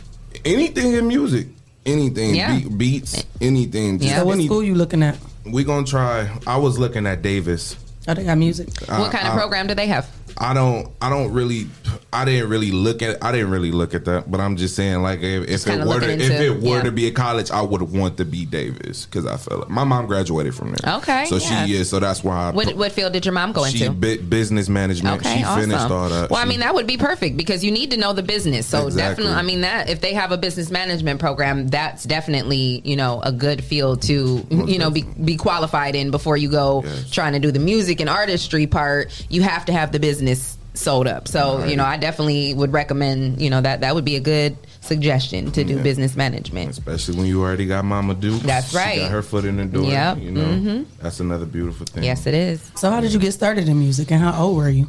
Speaker 17: Anything in music, anything
Speaker 7: Yeah.
Speaker 17: Be- beats, anything. just
Speaker 7: So what
Speaker 17: any-
Speaker 7: school you looking at?
Speaker 17: We gonna try. I was looking at Davis.
Speaker 7: Oh, they got music.
Speaker 17: Uh,
Speaker 8: what kind of program do they have?
Speaker 17: I don't. I don't really. I didn't really look at. I didn't really look at that. But I'm just saying, like, if, if it
Speaker 8: kinda
Speaker 17: were to,
Speaker 8: looking
Speaker 17: if
Speaker 8: into-
Speaker 17: it were
Speaker 8: yeah.
Speaker 17: to be a college, I would want to be Davis because I felt like my mom graduated from there.
Speaker 8: Okay,
Speaker 17: so
Speaker 8: yeah.
Speaker 17: she is. So that's why I.
Speaker 8: What What field did your mom go
Speaker 17: uh, she
Speaker 8: into?
Speaker 17: bu- business management.
Speaker 8: Okay,
Speaker 17: she
Speaker 8: awesome.
Speaker 17: finished all that.
Speaker 8: Well, I
Speaker 17: She-
Speaker 8: mean, that would be perfect because you need to know the business. So
Speaker 17: Exactly.
Speaker 8: definitely, I mean, that if they have a business management program, that's definitely you know a good field to you know be, be qualified in before you go trying to do the music and artistry part. You have to have the business sold up. So you know, I definitely would recommend you know that that would be a good suggestion to do
Speaker 17: Yeah.
Speaker 8: business management.
Speaker 17: especially when you already got Mama Duke.
Speaker 8: That's
Speaker 17: She
Speaker 8: right.
Speaker 17: got her foot in the door.
Speaker 8: Yep.
Speaker 17: You know,
Speaker 8: Mhm.
Speaker 17: that's another beautiful thing.
Speaker 8: Yes, it is.
Speaker 7: So how did you get started in music and how old were you?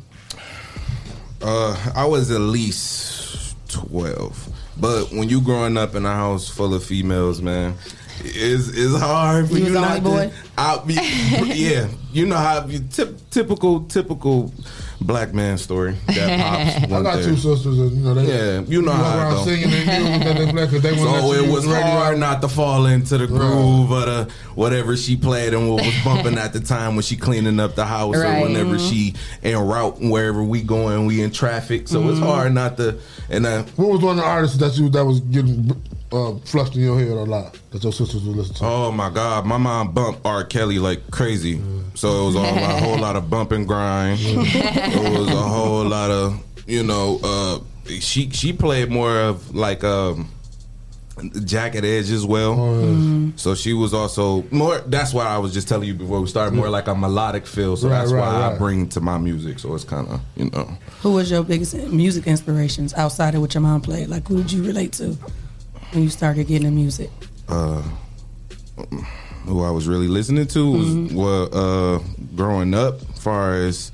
Speaker 17: Uh, I was at least twelve. But when you growing up in a house full of females, man, it's, it's hard for
Speaker 7: You
Speaker 17: you,
Speaker 7: was the
Speaker 17: not
Speaker 7: only boy?
Speaker 17: to. I'll be, yeah, you know how you tip, typical typical black man story. That pops
Speaker 6: I
Speaker 17: went
Speaker 6: got
Speaker 17: there.
Speaker 6: two sisters, and you know they.
Speaker 17: Yeah, you know
Speaker 6: went
Speaker 17: how it
Speaker 6: around
Speaker 17: go.
Speaker 6: singing they knew that they black, 'cause they wouldn't let
Speaker 17: so
Speaker 6: you
Speaker 17: it
Speaker 6: use
Speaker 17: was
Speaker 6: the radio.
Speaker 17: hard not to fall into the groove of the whatever she played and what was bumping at the time when she cleaning up the house
Speaker 2: Right.
Speaker 17: or whenever
Speaker 2: Mhm.
Speaker 17: she en route and wherever we going we in traffic. So it's
Speaker 6: Mhm.
Speaker 17: hard not to and uh,
Speaker 6: What was one of the artists that you that was getting uh, flushed in your head a lot that your sisters would listen to?
Speaker 17: oh my god, my mom bumped R. Kelly like crazy. So it was all, a whole lot of bump and grind. it was a whole lot of you know uh, she she played more of like um, jacket edge as well.
Speaker 6: Oh,
Speaker 17: So she was also more. That's why I was just telling you before we started more like a melodic feel. So
Speaker 6: Right,
Speaker 17: that's
Speaker 6: right,
Speaker 17: why
Speaker 6: right.
Speaker 17: I bring to my music. So it's kind of you know.
Speaker 7: Who was your biggest music inspirations outside of what your mom played? Like who did you relate to when you started getting into music?
Speaker 17: uh, who I was really listening to was well, uh, growing up. Far as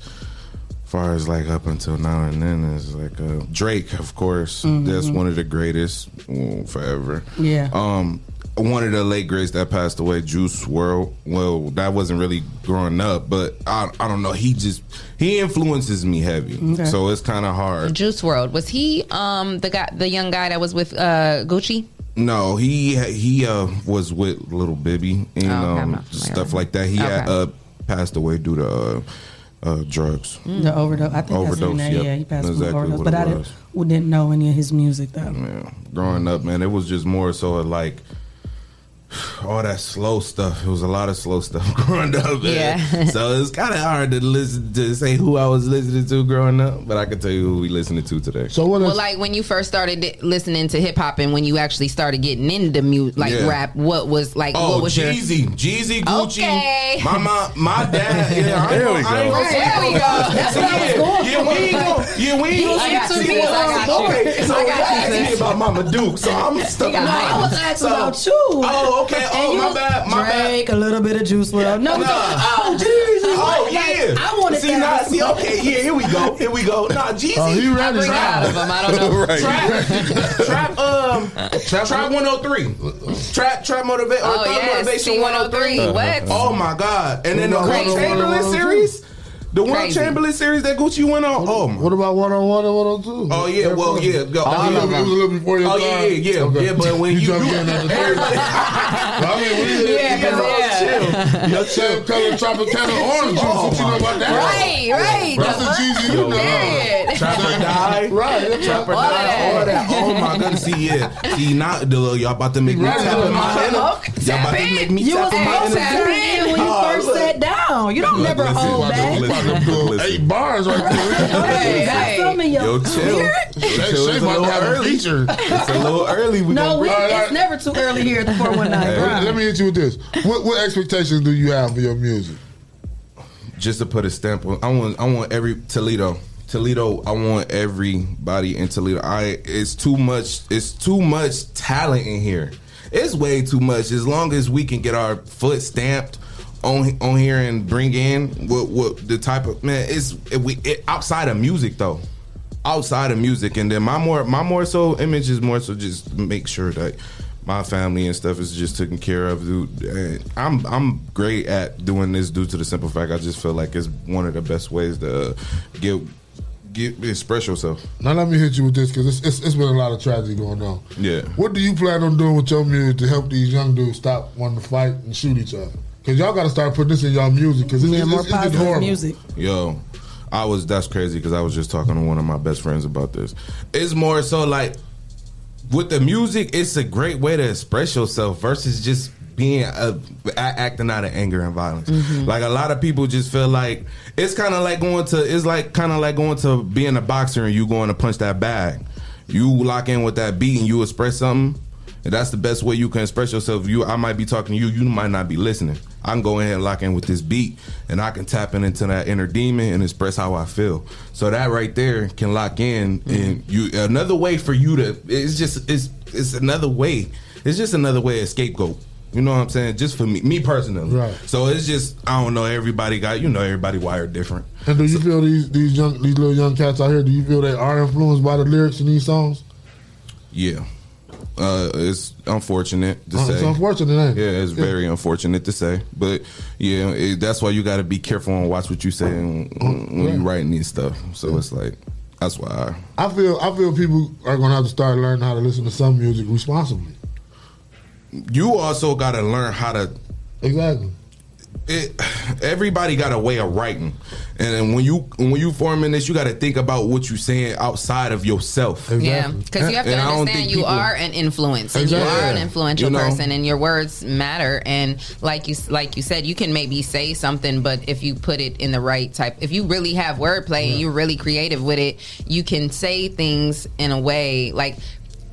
Speaker 17: far as like up until now and then is like uh, Drake, of course. That's
Speaker 2: Mhm.
Speaker 17: one of the greatest mm, forever.
Speaker 2: Yeah.
Speaker 17: Um, one of the late greats that passed away, Juice World. Well, that wasn't really growing up, but I I don't know. He just he influences me heavy,
Speaker 8: Okay.
Speaker 17: so it's kind of hard.
Speaker 8: Juice World was he um the guy the young guy that was with uh Gucci?
Speaker 17: No, he he uh, was with little Bibby
Speaker 8: Oh, okay,
Speaker 17: and
Speaker 8: I'm
Speaker 17: um,
Speaker 8: not familiar
Speaker 17: stuff
Speaker 8: with
Speaker 17: like that. He had,
Speaker 8: Okay.
Speaker 17: uh, passed away due to uh, uh, drugs.
Speaker 7: Mm. The overdose. I think that's
Speaker 17: Overdose,
Speaker 7: in there.
Speaker 17: yep.
Speaker 7: Yeah, he passed
Speaker 17: Exactly
Speaker 7: from overdose.
Speaker 17: what
Speaker 7: But
Speaker 17: it
Speaker 7: I didn't,
Speaker 17: was.
Speaker 7: we didn't know any of his music though.
Speaker 17: Growing up, man, it was just more so like all that slow stuff. It was a lot of slow stuff growing up. man.
Speaker 2: Yeah.
Speaker 17: so it's kind of hard to listen to say who I was listening to growing up, but I can tell you who we listening to today.
Speaker 6: So what?
Speaker 8: Well, like when you first started di- listening to hip hop and when you actually started getting into mu- like
Speaker 17: Yeah.
Speaker 8: rap, what was like
Speaker 17: oh,
Speaker 8: what was
Speaker 17: Jeezy,
Speaker 8: your
Speaker 17: Jeezy, Gucci.
Speaker 8: Okay.
Speaker 17: My mom, my dad. Yeah, I
Speaker 2: There
Speaker 17: ain't
Speaker 2: we
Speaker 17: gonna- I ain't
Speaker 2: go.
Speaker 17: gonna say-
Speaker 2: There we go. That's what I was going
Speaker 17: Yeah, yeah, we ain't
Speaker 2: for.
Speaker 17: gonna. Yeah, we ain't gonna.
Speaker 2: I got
Speaker 17: see,
Speaker 2: you,
Speaker 17: see,
Speaker 2: sis.
Speaker 17: what
Speaker 2: I
Speaker 17: I'm
Speaker 2: got you.
Speaker 17: going. So
Speaker 2: I
Speaker 17: you
Speaker 2: got you,
Speaker 17: asked me
Speaker 2: sis.
Speaker 17: about Mama Duke, so I'm stuck.
Speaker 2: got-
Speaker 17: in
Speaker 2: I
Speaker 17: mine.
Speaker 2: was asking
Speaker 17: So-
Speaker 2: about
Speaker 7: you.
Speaker 17: Oh, okay. Oh,
Speaker 7: And
Speaker 17: my
Speaker 7: you-
Speaker 17: bad. My bad.
Speaker 7: Drake, a little bit of Juice World. No,
Speaker 17: Nah.
Speaker 7: oh Jesus.
Speaker 17: Oh
Speaker 7: Like,
Speaker 17: yeah!
Speaker 7: I wanted
Speaker 17: see,
Speaker 7: that.
Speaker 17: Now, see, okay, yeah, here we go, here we go. Nah, Jeezy,
Speaker 6: Oh, he ran his
Speaker 17: trap,
Speaker 6: mouth. I don't know. Right.
Speaker 17: trap, trap, um, trap, trap 103, trap, trap motivate, or
Speaker 8: Oh,
Speaker 17: Thug
Speaker 8: yes,
Speaker 17: motivation 103.
Speaker 15: Uh-huh.
Speaker 8: C103, what?
Speaker 17: Oh my god! And then the
Speaker 6: What about
Speaker 17: Wilt
Speaker 6: 101,
Speaker 17: Chamberlain
Speaker 6: 102?
Speaker 17: series, the Wilt
Speaker 6: Crazy.
Speaker 17: Chamberlain series that Gucci went on. Oh my.
Speaker 6: What about one on one and one on two?
Speaker 17: Oh yeah, well yeah, go.
Speaker 6: Oh,
Speaker 17: yeah.
Speaker 6: it was a little before your
Speaker 17: Oh yeah,
Speaker 6: time.
Speaker 17: yeah, yeah,
Speaker 6: Okay.
Speaker 17: yeah. But when you,
Speaker 6: jumped in at the third. I mean, we did.
Speaker 17: yeah,
Speaker 6: Yeah,
Speaker 17: yeah.
Speaker 6: Your same color Tropicana orange juice.
Speaker 17: Oh,
Speaker 6: what you know
Speaker 17: my
Speaker 6: about that?
Speaker 8: Right, right.
Speaker 6: That's
Speaker 8: The
Speaker 6: the
Speaker 8: fuck?
Speaker 6: cheesy you know.
Speaker 8: Period.
Speaker 17: Trap or die.
Speaker 6: Right. that's
Speaker 17: Trap or
Speaker 6: right.
Speaker 17: die. All that. Oh my goodness. See, yeah. See, now, Delo, y'all about to make me
Speaker 6: Right.
Speaker 17: tap in my inner.
Speaker 6: Look,
Speaker 17: Y'all about to make me
Speaker 7: You
Speaker 17: tap
Speaker 7: was
Speaker 17: in my
Speaker 7: supposed to
Speaker 17: inner. Oh,
Speaker 7: tap in when you first sat down. You don't never hold back.
Speaker 6: Eight bars right
Speaker 7: Hey, hey. Some of your
Speaker 17: Yo, chill.
Speaker 6: That
Speaker 17: Chill,
Speaker 6: shit
Speaker 17: it's a
Speaker 6: might
Speaker 17: little
Speaker 6: have a
Speaker 17: early.
Speaker 6: feature.
Speaker 17: It's a little early. We
Speaker 7: No,
Speaker 17: gonna
Speaker 7: we,
Speaker 6: All right, all
Speaker 7: it's
Speaker 6: right.
Speaker 7: never too early here at the 419
Speaker 6: Let
Speaker 7: grind.
Speaker 6: let me hit you with this. What, what expectations do you have for your music?
Speaker 17: just to put a stamp on. I want I want every Toledo. Toledo, I want everybody in Toledo. I it's too much it's too much talent in here. It's way too much. As long as we can get our foot stamped on on here and bring in what what the type of man it's it, we it, outside of music though. Outside of music and then my more my more so image is more so just make sure that my family and stuff is just taken care of, dude. And I'm I'm great at doing this due to the simple fact I just feel like it's one of the best ways to uh, get get express yourself.
Speaker 6: Now let me hit you with this because it's, it's, it's been a lot of tragedy going on.
Speaker 17: Yeah.
Speaker 6: What do you plan on doing with your music to help these young dudes stop wanting to fight and shoot each other? Because y'all got to start putting this in y'all music because it's,
Speaker 7: Yeah,
Speaker 6: it's,
Speaker 7: more
Speaker 6: it's, it's getting
Speaker 7: positive
Speaker 6: horrible.
Speaker 7: music.
Speaker 17: Yo, I was that's crazy because I was just talking to one of my best friends about this. It's more so like with the music, it's a great way to express yourself versus just being a, a- acting out of anger and violence. Like a lot of people just feel like it's kind of like going to it's like kind of like going to being a boxer and you going to punch that bag. You lock in with that beat and you express something. And that's the best way you can express yourself. You, I might be talking to you. You might not be listening. I can go in here and lock in with this beat, and I can tap in into that inner demon and express how I feel. So that right there can lock in, and you another way for you to. It's just it's it's another way. It's just another way of scapegoat. You know what I'm saying? Just for me, me personally.
Speaker 6: Right.
Speaker 17: So it's just I don't know. Everybody got you know everybody wired different.
Speaker 6: And do you feel these these young these little young cats out here? Do you feel they are influenced by the lyrics in these songs?
Speaker 17: Yeah. Uh, it's unfortunate to
Speaker 6: Uh,
Speaker 17: say.
Speaker 6: it's unfortunate, ain't it?
Speaker 17: Yeah, it's very unfortunate to say, but yeah, it, that's why you got to be careful and watch what you say and,
Speaker 6: Oh,
Speaker 17: when you writing this stuff. So it's like that's why. I,
Speaker 6: I feel I feel people are gonna have to start learning how to listen to some music responsibly.
Speaker 17: you also got to learn how to
Speaker 6: exactly
Speaker 17: it, everybody got a way of writing and then when you when you forming this you got to think about what you saying outside of yourself
Speaker 8: Yeah, because you have to
Speaker 17: And I don't
Speaker 8: understand
Speaker 17: think
Speaker 8: you
Speaker 17: people-
Speaker 8: are an influence, and you
Speaker 17: Exactly.
Speaker 8: are an
Speaker 17: Yeah.
Speaker 8: influential
Speaker 17: You know?
Speaker 8: person, and your words matter. And like you like you said, you can maybe say something, but if you put it in the right type, if you really have wordplay and you're really creative with it, you can say things in a way like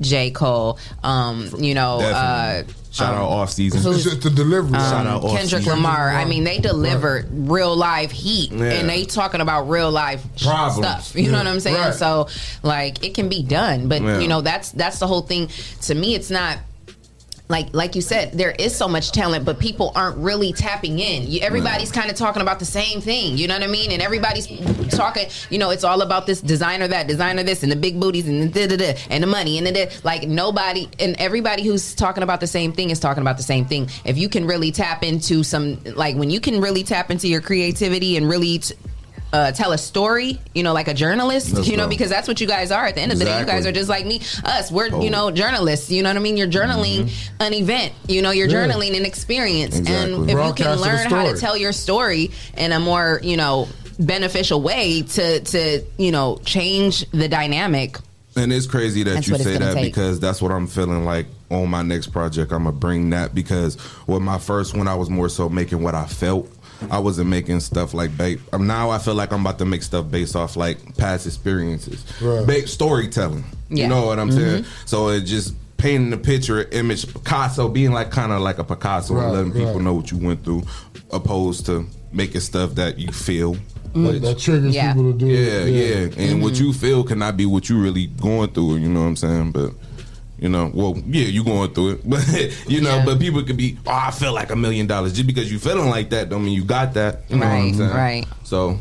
Speaker 8: J Cole, um, you know. Uh,
Speaker 17: Definitely. shout out off season
Speaker 8: who's-
Speaker 6: It's just the delivery.
Speaker 8: um,
Speaker 17: shout out off
Speaker 8: Kendrick Lamar. I mean, they delivered real live heat,
Speaker 17: Yeah.
Speaker 8: and they talking about real life sh-
Speaker 17: Problems.
Speaker 8: stuff. You
Speaker 17: Yeah.
Speaker 8: know what I'm saying?
Speaker 17: Right.
Speaker 8: So, like, it can be done, but
Speaker 17: Yeah.
Speaker 8: you know, that's that's the whole thing. To me, it's not. Like, like you said, there is so much talent, but people aren't really tapping in. You, everybody's kind of talking about the same thing, you know what I mean? And everybody's talking, you know, it's all about this designer that, designer this, and the big booties, and the da da da, and the money, and the da. Like nobody, and everybody who's talking about the same thing is talking about the same thing. If you can really tap into some, like when you can really tap into your creativity and really. T- uh, tell a story, you know, like a journalist,
Speaker 3: Let's
Speaker 8: you know,
Speaker 3: go.
Speaker 8: because that's what you guys are. At the end of the day, you guys
Speaker 3: Exactly. Oh.
Speaker 8: are just like me, us. We're you
Speaker 3: Bold.
Speaker 8: know journalists. You know what I mean? You're journaling an event. You know, you're
Speaker 3: Yeah.
Speaker 8: journaling an experience,
Speaker 3: Mm-hmm. Exactly.
Speaker 8: and if you
Speaker 3: Broadcasting
Speaker 8: can
Speaker 3: the
Speaker 8: learn how to
Speaker 3: story.
Speaker 8: tell your story in a more you know beneficial way to to you know change the dynamic.
Speaker 17: And it's crazy that
Speaker 8: That's
Speaker 17: you
Speaker 8: what it's
Speaker 17: say
Speaker 8: gonna
Speaker 17: that
Speaker 8: take.
Speaker 17: because that's what I'm feeling like on my next project. I'm gonna bring that because with my first one, I was more so making what I felt. I wasn't making stuff like babe. Um, now I feel like I'm about to make stuff based off like past experiences, Right. Ba- storytelling. Yeah. You know what I'm saying?
Speaker 8: Mm-hmm.
Speaker 17: Mhm. So it just painting the picture, image Picasso, being like kind of like a Picasso,
Speaker 6: Right,
Speaker 17: and letting people
Speaker 6: right.
Speaker 17: know what you went through, opposed to making stuff that you feel.
Speaker 6: That, that triggers
Speaker 8: Yeah.
Speaker 6: people to do
Speaker 17: Yeah,
Speaker 6: it.
Speaker 17: yeah. And what
Speaker 6: Mm-hmm.
Speaker 17: you feel cannot be what you really going through. You know what I'm saying? But you know, well, yeah, you going through it, but you know, but people could be, oh, I feel like a million dollars just because you feeling like that. Don't mean you got that. You know what
Speaker 6: Right,
Speaker 17: I'm saying?
Speaker 6: right.
Speaker 17: So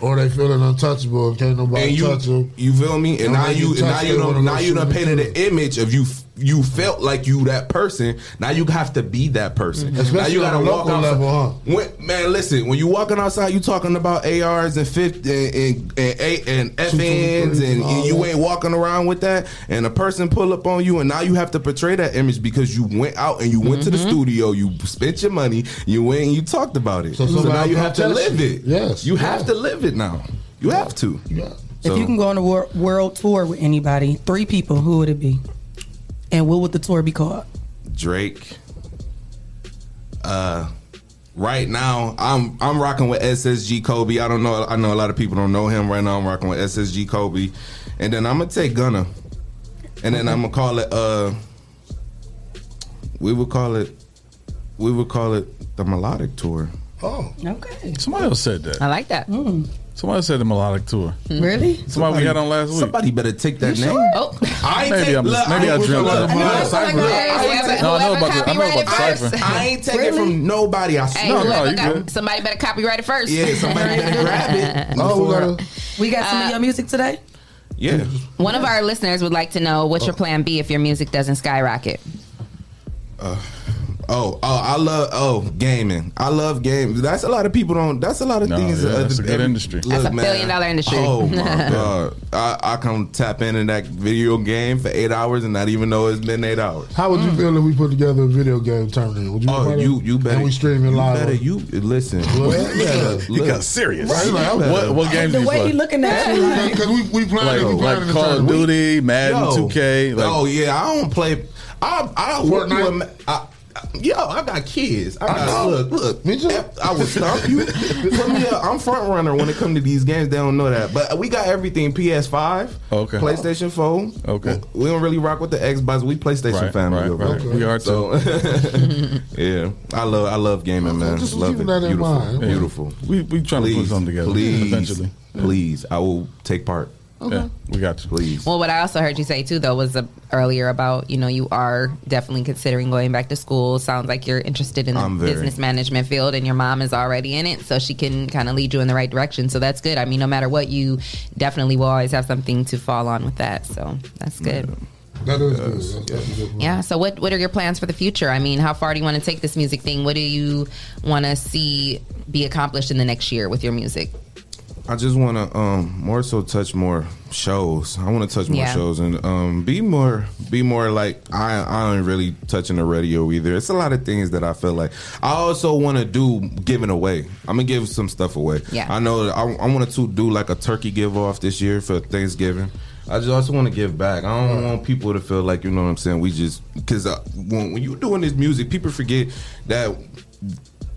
Speaker 6: Or they feeling untouchable and can't nobody
Speaker 17: and you,
Speaker 6: touch them.
Speaker 17: you feel me? And
Speaker 6: Don't
Speaker 17: now
Speaker 6: let
Speaker 17: you,
Speaker 6: you
Speaker 17: and now
Speaker 6: touch
Speaker 17: you,
Speaker 6: them,
Speaker 17: done,
Speaker 6: wanna
Speaker 17: now
Speaker 6: go
Speaker 17: you done
Speaker 6: shoot
Speaker 17: painted an image of you f- you felt like you that person. Now you have to be that person.
Speaker 6: Especially
Speaker 17: now you
Speaker 6: on a local
Speaker 17: outside-
Speaker 6: level, huh?
Speaker 17: When, man, listen. When you walking outside, you talking about ARs and fifth and and, and, A- and FNs, and, and you ain't walking around with that. And a person pull up on you, and now you have to portray that image because you went out and you went to the studio, you spent your money, you went and you talked about it. So,
Speaker 6: somebody
Speaker 17: now you have to
Speaker 6: protest
Speaker 17: live
Speaker 6: you.
Speaker 17: it.
Speaker 6: Yes,
Speaker 17: you have to live it now. You have to. Yeah.
Speaker 7: If you can go on a wor- world tour with anybody, three people, who would it be? And what would the tour be called?
Speaker 17: Drake. Uh, right now I'm I'm rocking with SSG Kobe. I don't know. I know a lot of people don't know him right now. I'm rocking with SSG Kobe, and then I'm gonna take Gunna, and then I'm gonna call it. Uh, we would call it. We would call it the melodic tour.
Speaker 6: Oh,
Speaker 7: okay. Hmm.
Speaker 9: Somebody else said that.
Speaker 8: I like that.
Speaker 9: Somebody said the melodic tour.
Speaker 7: Really?
Speaker 9: Somebody, we had on last week.
Speaker 17: Somebody better take that name.
Speaker 8: Oh.
Speaker 17: I ain't
Speaker 9: maybe
Speaker 17: take-
Speaker 9: I'm,
Speaker 17: look,
Speaker 9: maybe
Speaker 17: I
Speaker 9: I,
Speaker 17: ain't
Speaker 9: dreamt
Speaker 17: with
Speaker 9: that.
Speaker 17: the melodic Look, cypher. I ain't
Speaker 8: Whoever-
Speaker 17: take-
Speaker 9: No, I know about the, I know
Speaker 8: copyrighted
Speaker 9: about the
Speaker 8: first.
Speaker 9: cypher.
Speaker 17: I ain't taking it from nobody. I
Speaker 8: Hey,
Speaker 17: swear.
Speaker 8: whoever got- somebody better copyright it first.
Speaker 17: Yeah, somebody better grab it. before-
Speaker 7: We got some of your music today.
Speaker 17: yeah.
Speaker 8: Uh, One of our listeners would like to know what's
Speaker 9: Oh.
Speaker 8: your plan B if your music doesn't skyrocket.
Speaker 17: Uh, Oh, oh, I love oh gaming. I love gaming. That's a lot of people don't. That's a lot of
Speaker 9: No,
Speaker 17: things.
Speaker 9: yeah,
Speaker 17: that
Speaker 9: that's
Speaker 17: other-
Speaker 9: a good
Speaker 17: every-
Speaker 9: industry.
Speaker 8: That's a billion-dollar industry.
Speaker 17: Oh my god, I, I can tap into that video game for eight hours and not even know it's been eight hours.
Speaker 6: How would you feel if we put together a video game tournament? Would you?
Speaker 17: Mm. Oh,
Speaker 6: play
Speaker 17: you
Speaker 6: that?
Speaker 17: you better.
Speaker 6: And we stream it
Speaker 17: you
Speaker 6: live.
Speaker 17: Better, you listen.
Speaker 9: You got serious. What, what games do you play?
Speaker 7: looking at you, like-
Speaker 6: because we we
Speaker 9: like,
Speaker 6: playing we
Speaker 9: like
Speaker 6: playing in the
Speaker 9: Call of
Speaker 6: tournament.
Speaker 9: Duty, Madden,
Speaker 17: Yo.
Speaker 9: 2K. Like,
Speaker 17: oh yeah, I don't play. I I work with. ma- I, I- Yo, I got kids. I got
Speaker 9: Oh,
Speaker 17: look, look. I will stomp you. Put me up. I'm front runner when it comes to these games. They don't know that, but we got everything. PS5,
Speaker 9: Okay.
Speaker 17: PlayStation 4.
Speaker 9: Okay.
Speaker 17: we don't really rock with the Xbox. We PlayStation
Speaker 9: Right,
Speaker 17: family.
Speaker 9: right,
Speaker 17: over
Speaker 9: right.
Speaker 17: here.
Speaker 9: We are
Speaker 17: So- yeah, I love I love gaming, man.
Speaker 9: just
Speaker 17: love
Speaker 9: keeping
Speaker 17: it.
Speaker 9: that in
Speaker 17: Beautiful,
Speaker 9: mind. Yeah.
Speaker 17: beautiful.
Speaker 9: We we trying to put
Speaker 17: Please,
Speaker 9: something together
Speaker 17: Please,
Speaker 9: eventually.
Speaker 17: please, I will take part.
Speaker 8: Okay. Yeah,
Speaker 9: we got you.
Speaker 17: Please.
Speaker 8: Well, what I also heard you say too, though, was uh earlier about you know you are definitely considering going back to school. Sounds like you're interested in the
Speaker 17: I'm very.
Speaker 8: business management field, and your mom is already in it, so she can kind of lead you in the right direction. So that's good. I mean, no matter what, you definitely will always have something to fall on with that. So that's good.
Speaker 6: That is good. That's, that's a good one.
Speaker 8: Yeah. So what what are your plans for the future? I mean, how far do you want to take this music thing? What do you want to see be accomplished in the next year with your music?
Speaker 17: I just want to um more so touch more shows. I want to touch more
Speaker 8: Yeah.
Speaker 17: shows and um be more be more like I I ain't really touching the radio either. It's a lot of things that I feel like I also want to do giving away. I'm gonna give some stuff away.
Speaker 8: Yeah.
Speaker 17: I know that I I wanted to do like a turkey give off this year for Thanksgiving. I just also want to give back. I don't want people to feel like you know what I'm saying. We just because when when you doing this music, people forget that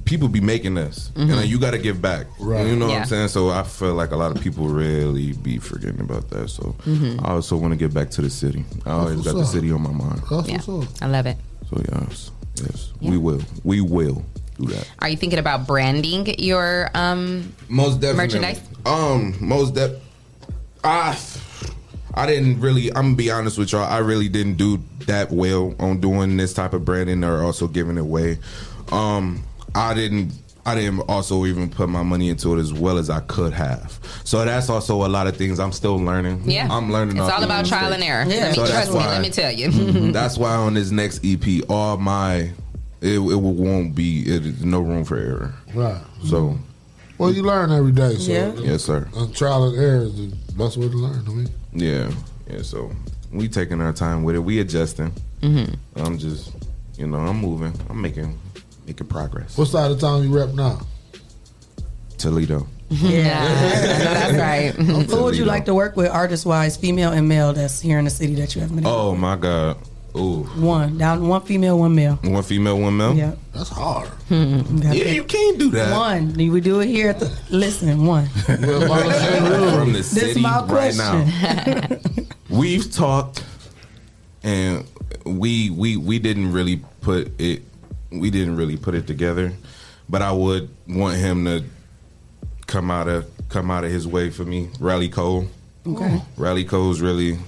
Speaker 17: people be making us,
Speaker 8: Mm-hmm.
Speaker 17: and
Speaker 9: Mhm.
Speaker 17: like, you got to give back.
Speaker 9: Right.
Speaker 17: You know what
Speaker 9: Yeah.
Speaker 17: I'm saying? So I feel like a lot of people really be forgetting about that. So
Speaker 8: Mhm.
Speaker 17: I also want to get back to the city. I always
Speaker 6: what's
Speaker 17: got the
Speaker 6: up.
Speaker 17: city on my mind. So
Speaker 6: That's
Speaker 8: Yeah.
Speaker 6: what's up.
Speaker 8: I love it.
Speaker 17: yes, yes, we will, we will do that.
Speaker 8: Are you thinking about branding your um
Speaker 17: Most definitely.
Speaker 8: merchandise?
Speaker 17: Um, most def. I, I didn't really. I'm gonna be honest with y'all. I really didn't do that well on doing this type of branding or also giving it away. Um, I didn't. I didn't also even put my money into it as well as I could have. So that's also a lot of things I'm still learning.
Speaker 8: Yeah.
Speaker 17: I'm learning.
Speaker 8: It's
Speaker 17: off
Speaker 8: all
Speaker 17: these
Speaker 8: about trial
Speaker 17: mistakes.
Speaker 8: and error. Yeah. Let me-
Speaker 17: that's
Speaker 8: trust me,
Speaker 17: why-
Speaker 8: let me tell you.
Speaker 17: Mhm. that's why on this next EP, all my it, it won't be it, no room for error.
Speaker 6: Right.
Speaker 17: So
Speaker 6: Well, you learn every day. So
Speaker 17: Yeah. Yes, sir.
Speaker 6: And trial and error is the best way to learn. I mean,
Speaker 17: Yeah, yeah. So we taking our time with it. We adjusting.
Speaker 6: Mhm.
Speaker 17: I'm just, you know, I'm moving. I'm making, making progress.
Speaker 6: what side of town you rep now?
Speaker 17: Toledo.
Speaker 8: that's right.
Speaker 7: Who would you like to work with, artist wise, female and male? That's here in the city that you haven't been. in?
Speaker 17: Oh my God. Ooh.
Speaker 7: One down, one female, one male.
Speaker 17: One female, one male.
Speaker 7: Yeah.
Speaker 6: That's hard.
Speaker 7: Mm-hmm. Yeah,
Speaker 17: you can't do that.
Speaker 7: One, we do it here. At the, listen, one.
Speaker 17: From the
Speaker 7: This
Speaker 17: city
Speaker 7: my
Speaker 17: right now. We've talked, and we we we didn't really put it. We didn't really put it together, but I would want him to come out of come out of his way for me. Riley Cole.
Speaker 7: Okay.
Speaker 17: Riley Cole's really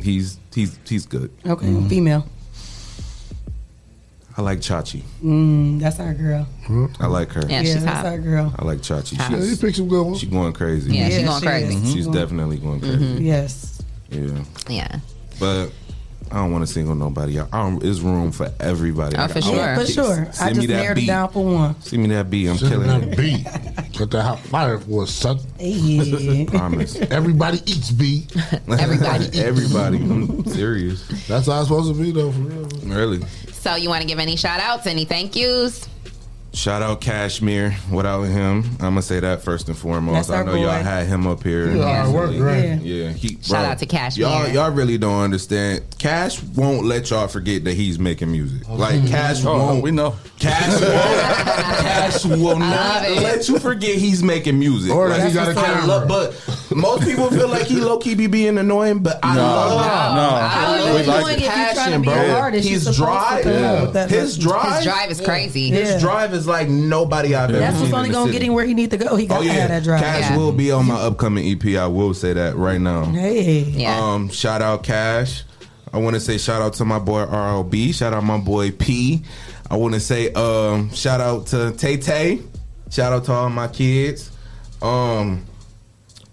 Speaker 17: he's he's he's good.
Speaker 7: Okay,
Speaker 17: Mm-hmm.
Speaker 7: female.
Speaker 17: I like Chachi.
Speaker 7: Mm, that's our girl.
Speaker 17: I like her.
Speaker 7: Yeah, Yeah, she's that's hot. our girl.
Speaker 17: I like Chachi.
Speaker 7: Hot.
Speaker 6: Yeah, you picked some good ones.
Speaker 17: She's going crazy.
Speaker 8: Yeah,
Speaker 7: Mm-hmm.
Speaker 8: she Yeah, going she crazy. is.
Speaker 17: She's
Speaker 8: Mhm.
Speaker 17: definitely going crazy.
Speaker 7: Yes.
Speaker 17: Yeah.
Speaker 8: Yeah.
Speaker 17: But I don't want to single nobody out. I don't, it's room for everybody.
Speaker 7: Oh,
Speaker 17: Like,
Speaker 7: for
Speaker 17: I want
Speaker 7: sure. For
Speaker 17: kicks.
Speaker 7: sure. I
Speaker 17: Send
Speaker 7: just
Speaker 17: me that
Speaker 7: narrowed it
Speaker 17: beat.
Speaker 7: down for one.
Speaker 17: Send me that beat. I'm
Speaker 6: Send me
Speaker 17: killing
Speaker 6: that beat. Cut that hot fire for us, son.
Speaker 7: Yeah.
Speaker 17: Promise.
Speaker 6: Everybody eats B.
Speaker 17: Everybody. Everybody. I'm serious.
Speaker 6: That's how it's supposed to be, though, for real.
Speaker 17: Really.
Speaker 8: So you want to give any shout outs, any thank yous?
Speaker 17: Shout out Cashmere. Without him, I'm gonna say that first and foremost.
Speaker 8: That's our
Speaker 17: I know y'all
Speaker 8: boy.
Speaker 17: had him up here.
Speaker 8: Yeah, Yeah. work, right.
Speaker 17: Yeah. he-
Speaker 8: Shout out to Cashmere.
Speaker 17: Y'all, y'all really don't understand. Cash won't let y'all forget that he's making music. Like Cash
Speaker 9: Oh,
Speaker 17: won't. We know. Cash won't. Cash will not
Speaker 9: it.
Speaker 17: let you forget he's making music.
Speaker 9: Or that he got a
Speaker 17: I
Speaker 9: camera.
Speaker 17: love- but most people feel like he low key be being annoying, but I
Speaker 9: No.
Speaker 17: love.
Speaker 9: No. No.
Speaker 17: I
Speaker 9: How
Speaker 17: love
Speaker 9: you annoying if
Speaker 17: his
Speaker 9: you're trying to
Speaker 17: passion,
Speaker 9: be an
Speaker 17: bro.
Speaker 9: artist? You're
Speaker 17: He's
Speaker 9: supposed to
Speaker 17: dry.
Speaker 9: come up with that
Speaker 17: His
Speaker 9: much-
Speaker 17: drive.
Speaker 8: His drive is crazy.
Speaker 17: His
Speaker 8: Yeah.
Speaker 17: drive is like nobody I've ever
Speaker 7: That's
Speaker 17: seen
Speaker 7: what's
Speaker 17: in
Speaker 7: only
Speaker 17: the
Speaker 7: gonna
Speaker 17: city.
Speaker 7: get him where he need to go. He got
Speaker 17: Oh
Speaker 7: to
Speaker 17: yeah,
Speaker 7: have that drive.
Speaker 17: Cash will be on my upcoming EP. I will say that right now.
Speaker 7: Hey.
Speaker 17: Um, shout out Cash. I want to say shout out to my boy RLB. Shout out my boy P. I want to say um, shout out to Tay Tay. Shout out to all my kids. Um,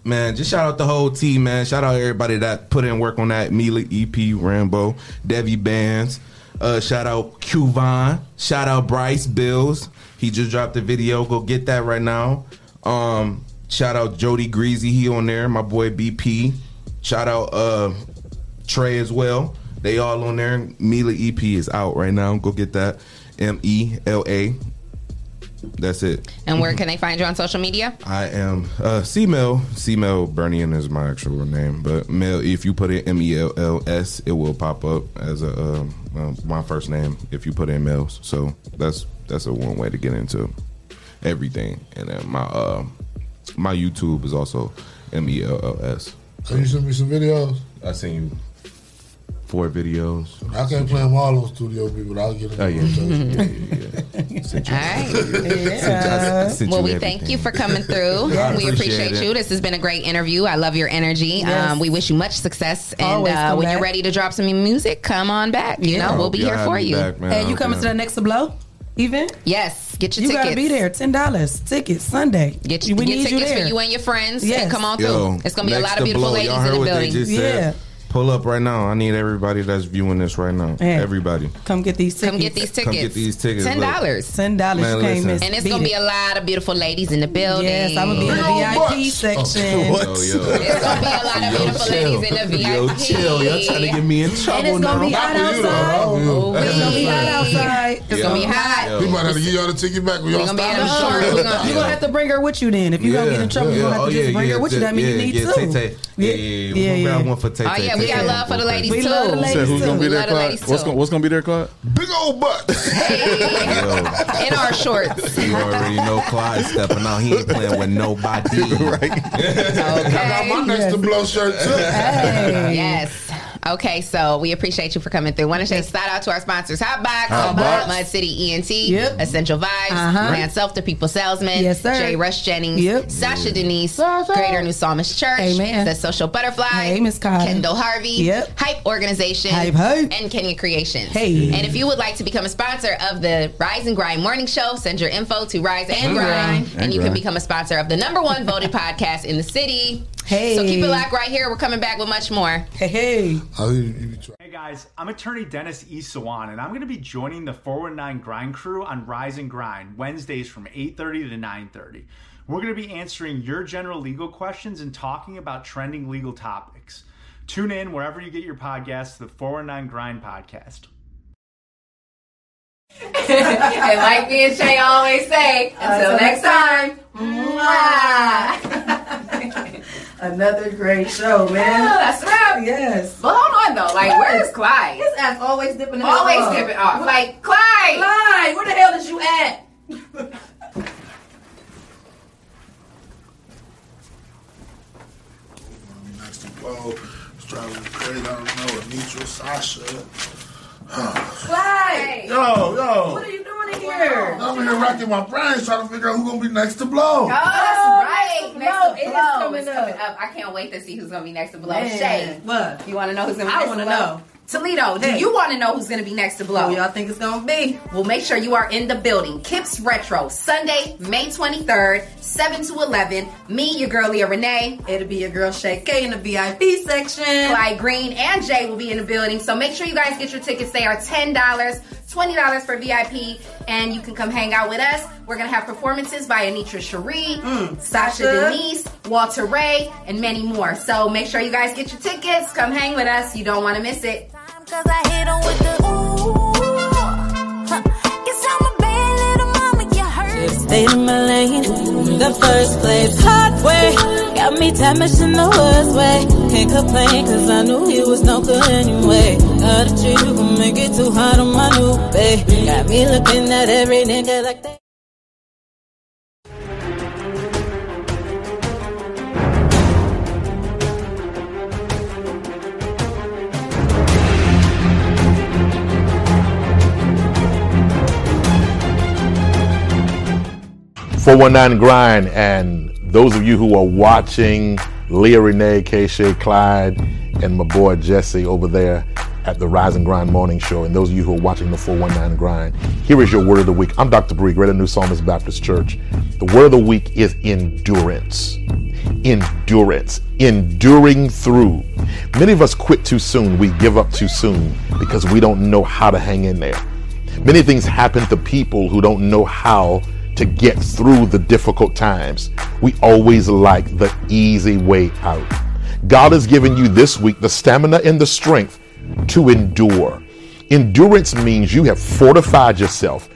Speaker 17: man, just shout out the whole team, man. Shout out everybody that put in work on that Mila EP, Rambo, Devi Bands. Uh, shout out Q Vine. Shout out Bryce Bills. He just dropped the video. Go get that right now. Um, shout out Jody Greasy. He on there. My boy BP. Shout out uh, Trey as well. They all on there. Mila EP is out right now. Go get that. M E L A. That's it.
Speaker 8: And where can they find you on social media?
Speaker 17: I am uh C-Mel. C-Mel Bernian is my actual name, but Mel. If you put in M E L L S, it will pop up as a um, um, my first name. If you put in Mel's, so that's that's a one way to get into everything. And then my uh, my YouTube is also M E L L S.
Speaker 6: Can you send me some videos?
Speaker 17: I seen you four videos.
Speaker 6: I can't play them all on studio B, but I'll get them.
Speaker 17: Oh yeah, yeah,
Speaker 6: yeah,
Speaker 17: yeah. Sent you-
Speaker 8: All right.
Speaker 17: I sent you
Speaker 8: Uh, well, we
Speaker 17: everything.
Speaker 8: thank you for coming through.
Speaker 17: I
Speaker 8: we
Speaker 17: appreciate
Speaker 8: appreciate
Speaker 17: it.
Speaker 8: you. This has been a great interview. I love your energy.
Speaker 7: Yes.
Speaker 8: Um, we wish you much success. And
Speaker 7: Always
Speaker 8: uh,
Speaker 7: come
Speaker 8: when you're
Speaker 7: back.
Speaker 8: ready to drop some music, come on back. You
Speaker 7: Yeah.
Speaker 8: know, we'll be
Speaker 7: Y'all
Speaker 8: here
Speaker 7: have
Speaker 8: for
Speaker 7: me
Speaker 8: you.
Speaker 7: back, man. Hey, you coming to the next blow? Even?
Speaker 8: Yes. Get your
Speaker 7: you
Speaker 8: tickets.
Speaker 7: gotta be there. Ten dollars tickets Sunday.
Speaker 8: Get, you,
Speaker 7: we
Speaker 8: get
Speaker 7: need
Speaker 8: tickets
Speaker 7: you there.
Speaker 8: for you and your friends.
Speaker 7: Yes.
Speaker 8: And come on
Speaker 17: Yo,
Speaker 8: through. It's gonna be a
Speaker 17: next
Speaker 8: lot
Speaker 17: to
Speaker 8: of beautiful
Speaker 17: blow.
Speaker 8: ladies
Speaker 17: Y'all heard
Speaker 8: in the
Speaker 17: what
Speaker 8: building.
Speaker 17: They just
Speaker 7: Yeah.
Speaker 17: said. Pull up right now. I need everybody that's viewing this right now.
Speaker 7: Yeah.
Speaker 17: Everybody.
Speaker 7: Come get these tickets.
Speaker 8: Come get these tickets.
Speaker 17: Come get these tickets.
Speaker 8: Ten dollars.
Speaker 7: Ten dollars.
Speaker 17: Man,
Speaker 7: you can't
Speaker 17: listen.
Speaker 7: miss.
Speaker 8: And it's
Speaker 7: Beat
Speaker 8: gonna be
Speaker 7: it.
Speaker 8: a lot of beautiful ladies in the building.
Speaker 7: Yes, I'm gonna be in the
Speaker 17: Oh,
Speaker 7: VIP section.
Speaker 8: It's gonna be a lot of beautiful ladies in the VIP.
Speaker 17: Yo, chill. Y'all trying to get me in trouble
Speaker 7: And it's
Speaker 17: now.
Speaker 7: gonna be hot outside. It's gonna be hot outside.
Speaker 17: It's gonna be hot.
Speaker 6: We might have to give y'all the ticket back. We
Speaker 7: We're
Speaker 6: all
Speaker 7: gonna be
Speaker 6: stop
Speaker 7: in
Speaker 6: the
Speaker 7: the
Speaker 6: show.
Speaker 7: shorts. We're gonna- You gonna have to bring her with you then. If you gonna get in trouble, you gonna have to just bring her with you. That means you need
Speaker 17: Oh, yeah,
Speaker 7: two.
Speaker 17: Tay-Tay. Yeah, yeah, yeah.
Speaker 7: Yeah,
Speaker 17: One round
Speaker 7: yeah.
Speaker 17: one for Tay-Tay.
Speaker 8: Oh, yeah, we got
Speaker 17: Tay-Tay.
Speaker 8: love for the ladies
Speaker 7: We
Speaker 8: too.
Speaker 7: love the
Speaker 9: You said who's gonna
Speaker 8: We
Speaker 9: be there,
Speaker 8: love the
Speaker 9: Clyde?
Speaker 8: ladies
Speaker 9: What's
Speaker 8: too.
Speaker 9: gonna, what's gonna be there, Clyde?
Speaker 6: Big old butt.
Speaker 8: in our shorts.
Speaker 17: You already know Clyde stepping out. He ain't playing with nobody.
Speaker 6: I got my next to blow shirt too.
Speaker 8: Yes. Okay, so we appreciate you for coming through. Want to say shout out to our sponsors, Hotbox,
Speaker 7: Hotbox.
Speaker 8: Mud City ENT,
Speaker 7: Yep.
Speaker 8: Essential Vibes,
Speaker 7: Uh-huh.
Speaker 8: Man Self, The People Salesman,
Speaker 7: Yes, sir.
Speaker 8: Jay Rush Jennings,
Speaker 7: Yep.
Speaker 8: Sasha Denise, Greater New Psalmist Church, The Social Butterfly, Kendall Harvey,
Speaker 7: Yep.
Speaker 8: Hype Organization,
Speaker 7: Hype, hype.
Speaker 8: and Kenya Creations.
Speaker 7: Hey.
Speaker 8: And if you would like to become a sponsor of the Rise and Grind Morning Show, send your info to Rise and
Speaker 7: And
Speaker 8: Grind,
Speaker 7: grind.
Speaker 8: and
Speaker 7: And
Speaker 8: you can
Speaker 7: grind.
Speaker 8: become a sponsor of the number one voted podcast in the city. Hey. So keep it locked right here. We're coming back with much more.
Speaker 7: Hey, hey.
Speaker 3: Hey guys, I'm attorney Dennis E. Sawan, and I'm going to be joining the 419 Grind Crew on Rise and Grind Wednesdays from 8:30 to 9:30. We're going to be answering your general legal questions and talking about trending legal topics. Tune in wherever you get your podcasts to the 419 Grind podcast.
Speaker 8: and like me and Shay always say, until next time.
Speaker 7: Another great show, man.
Speaker 8: Oh, that's right.
Speaker 7: Yes.
Speaker 8: But hold on though, like where is Clyde?
Speaker 7: His ass always dipping. his
Speaker 8: Always
Speaker 7: off.
Speaker 8: dipping off. Like, Clyde!
Speaker 7: Clyde, where the hell is you at?
Speaker 6: Next to blow. It's driving me crazy. I don't know. Anitra, Sasha.
Speaker 7: Clyde.
Speaker 6: Yo, yo.
Speaker 7: What are you doing in here?
Speaker 6: I'm here racking my brains trying to figure out who's gonna be next to
Speaker 7: Oh.
Speaker 6: blow.
Speaker 8: Oh, that's right.
Speaker 7: Next
Speaker 8: Next to
Speaker 7: to Blow. It is
Speaker 8: Blow
Speaker 7: coming
Speaker 8: is coming up. I can't wait to see who's gonna be next to Blow.
Speaker 7: Man,
Speaker 8: Shay,
Speaker 7: what?
Speaker 8: you want to know who's gonna be
Speaker 7: I
Speaker 8: next
Speaker 7: wanna
Speaker 8: to Blow?
Speaker 7: know.
Speaker 8: Toledo, do
Speaker 7: Hey.
Speaker 8: you want to know who's going to be next to blow?
Speaker 7: Who y'all think it's going to be?
Speaker 8: Well, make sure you are in the building. Kips Retro, Sunday, May 23rd, 7 to 11. Me, your girl Leah Renee.
Speaker 7: It'll be your girl Shay K in the VIP section.
Speaker 8: Clyde Green and Jay will be in the building. So make sure you guys get your tickets. They are $10, $20 for VIP, and you can come hang out with us. We're going to have performances by Anitra Cherie, Sasha
Speaker 7: Mm. Sasha.
Speaker 8: Denise, Walter Ray, and many more. So make sure you guys get your tickets. Come hang with us. You don't want to miss it.
Speaker 18: Cause I hit 'em with the ooh. Huh. Guess I'm a bad little mama, you heard.
Speaker 4: Stayed in my lane, the first place, hardway. Got me damaged in the worst way. Can't complain, cause I knew he was no good anyway. Got a tree, gon' make it too hard on my new babe. Got me looking at every nigga like that.
Speaker 10: Four one nine grind, and those of you who are watching, Leah Renee, Kesha, Clyde, and my boy Jesse over there at the Rise and Grind Morning Show, and those of you who are watching the four one nine grind, here is your word of the week. I'm Dr. Bree, Greater New Psalmist Baptist Church. The word of the week is endurance endurance, enduring through. Many of us quit too soon, we give up too soon because we don't know how to hang in there. Many things happen to people who don't know how to get through the difficult times. We always like the easy way out. God has given you this week the stamina and the strength to endure. Endurance means you have fortified yourself,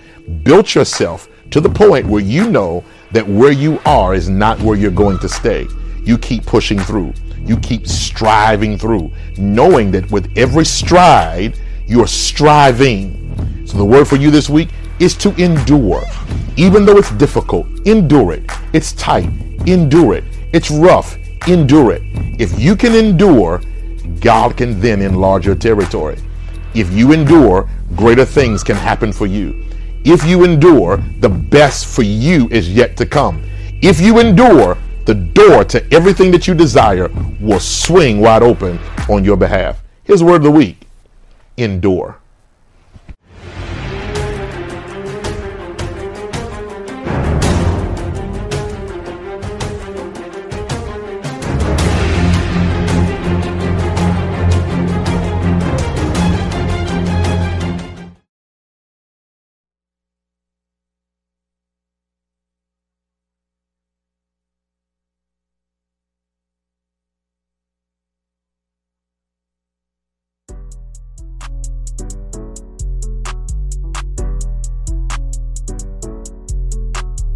Speaker 10: built yourself to the point where you know that where you are is not where you're going to stay. You keep pushing through, you keep striving through, knowing that with every stride, you're striving. So, the word for you this week is to endure. Even though it's difficult, endure it. It's tight, endure it. It's rough, endure it. If you can endure, God can then enlarge your territory. If you endure, greater things can happen for you. If you endure, the best for you is yet to come. If you endure, the door to everything that you desire will swing wide open on your behalf. Here's the word of the week endure.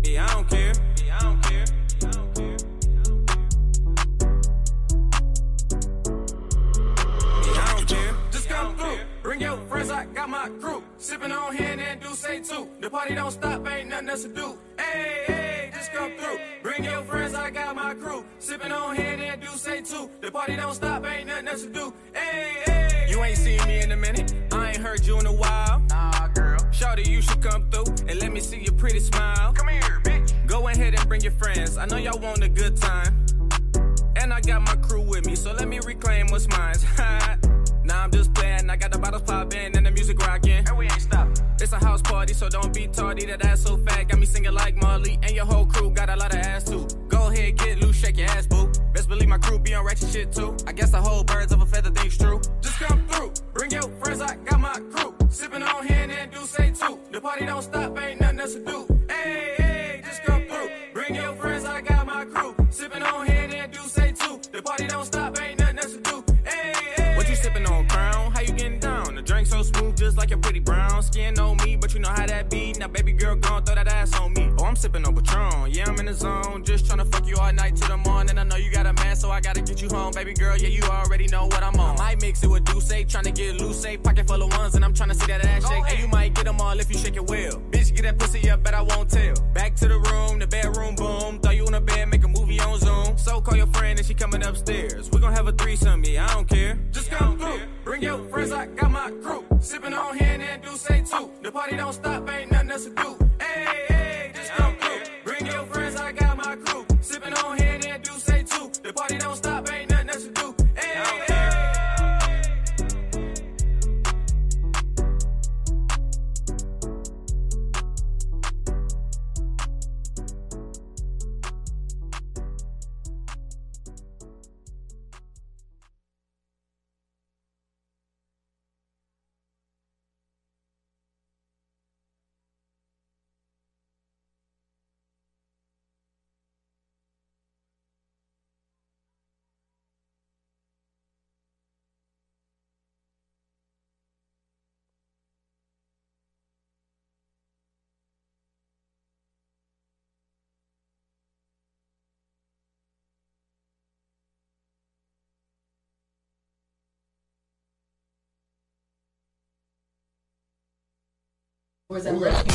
Speaker 19: Yeah, I don't care. Yeah, I don't care.
Speaker 20: Just come through. Bring your friends, I got my crew. Sipping on here and then do say too. The party don't stop, ain't nothing else to do. Hey, hey, just come through. Bring your friends, I got my crew. Sipping on here and then do say too. The party don't stop, ain't nothing else to do. Hey, hey. You ain't seen me in a minute. I ain't heard you in a while. Nah, girl. Shawty, you should come through and let me see your pretty smile. Come here, bitch. Go ahead and bring your friends. I know y'all want a good time. And I got my crew with me, so let me reclaim what's mine. nah, I'm just playing. I got the bottles popping and the music rocking. And we ain't stopping. It's a house party, so don't be tardy. That ass so fat, got me singing like Marley. And your whole crew got a lot of ass too. Go ahead, get loose, shake your ass, boo. Best believe my crew be on ratchet shit too. I guess the whole birds of a feather thing's true. Just come through, bring your friends. I got my crew. Sipping on here and then do say too. The party don't stop, ain't nothing else to do. Hey, hey, just come through. Bring your friends, I got my crew. Sipping on here and then do say too. The party don't stop, ain't nothing else to do. Hey, hey. What you sipping on, Crown? How you getting down? The drink so smooth, just like your pretty brown skin on me, but you know how that be. Now, baby girl, gon' throw that ass on me. Oh, I'm sipping on Patron. Yeah, I'm in the zone, just tryna fuck you all night till the morning. I know you got a man, so I gotta get you home, baby girl. Yeah, you already know what I'm on. I might mix it with Douce, tryna get loose, say pocket full of ones, and I'm tryna see that ass shake. And you might get them all if you shake it well. Bitch, get that pussy up, but I won't tell. Back to the room, the bedroom, boom. Throw you in the bed, make a movie on Zoom. So call your friend and she coming upstairs. We gon' have a threesome, yeah, I don't care. Just come through, bring your friends, I got my crew. Sipping on here and then do say too. The party don't stop, ain't nothing else to do. Hey, hey, just come through, bring your friends, I got my crew. Sipping on here and then do say too. The party don't stop, ain't nothing else to do. Hey, hey.
Speaker 7: Where's that rest?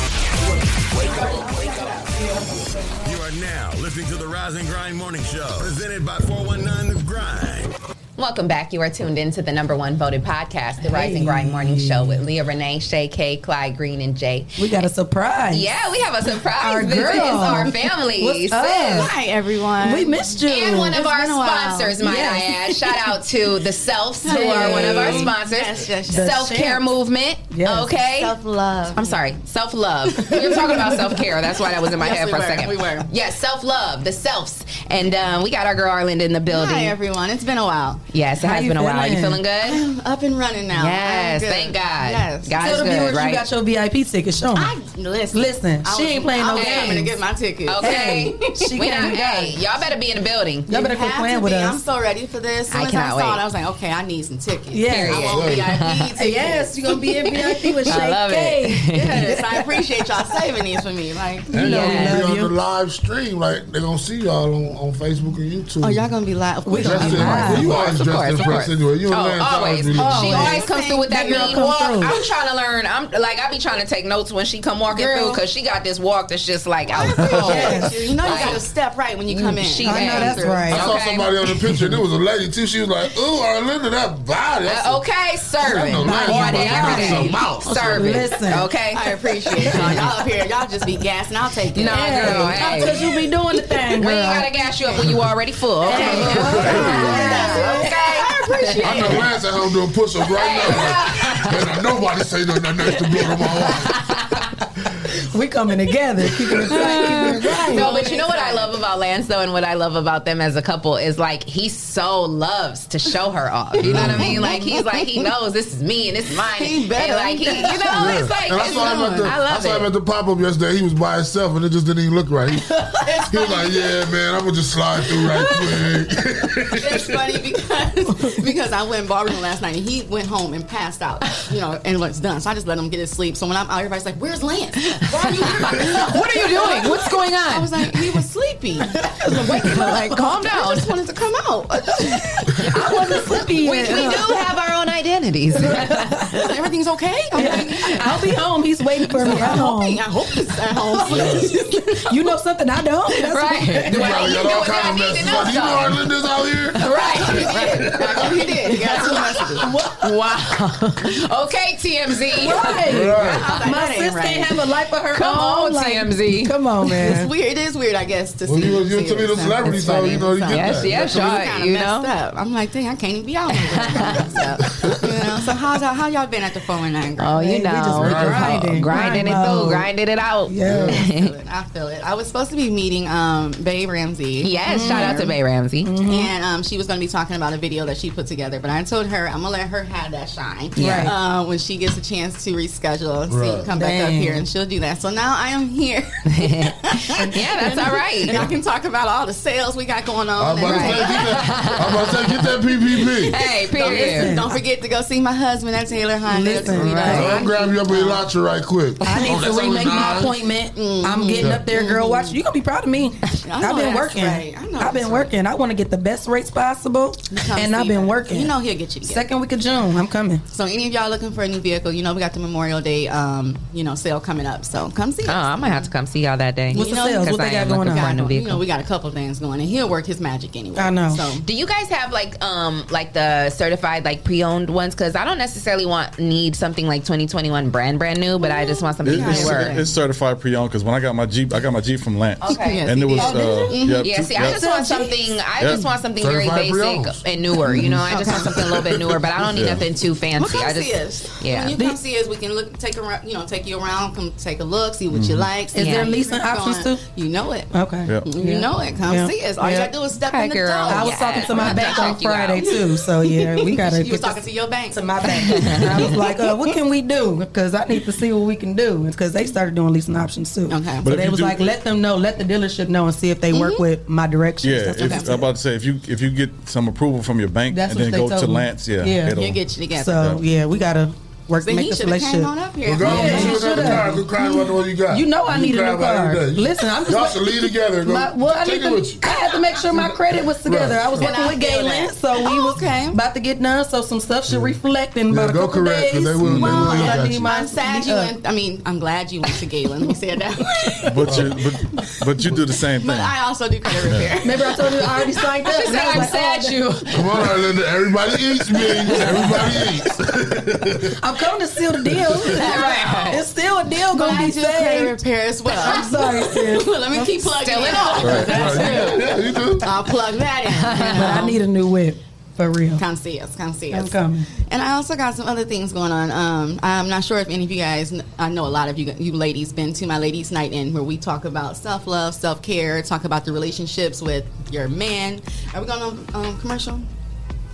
Speaker 1: You are now listening to the Rise and Grind Morning Show, presented by 419 The Grind.
Speaker 8: Welcome back. You are tuned in to the number one voted podcast, The Rise and Grind Morning Show with Leah Renee, Shay K, Clyde Green, and Jay.
Speaker 7: We got a surprise.
Speaker 8: Yeah, we have a surprise.
Speaker 7: Our
Speaker 8: visit.
Speaker 7: girl.
Speaker 8: It's our family.
Speaker 7: What's up? Hi,
Speaker 11: everyone.
Speaker 7: We missed you.
Speaker 8: And one of
Speaker 11: It's
Speaker 8: our
Speaker 11: been a while.
Speaker 8: sponsors, might I add.
Speaker 11: Yes.
Speaker 8: Shout out to the Self Tour,
Speaker 11: Hey.
Speaker 8: one of our sponsors.
Speaker 11: Yes, yes, yes. The
Speaker 8: Self care
Speaker 11: champs.
Speaker 8: movement.
Speaker 11: Yes.
Speaker 8: Okay. Self
Speaker 11: love.
Speaker 8: I'm sorry. Self love. we were talking about self care. That's why that was in my
Speaker 11: Yes,
Speaker 8: head
Speaker 11: we
Speaker 8: for
Speaker 11: were.
Speaker 8: a second.
Speaker 11: We were.
Speaker 8: Yes, self love, the selfs. And um, we got our girl Arlinda in the building.
Speaker 11: Hi everyone. It's been a while.
Speaker 8: Yes, it has been a while. You feeling good?
Speaker 11: I'm up and running now.
Speaker 8: Yes,
Speaker 11: I'm good.
Speaker 8: thank God.
Speaker 11: Yes.
Speaker 8: God
Speaker 7: Tell
Speaker 8: is
Speaker 7: the
Speaker 8: good,
Speaker 7: viewers
Speaker 8: right?
Speaker 7: you got your VIP ticket. Show 'em.
Speaker 11: Listen,
Speaker 7: Listen,
Speaker 11: I
Speaker 7: she
Speaker 11: was-
Speaker 7: ain't playing
Speaker 11: I
Speaker 7: no
Speaker 11: was coming to
Speaker 7: games.
Speaker 11: get my ticket.
Speaker 8: Okay.
Speaker 11: She
Speaker 8: We
Speaker 11: can't
Speaker 8: not-
Speaker 11: do that.
Speaker 8: hey, y'all better be in the building.
Speaker 11: You have to be. I'm so ready for this. As soon
Speaker 8: I
Speaker 11: as I
Speaker 8: cannot
Speaker 11: saw
Speaker 8: wait.
Speaker 11: it, I was like, okay, I need some tickets.
Speaker 8: Yes.
Speaker 11: I want
Speaker 8: Period.
Speaker 11: VIP tickets.
Speaker 7: Yes, you're gonna be in VIP with
Speaker 11: I
Speaker 7: Shay
Speaker 11: love
Speaker 7: K.
Speaker 11: it. Yes, I appreciate y'all saving these for me. Like,
Speaker 6: And they're gonna be on the live stream. Like they're gonna see y'all on, on Facebook and YouTube.
Speaker 11: Oh, y'all gonna be live. Of
Speaker 6: We
Speaker 11: course y'all
Speaker 6: dressed
Speaker 11: be
Speaker 6: in
Speaker 11: live.
Speaker 6: Well, you
Speaker 11: Of
Speaker 6: always
Speaker 11: course, of
Speaker 6: dressed in
Speaker 11: course, of
Speaker 6: press
Speaker 11: course.
Speaker 6: anyway. You
Speaker 11: Oh,
Speaker 6: don't learn
Speaker 11: always.
Speaker 6: college
Speaker 11: Always.
Speaker 8: She
Speaker 11: Wait.
Speaker 8: always comes through with that,
Speaker 11: That girl
Speaker 8: mean
Speaker 11: come
Speaker 8: walk.
Speaker 11: through.
Speaker 8: I'm trying to learn. I'm like I be trying to take notes when she come walking through 'cause through because she got this walk that's just like out.
Speaker 11: Yes. You know you got to step right when you come in.
Speaker 8: She
Speaker 11: I know
Speaker 8: has.
Speaker 11: that's right.
Speaker 6: I saw
Speaker 8: Okay.
Speaker 6: somebody on the picture and it was a lady too. She was like, "Ooh, Arlinda, that body." I said,
Speaker 8: Uh, okay, serving.
Speaker 6: That's the last
Speaker 8: All day,
Speaker 6: one.
Speaker 8: every
Speaker 6: That's
Speaker 8: day.
Speaker 6: the mouth.
Speaker 8: Serving.
Speaker 11: Listen.
Speaker 8: Okay.
Speaker 11: I appreciate y'all. Y'all up here, y'all just be gassing. I'll take it.
Speaker 8: No, girl, hey.
Speaker 11: Because you be doing the thing,
Speaker 8: We
Speaker 11: girl.
Speaker 8: ain't gotta gas you up when you already full. Okay.
Speaker 11: I appreciate
Speaker 6: I'm the last at home doing push-ups right now, and nobody say nothing nice to blow to my wife.
Speaker 7: We coming together. Keep it tight. Keep it right.
Speaker 8: No, but you know what I love about Lance though, and what I love about them as a couple is like he so loves to show her off. You know what I mean? Like he's like he knows this is me and this is mine.
Speaker 11: He better.
Speaker 8: And, like he, you know, it's like
Speaker 6: and I
Speaker 8: it's-
Speaker 6: saw him at the,
Speaker 8: I
Speaker 6: I
Speaker 8: love
Speaker 6: saw him
Speaker 8: it.
Speaker 6: at the pop up yesterday. He was by himself, and it just didn't even look right. He, he was like, "Yeah, man, I'm gonna just slide through right quick."
Speaker 11: It's funny because because I went ballroom last night and he went home and passed out, you know, and was done. So I just let him get his sleep. So when I'm out, everybody's like, "Where's Lance? Why are you here?
Speaker 8: What are you doing? What's going on?"
Speaker 11: I was like, "He was sleepy. I was like, wake up.
Speaker 8: Like, calm down.
Speaker 11: I just wanted to come out. I
Speaker 7: wasn't sleepy.
Speaker 8: We, we do have our own identities.
Speaker 11: Everything's okay. I'm like,
Speaker 7: I'll be home. He's waiting for me. I'm home.
Speaker 11: I hope it's at home.
Speaker 7: You know something I don't. That's
Speaker 11: Right.
Speaker 7: what-
Speaker 6: He probably got all kinds of messages. Like, you know, Arlinda's out here.
Speaker 11: Right. He did. He got two messages.
Speaker 8: wow. Okay, TMZ.
Speaker 7: Right.
Speaker 11: Right.
Speaker 7: My
Speaker 11: That ain't
Speaker 7: sister
Speaker 11: right.
Speaker 7: ain't have a life of her
Speaker 8: Come
Speaker 7: own.
Speaker 8: on,
Speaker 7: like,
Speaker 8: TMZ.
Speaker 7: Come on, man.
Speaker 11: It's weird. It is weird, I guess, to
Speaker 6: Well,
Speaker 11: see.
Speaker 6: you- you're
Speaker 11: see
Speaker 6: a Toledo
Speaker 11: it.
Speaker 6: celebrity,
Speaker 11: It's
Speaker 6: so,
Speaker 11: funny.
Speaker 6: you know, you get
Speaker 11: Something.
Speaker 6: that. Yes,
Speaker 11: It's
Speaker 6: yes, right,
Speaker 11: kinda
Speaker 6: you
Speaker 11: messed
Speaker 6: know?
Speaker 11: Up. I'm like, dang, I can't even be out. here. It's messed up. you know, so how's how y'all been at the phone and nine?
Speaker 8: Oh, you know, grinding, grinding it through, grinding it out. Yeah.
Speaker 11: I feel it. I was supposed to be meeting um, Bay Ramsey. Mm-hmm.
Speaker 8: Yes, shout out to Bay Ramsey.
Speaker 6: Mm-hmm.
Speaker 11: And um, she was going to be talking about a video that she put together, but I told her I'm going to let her have that shine.
Speaker 8: Right.
Speaker 11: Uh, when she gets a chance to reschedule, and
Speaker 8: Right.
Speaker 11: see, come back up
Speaker 8: Dang.
Speaker 11: here, and she'll do that. So now I am here.
Speaker 8: yeah, that's all right.
Speaker 11: And I can talk about all the sales we got going
Speaker 6: I'm
Speaker 11: on.
Speaker 6: about, to say, get that, I'm about to say, get that PPP.
Speaker 11: Hey, Don't, listen, don't forget to go see my husband at Taylor Honda.
Speaker 6: Let him grab you up with Elantra right quick.
Speaker 11: I need
Speaker 6: Oh,
Speaker 11: to
Speaker 6: that's
Speaker 11: remake
Speaker 6: always
Speaker 11: my
Speaker 6: nice.
Speaker 11: appointment.
Speaker 7: I'm getting
Speaker 6: Yeah.
Speaker 7: up there, girl. Watch, you gonna be proud of me. I've been
Speaker 11: that's
Speaker 7: working.
Speaker 11: right. I know
Speaker 7: I've been working. I want to get the best rates possible, and I've been working.
Speaker 11: You know he'll get you. Together.
Speaker 7: Second week of June, I'm coming.
Speaker 11: So any of y'all looking for a new vehicle, you know we got the Memorial Day, um, you know sale coming up. So come see. Oh,
Speaker 8: I'm gonna have to come see y'all that day.
Speaker 11: What's the sales?
Speaker 8: Because
Speaker 11: What they got
Speaker 8: I am
Speaker 11: going
Speaker 8: looking for a
Speaker 11: on?
Speaker 8: new
Speaker 11: You know
Speaker 8: vehicle.
Speaker 11: we got a couple things going, and he'll work his magic anyway. So
Speaker 8: Do you guys have like um like the certified like pre-owned ones? Because I don't necessarily want need something like 2021 brand brand new, but I just want something
Speaker 9: It's,
Speaker 8: newer.
Speaker 9: it's certified pre-owned because when I got my Jeep, I got my Jeep from Lance.
Speaker 8: Okay.
Speaker 9: And it was,
Speaker 8: Oh,
Speaker 9: uh,
Speaker 8: did you?
Speaker 9: yep,
Speaker 8: yeah.
Speaker 9: two-
Speaker 8: See, I
Speaker 9: yep.
Speaker 8: just want something. I
Speaker 9: Yeah.
Speaker 8: just want something very
Speaker 9: Certified
Speaker 8: basic
Speaker 9: pre-owned.
Speaker 8: and newer. You know, I just want something a little bit newer, but I don't need
Speaker 11: Yeah.
Speaker 8: nothing too
Speaker 11: Well,
Speaker 8: fancy.
Speaker 11: come
Speaker 8: I just
Speaker 11: see us.
Speaker 8: yeah.
Speaker 11: When you come see us, we can look, take around, you know, take you around, come take a look, see what you
Speaker 8: Mhm.
Speaker 7: Mm-hmm.
Speaker 11: like. see
Speaker 8: Is there
Speaker 11: how you
Speaker 8: leasing
Speaker 11: dress
Speaker 8: options
Speaker 11: going.
Speaker 8: too?
Speaker 11: You know it.
Speaker 7: Okay.
Speaker 11: You know it. Come
Speaker 7: Yeah.
Speaker 11: see us. All
Speaker 7: Yeah.
Speaker 11: you gotta do is step
Speaker 7: Hi,
Speaker 11: in the
Speaker 7: girl.
Speaker 11: door.
Speaker 7: I was talking to my
Speaker 11: We'll
Speaker 7: bank on
Speaker 11: check you out.
Speaker 7: Friday too, so yeah, we gotta.
Speaker 11: You was
Speaker 7: get
Speaker 11: talking to your bank. To
Speaker 7: my bank. I was like, uh, what can we do? Because I need to see what we can do. Because they started doing leasing options too. Okay. So
Speaker 9: But if
Speaker 7: they
Speaker 9: you
Speaker 7: was
Speaker 9: do-
Speaker 7: like, let them know, let the dealership know, and see if they work with my directions.
Speaker 9: Yeah,
Speaker 7: That's what
Speaker 9: if,
Speaker 7: they
Speaker 9: I'm
Speaker 7: said.
Speaker 9: about to say if you if you get some approval from your bank
Speaker 7: That's
Speaker 9: and
Speaker 7: what
Speaker 9: then
Speaker 7: they
Speaker 9: go
Speaker 7: told
Speaker 9: to
Speaker 7: me.
Speaker 9: Lance, yeah,
Speaker 7: Yeah.
Speaker 9: it'll-
Speaker 7: You'll
Speaker 11: get you together.
Speaker 7: So yeah, we gotta work,
Speaker 11: Then
Speaker 7: make
Speaker 11: he
Speaker 7: this
Speaker 11: shoulda came
Speaker 7: relationship.
Speaker 11: on up here.
Speaker 6: Well, go on,
Speaker 7: Yeah,
Speaker 6: sit
Speaker 7: he
Speaker 6: in the
Speaker 7: shoulda.
Speaker 6: car. Go cry about the one you got.
Speaker 7: You know I
Speaker 6: You
Speaker 7: need a
Speaker 6: cry
Speaker 7: new
Speaker 6: about
Speaker 7: car.
Speaker 6: every day.
Speaker 7: Listen, I'm just
Speaker 6: Y'all should leave together and go
Speaker 7: My- well, I,
Speaker 6: take
Speaker 7: need
Speaker 6: it
Speaker 7: to-
Speaker 6: with you.
Speaker 7: I had to make sure my credit was together.
Speaker 6: Right.
Speaker 7: I was
Speaker 6: And
Speaker 7: working
Speaker 6: I
Speaker 7: with
Speaker 6: feel
Speaker 7: Galen,
Speaker 6: that.
Speaker 7: so we was about to get done. So some stuff should reflect in about a
Speaker 6: go
Speaker 7: couple
Speaker 6: correct, 'cause
Speaker 7: days.
Speaker 6: they will- they will look
Speaker 7: I
Speaker 6: at
Speaker 7: need
Speaker 6: you.
Speaker 7: my-
Speaker 11: I'm sad you
Speaker 7: uh,
Speaker 11: went. I mean, I'm glad you went to Galen. Let me say it that. way.
Speaker 9: But you, but, but you do the same
Speaker 11: But
Speaker 9: thing.
Speaker 11: I also do credit
Speaker 9: Yeah.
Speaker 11: repair.
Speaker 7: Remember, I told you I already signed up.
Speaker 11: She
Speaker 7: and I was
Speaker 11: said, "I'm
Speaker 7: like,
Speaker 11: sad
Speaker 7: oh,
Speaker 11: you."
Speaker 6: Come on, Orlando. Everybody eats me. Everybody
Speaker 7: I'm coming to seal the deal.
Speaker 11: Right.
Speaker 7: It's still a deal
Speaker 11: But
Speaker 7: going to
Speaker 11: I
Speaker 7: be
Speaker 11: do credit
Speaker 7: saved.
Speaker 11: repair as well.
Speaker 7: I'm sorry, sis.
Speaker 11: Let me keep plugging
Speaker 8: Still
Speaker 11: it
Speaker 8: it
Speaker 11: off.
Speaker 7: Right.
Speaker 11: That's
Speaker 7: Right.
Speaker 11: true.
Speaker 7: Yeah, you
Speaker 11: I'll plug that in. you
Speaker 7: But I
Speaker 11: know.
Speaker 7: need a new whip for real.
Speaker 11: Come see us. Come see
Speaker 7: I'm
Speaker 11: us.
Speaker 7: coming.
Speaker 11: And I also got some other things going on. Um, I'm not sure if any of you guys, I know a lot of you, you ladies, been to my ladies' night in where we talk about self love, self care, talk about the relationships with your man. Are we going on um, commercial?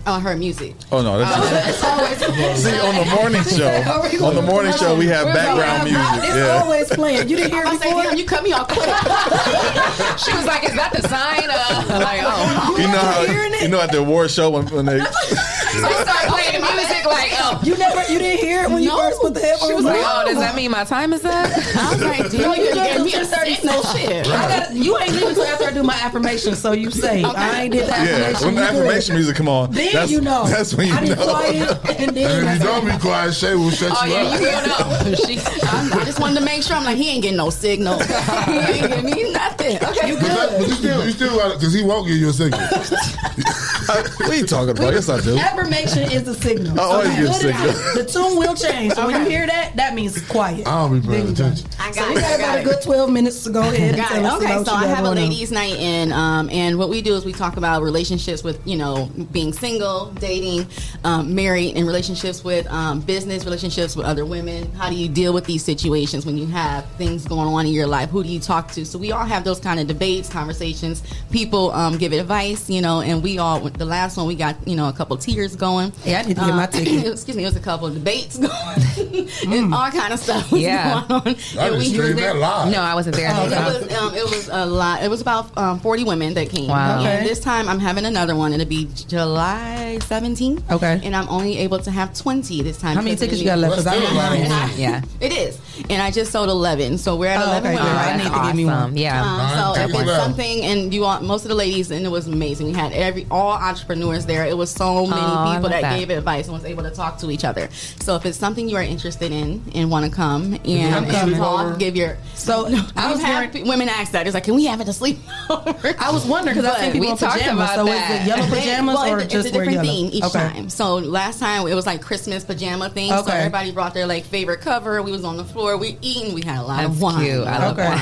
Speaker 11: Oh, I heard music.
Speaker 9: Oh no, that's
Speaker 11: it's always
Speaker 9: see on the morning show. On the morning show, we have background music.
Speaker 7: It's
Speaker 9: Yeah.
Speaker 7: always playing. You didn't hear it before.
Speaker 11: you cut me off quick.
Speaker 8: she was like, "Is that the sign?" of like, oh,
Speaker 9: You know how you know at the award show when, when they
Speaker 8: so I started playing the music like, oh.
Speaker 7: You never, you didn't hear it when you first put the headphones
Speaker 8: She was
Speaker 7: on.
Speaker 8: like, "Oh, does that mean my time is up?" I
Speaker 11: was like,
Speaker 7: No, you just
Speaker 11: me a
Speaker 7: took 30
Speaker 11: signal,
Speaker 7: seconds.
Speaker 11: shit.
Speaker 7: I gotta- You ain't leaving till after I do my affirmation, so you say I ain't did the
Speaker 9: yeah
Speaker 7: affirmation.
Speaker 9: when the
Speaker 7: you good.
Speaker 9: affirmation music come on
Speaker 7: Then
Speaker 9: that's,
Speaker 7: you know.
Speaker 9: that's when you
Speaker 7: I be
Speaker 9: know
Speaker 7: quiet, and then
Speaker 6: And if you don't be quiet, Shay will shut
Speaker 11: Oh
Speaker 6: you
Speaker 11: yeah,
Speaker 6: up.
Speaker 11: you don't know. She, I, I just wanted to make sure. I'm like, he ain't getting no signal. he ain't getting me nothing. Okay,
Speaker 6: But, that, but you still, you still got it because he won't give you a signal.
Speaker 9: what are you talking about? Yes, I do.
Speaker 7: Affirmation is a signal.
Speaker 9: I always
Speaker 7: Okay.
Speaker 9: get a
Speaker 7: Good
Speaker 9: signal.
Speaker 7: enough. The tune will change. So when you hear that, that means quiet.
Speaker 6: I don't be paying attention.
Speaker 11: I
Speaker 7: So we got about a good 12 minutes to go ahead and
Speaker 11: Got
Speaker 7: tell
Speaker 11: it.
Speaker 7: us
Speaker 11: Okay,
Speaker 7: about
Speaker 11: so
Speaker 7: you
Speaker 11: I
Speaker 7: got
Speaker 11: have a
Speaker 7: going on.
Speaker 11: ladies' night in, um, and what we do is we talk about relationships with you know being single, dating, um, married, and relationships with um, business, relationships with other women. How do you deal with these situations when you have things going on in your life? Who do you talk to? So we all have those kind of debates, conversations. People um, give advice, you know, and we all the last one we got you know a couple tears going.
Speaker 7: Yeah, I need to get
Speaker 11: Um,
Speaker 7: my ticket.
Speaker 11: excuse me, it was a couple of debates going, and all kind of stuff. Was
Speaker 8: Yeah.
Speaker 11: going on.
Speaker 8: I
Speaker 11: And
Speaker 8: didn't
Speaker 11: we-
Speaker 8: stream
Speaker 11: you was
Speaker 8: that
Speaker 11: there?
Speaker 8: live. No, I wasn't there.
Speaker 11: it was um, it was a lot. It was about um, forty women that came.
Speaker 8: Wow.
Speaker 11: And
Speaker 8: Okay.
Speaker 11: this time I'm having another one. It'll be July 17th.
Speaker 8: Okay.
Speaker 11: And I'm only able to have twenty this time.
Speaker 7: How many
Speaker 11: because
Speaker 7: tickets
Speaker 11: of the
Speaker 7: you got
Speaker 11: new-
Speaker 7: left? 'Cause I
Speaker 11: That's
Speaker 7: don't
Speaker 11: still a
Speaker 7: know.
Speaker 11: lot.
Speaker 8: Yeah.
Speaker 11: It is. And I just sold eleven, so we're at
Speaker 8: Oh,
Speaker 11: eleven.
Speaker 8: okay,
Speaker 11: women.
Speaker 8: good. I
Speaker 11: That's
Speaker 8: need to give me one.
Speaker 11: awesome.
Speaker 8: Yeah. All
Speaker 11: Um,
Speaker 8: right,
Speaker 11: so if
Speaker 8: take
Speaker 11: it's
Speaker 8: one.
Speaker 11: something and you want most of the ladies and it was amazing. We had every all entrepreneurs there. It was so many
Speaker 8: Oh, I
Speaker 11: people
Speaker 8: love
Speaker 11: that,
Speaker 8: that.
Speaker 11: gave advice and was able to talk to each other. So if it's something you are interested in and want to come and,
Speaker 7: you have
Speaker 11: and
Speaker 7: a sleepover?
Speaker 11: talk, give your
Speaker 7: So I was
Speaker 11: I've had
Speaker 7: hearing-
Speaker 11: pe- women ask that. It's like, can we have it to sleep? I
Speaker 7: was wondering because I seen people in pajamas. So is it yellow pajamas
Speaker 11: well,
Speaker 7: or
Speaker 11: it's,
Speaker 7: just
Speaker 11: it's a
Speaker 7: wear
Speaker 11: different
Speaker 7: yellow?
Speaker 11: theme each
Speaker 7: Okay.
Speaker 11: time. So last time it was like Christmas pajama thing. So
Speaker 7: Okay.
Speaker 11: everybody brought their like favorite cover. We was on the floor. We eating. We had a lot of
Speaker 8: That's
Speaker 11: wine.
Speaker 8: cute. I love
Speaker 11: wine.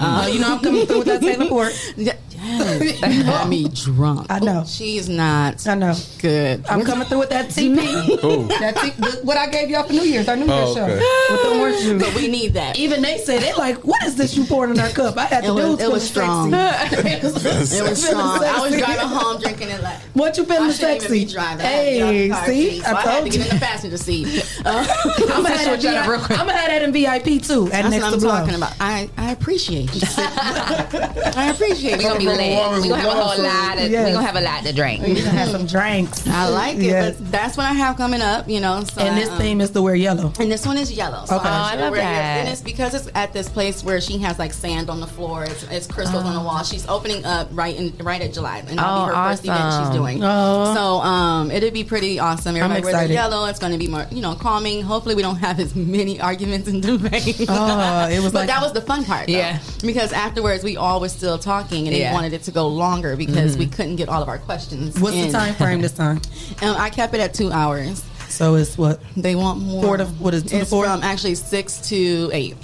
Speaker 7: Uh, you know I'm coming through with that Taylor Court.
Speaker 11: you got me drunk. I know she is not. I
Speaker 7: know.
Speaker 11: Good.
Speaker 7: I'm coming through with that TP.
Speaker 11: Ooh.
Speaker 7: That T P what I gave y'all for New Year's, our New Year's
Speaker 11: Oh,
Speaker 7: show.
Speaker 11: okay.
Speaker 7: With the orange juice.
Speaker 11: But we need that.
Speaker 7: Even they said they like, what is this you poured in our cup? I had
Speaker 11: It
Speaker 7: the
Speaker 11: was-
Speaker 7: dudes
Speaker 11: it was
Speaker 7: feeling sexy.
Speaker 11: It was strong. I was driving home drinking it like.
Speaker 7: What you feeling
Speaker 11: I shouldn't
Speaker 7: sexy?
Speaker 11: even be driving. I had to get out the
Speaker 7: hey,
Speaker 11: car
Speaker 7: see,
Speaker 11: seat, so I,
Speaker 7: I
Speaker 11: had
Speaker 7: told
Speaker 11: to
Speaker 7: you.
Speaker 11: get in the passenger seat. Uh,
Speaker 7: I'm gonna have that real quick. I'm gonna have that in VIP too. At
Speaker 11: That's
Speaker 7: next
Speaker 11: what
Speaker 7: to
Speaker 11: I'm
Speaker 7: Blow.
Speaker 11: talking about. I, I appreciate you. I appreciate you.
Speaker 8: We gonna be lit. We gonna have a whole lot. Of,
Speaker 11: Yes.
Speaker 8: We gonna have a lot to drink.
Speaker 7: We gonna have some drinks.
Speaker 11: I like it.
Speaker 7: Yes.
Speaker 11: But that's what I have coming up, you know. So
Speaker 7: and this
Speaker 11: I, um,
Speaker 7: theme is to wear yellow.
Speaker 11: And this one is yellow.
Speaker 7: Okay.
Speaker 11: I'm
Speaker 7: Oh, I
Speaker 11: sure
Speaker 7: love
Speaker 11: we're here.
Speaker 7: that.
Speaker 11: And it's because it's at this place where she has like sand on the floor. It's, it's crystals on the wall. She's opening up right in right at July, and that'll be her
Speaker 8: Oh,
Speaker 11: first event she's
Speaker 8: awesome.
Speaker 11: doing.
Speaker 8: Oh.
Speaker 11: So um, it'll be pretty awesome.
Speaker 8: I'm
Speaker 11: Everybody wears
Speaker 8: excited.
Speaker 11: the yellow. It's going to be more you know calming. Hopefully, we don't have as many arguments and debates.
Speaker 8: Oh, it was
Speaker 11: but
Speaker 8: like-
Speaker 11: that was the fun part.
Speaker 8: Yeah.
Speaker 11: yeah, because afterwards we all were still talking, and they
Speaker 8: Yeah.
Speaker 11: wanted it to go longer because
Speaker 7: Mhm.
Speaker 11: we couldn't get all of our questions.
Speaker 7: What's
Speaker 11: in.
Speaker 7: the time frame this time?
Speaker 11: Um, I kept it at two hours.
Speaker 7: So it's what
Speaker 11: they want more.
Speaker 7: Four to what is two
Speaker 11: It's
Speaker 7: to four?
Speaker 11: from actually six to eight.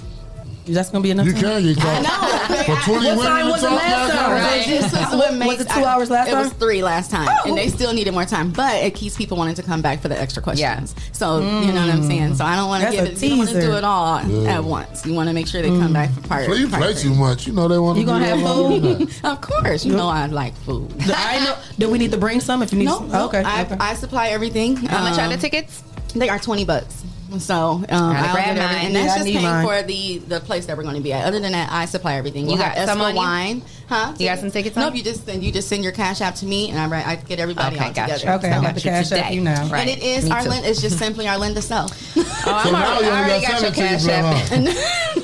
Speaker 7: That's gonna be enough. You
Speaker 6: can get
Speaker 7: caught.
Speaker 11: For
Speaker 7: What time was it last time?
Speaker 11: Right. This is what
Speaker 7: Was
Speaker 11: makes-
Speaker 7: it two hours last
Speaker 11: it
Speaker 7: time? Oh.
Speaker 11: was three last time, and they still needed more time. But it keeps people wanting to come back for the extra questions. So you know what I'm saying. So I don't want to
Speaker 7: That's
Speaker 11: give
Speaker 7: a
Speaker 11: it. You want to
Speaker 7: teaser.
Speaker 11: do it all
Speaker 6: Yeah.
Speaker 11: at once. You want to make sure they come back for part.
Speaker 6: Play, you
Speaker 11: part
Speaker 6: play
Speaker 11: three.
Speaker 6: too much. You know they want to.
Speaker 11: You gonna have
Speaker 6: food?
Speaker 11: Of course, you know I like food.
Speaker 7: I know. Do we need to bring some? If you need,
Speaker 11: No,
Speaker 7: some?
Speaker 11: no,
Speaker 7: okay.
Speaker 11: I,
Speaker 7: okay.
Speaker 11: I supply everything.
Speaker 8: How much are the
Speaker 11: tickets? They are twenty bucks. So um, I grab
Speaker 8: grab mine.
Speaker 11: everything, and
Speaker 8: Yeah,
Speaker 11: that's
Speaker 8: I
Speaker 11: just
Speaker 8: need
Speaker 11: paying
Speaker 8: mine.
Speaker 11: for the the place that we're going to be at. Other than that, I supply everything. We'll
Speaker 8: You got
Speaker 11: have
Speaker 8: some
Speaker 11: Esco
Speaker 8: on you?
Speaker 11: wine, huh?
Speaker 8: You got some tickets?
Speaker 11: No, you just send you just send your cash app to me, and I write, I get everybody
Speaker 8: Okay,
Speaker 11: out
Speaker 8: gotcha.
Speaker 11: together.
Speaker 8: Okay, I got the Cash App,
Speaker 11: today.
Speaker 8: you know. Right.
Speaker 11: And it is
Speaker 8: Me too.
Speaker 11: Arlen. It's just simply Arlinda Self.
Speaker 8: Oh, I'm already, I already got your cash app.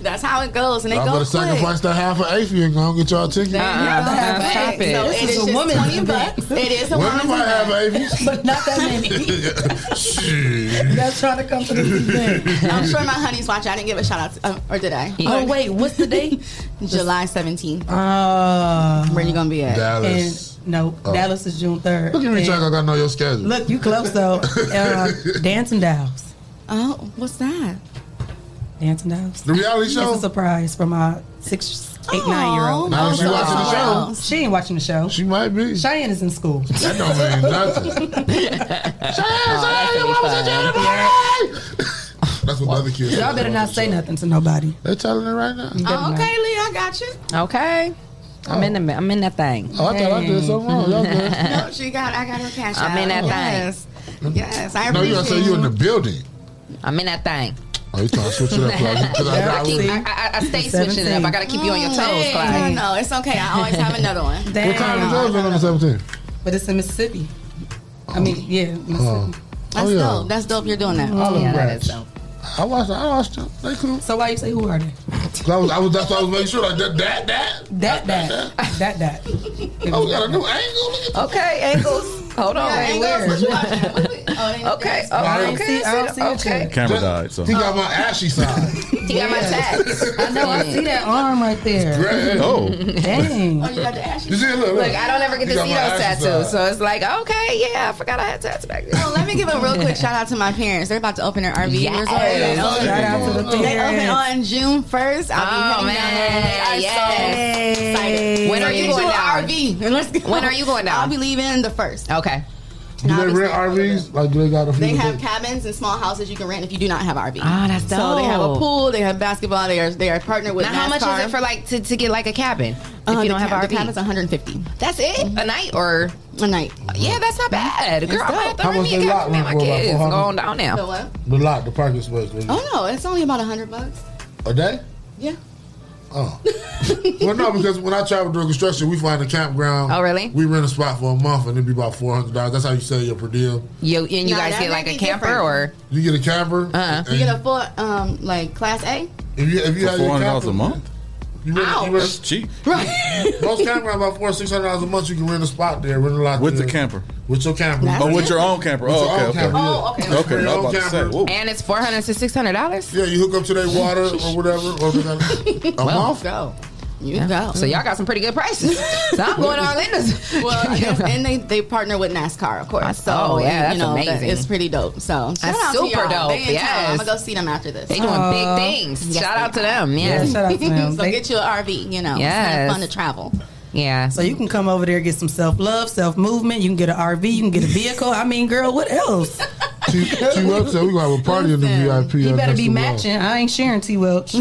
Speaker 11: That's how it goes, and it
Speaker 6: I better
Speaker 11: goes quick.
Speaker 6: sacrifice that half of Aphia and go and get y'all a ticket.
Speaker 11: Uh-uh.
Speaker 6: Stop
Speaker 11: Stop it. So it is just 20 bucks. It is a
Speaker 6: Women
Speaker 11: woman's
Speaker 6: might have Aphia.
Speaker 11: But not that many.
Speaker 7: That's trying to come to this event.
Speaker 11: I'm sure my honey's watching. I didn't give a shout out, to, uh, or did I?
Speaker 7: Oh, wait,
Speaker 11: what's the date? July 17th.
Speaker 7: Uh,
Speaker 11: Where you gonna be at?
Speaker 6: Dallas.
Speaker 7: And, no,
Speaker 6: Oh.
Speaker 7: Dallas is June third.
Speaker 6: Look at me,
Speaker 7: And-
Speaker 6: Chuck. I gotta know your schedule.
Speaker 7: Look, you close though. uh, Dancing Dolls.
Speaker 11: Oh, what's that?
Speaker 7: Dancing Dolls.
Speaker 6: The reality show?
Speaker 7: It's a surprise for my six, eight, nine year old.
Speaker 6: Now she watching the show.
Speaker 7: She ain't watching the show. She
Speaker 6: might be.
Speaker 7: Cheyenne is in school.
Speaker 6: That don't mean nothing.
Speaker 7: Oh, your mama said you had a
Speaker 6: That's what the other kids.
Speaker 7: Y'all better not say nothing to nobody.
Speaker 6: They're telling it right now.
Speaker 8: Oh, okay, Lee,
Speaker 11: I got you.
Speaker 8: Okay. I'm in the I'm in that thing.
Speaker 6: Oh, I thought I did something wrong. Y'all good.
Speaker 11: No, she got. I got her cash
Speaker 8: I'm
Speaker 11: out.
Speaker 8: in that
Speaker 11: yes. thing. Yes, I
Speaker 6: No, you gotta say
Speaker 11: appreciate
Speaker 6: you in the building.
Speaker 8: I'm in that thing.
Speaker 6: Oh, you trying to switch it up, Claudia. 'Cause I
Speaker 8: I,
Speaker 6: got-
Speaker 8: keep, I, I, I stay switching it up. I gotta keep you on your toes,
Speaker 11: Mm, hey,
Speaker 8: Clyde.
Speaker 11: No, no, it's okay. I always have another one.
Speaker 6: What time is yours on the 17th?
Speaker 7: But it's in Mississippi. I mean, yeah, Mississippi.
Speaker 6: Oh.
Speaker 11: That's
Speaker 6: Oh, yeah.
Speaker 11: dope. That's dope. You're doing that.
Speaker 6: Olive
Speaker 11: yeah, that
Speaker 6: branch.
Speaker 11: is dope.
Speaker 6: I watched. I watched them. They cool.
Speaker 7: So why you say who are they?
Speaker 6: I was. I was. That's why I was making sure. Like that. That. That.
Speaker 7: That that that that.
Speaker 6: Oh, we got a new angle.
Speaker 8: Okay, ankles. Hold on.
Speaker 7: Yeah, ankles,
Speaker 11: oh,
Speaker 8: okay, okay,
Speaker 6: I don't
Speaker 8: okay.
Speaker 6: see- I don't
Speaker 8: see
Speaker 6: see
Speaker 8: it.
Speaker 6: it.
Speaker 8: okay.
Speaker 9: Camera died. So
Speaker 6: He got my ashy side.
Speaker 8: He got my tag.
Speaker 7: I know. I see that arm right there.
Speaker 6: Right.
Speaker 9: Oh.
Speaker 7: Dang.
Speaker 11: Oh, you got the ashes.
Speaker 6: You see it? Look,
Speaker 8: Look, I don't ever get to
Speaker 11: You got
Speaker 8: see those
Speaker 11: my ashes
Speaker 8: tattoos,
Speaker 11: out.
Speaker 8: so it's like, okay, yeah, I forgot I had tattoos back then.
Speaker 11: Oh, let me give a real quick shout out to my parents. They're about to open their RV
Speaker 8: Yes.
Speaker 11: resort. They
Speaker 8: Shout
Speaker 11: open-
Speaker 8: out to the
Speaker 11: They open
Speaker 8: parents.
Speaker 11: on June first. I'll
Speaker 8: Oh,
Speaker 11: be heading down there. They are
Speaker 8: man.
Speaker 11: so
Speaker 8: Yes.
Speaker 11: excited.
Speaker 8: When are
Speaker 11: So
Speaker 8: you
Speaker 11: get
Speaker 8: going
Speaker 11: you an
Speaker 8: down?
Speaker 11: RV and let's go.
Speaker 8: When are you going down?
Speaker 11: I'll be leaving the first.
Speaker 8: Okay.
Speaker 6: Do they rent RVs? Like, do they got a few?
Speaker 11: They have cabins and small houses you can rent if you do not have an RV.
Speaker 8: Ah, that's
Speaker 11: So they have a
Speaker 8: dope.
Speaker 11: pool. They have basketball. They are they are partnered with.
Speaker 8: Now, how much is
Speaker 11: NASCAR.
Speaker 8: it for like to, to get like a cabin if
Speaker 11: Uh,
Speaker 8: you
Speaker 11: the
Speaker 8: don't have
Speaker 11: cab-
Speaker 8: an
Speaker 11: the
Speaker 8: RV?
Speaker 11: cabin's 150.
Speaker 8: That's it? A night or
Speaker 11: a night?
Speaker 8: Yeah, that's not bad.
Speaker 11: It's
Speaker 8: Girl, I'm gonna
Speaker 11: dope.
Speaker 8: have to
Speaker 6: How
Speaker 8: rent
Speaker 6: much
Speaker 8: me a
Speaker 6: they lot
Speaker 8: cabin. Man,
Speaker 6: rent
Speaker 8: my
Speaker 6: for? About
Speaker 8: kids
Speaker 6: four hundred.
Speaker 8: going down
Speaker 11: The
Speaker 8: now.
Speaker 11: what?
Speaker 6: The lot, the parking space. really.
Speaker 11: Oh no, it's only about 100 bucks.
Speaker 6: A day?
Speaker 11: Yeah.
Speaker 6: Oh. well, no, because when I travel during construction, we find a campground.
Speaker 8: Oh, really?
Speaker 6: We rent a spot for a month, and it'd be about four hundred dollars. That's how you sell your per diem.
Speaker 8: You and you
Speaker 11: Nah,
Speaker 8: guys
Speaker 11: that
Speaker 8: get
Speaker 11: may
Speaker 8: like
Speaker 11: be
Speaker 8: a camper
Speaker 11: different.
Speaker 8: or
Speaker 6: You get a camper.
Speaker 8: Uh-huh.
Speaker 11: You
Speaker 6: and
Speaker 11: get a full um like class A.
Speaker 6: if you if you
Speaker 9: for
Speaker 6: have your
Speaker 9: four hundred dollars
Speaker 6: camper-
Speaker 9: a month.
Speaker 6: You rent, you
Speaker 9: That's
Speaker 6: rent,
Speaker 9: cheap.
Speaker 6: most campgrounds about four six hundred dollars a month. You can rent a spot there, rent a lot
Speaker 9: With the
Speaker 6: there.
Speaker 9: camper.
Speaker 6: With your camper.
Speaker 9: Oh, with your own camper.
Speaker 6: With your
Speaker 9: Oh,
Speaker 6: own
Speaker 9: okay, okay.
Speaker 6: camper, yeah.
Speaker 9: okay. Okay, I was about to say. Whoa.
Speaker 8: and it's four hundred to six hundred dollars?
Speaker 6: Yeah, you hook up to their water or whatever. Or whatever. A
Speaker 8: Well,
Speaker 6: month.
Speaker 11: Go. You
Speaker 8: yeah.
Speaker 11: go.
Speaker 8: So y'all got some pretty good prices. so I'm going to Orlando's.
Speaker 11: Well, yes, and they they partner with NASCAR, of course. So
Speaker 8: Oh, yeah, that's
Speaker 11: you know, that-
Speaker 8: amazing.
Speaker 11: it's pretty dope. So shout
Speaker 8: That's
Speaker 11: out to
Speaker 8: super
Speaker 11: y'all.
Speaker 8: dope,
Speaker 11: They in town. I'm
Speaker 8: yes.
Speaker 11: gonna go see them after this.
Speaker 8: They doing
Speaker 7: Aw.
Speaker 8: big things.
Speaker 11: Yes,
Speaker 8: shout
Speaker 11: they
Speaker 8: out to them. Yes.
Speaker 7: Uh, shout out to them.
Speaker 11: so
Speaker 7: They-
Speaker 11: get you an RV. You know, it's kind
Speaker 7: Yes.
Speaker 11: of fun to travel.
Speaker 8: Yeah.
Speaker 7: So you can come over there, get some self love, self movement. You can get an RV, you can get a vehicle. I mean, girl, what else?
Speaker 6: T, T Welch said we gonna have a party in the VIP.
Speaker 7: You
Speaker 6: at
Speaker 7: better
Speaker 6: Mr.
Speaker 7: be
Speaker 6: Welch.
Speaker 7: matching. I ain't sharing T Welch.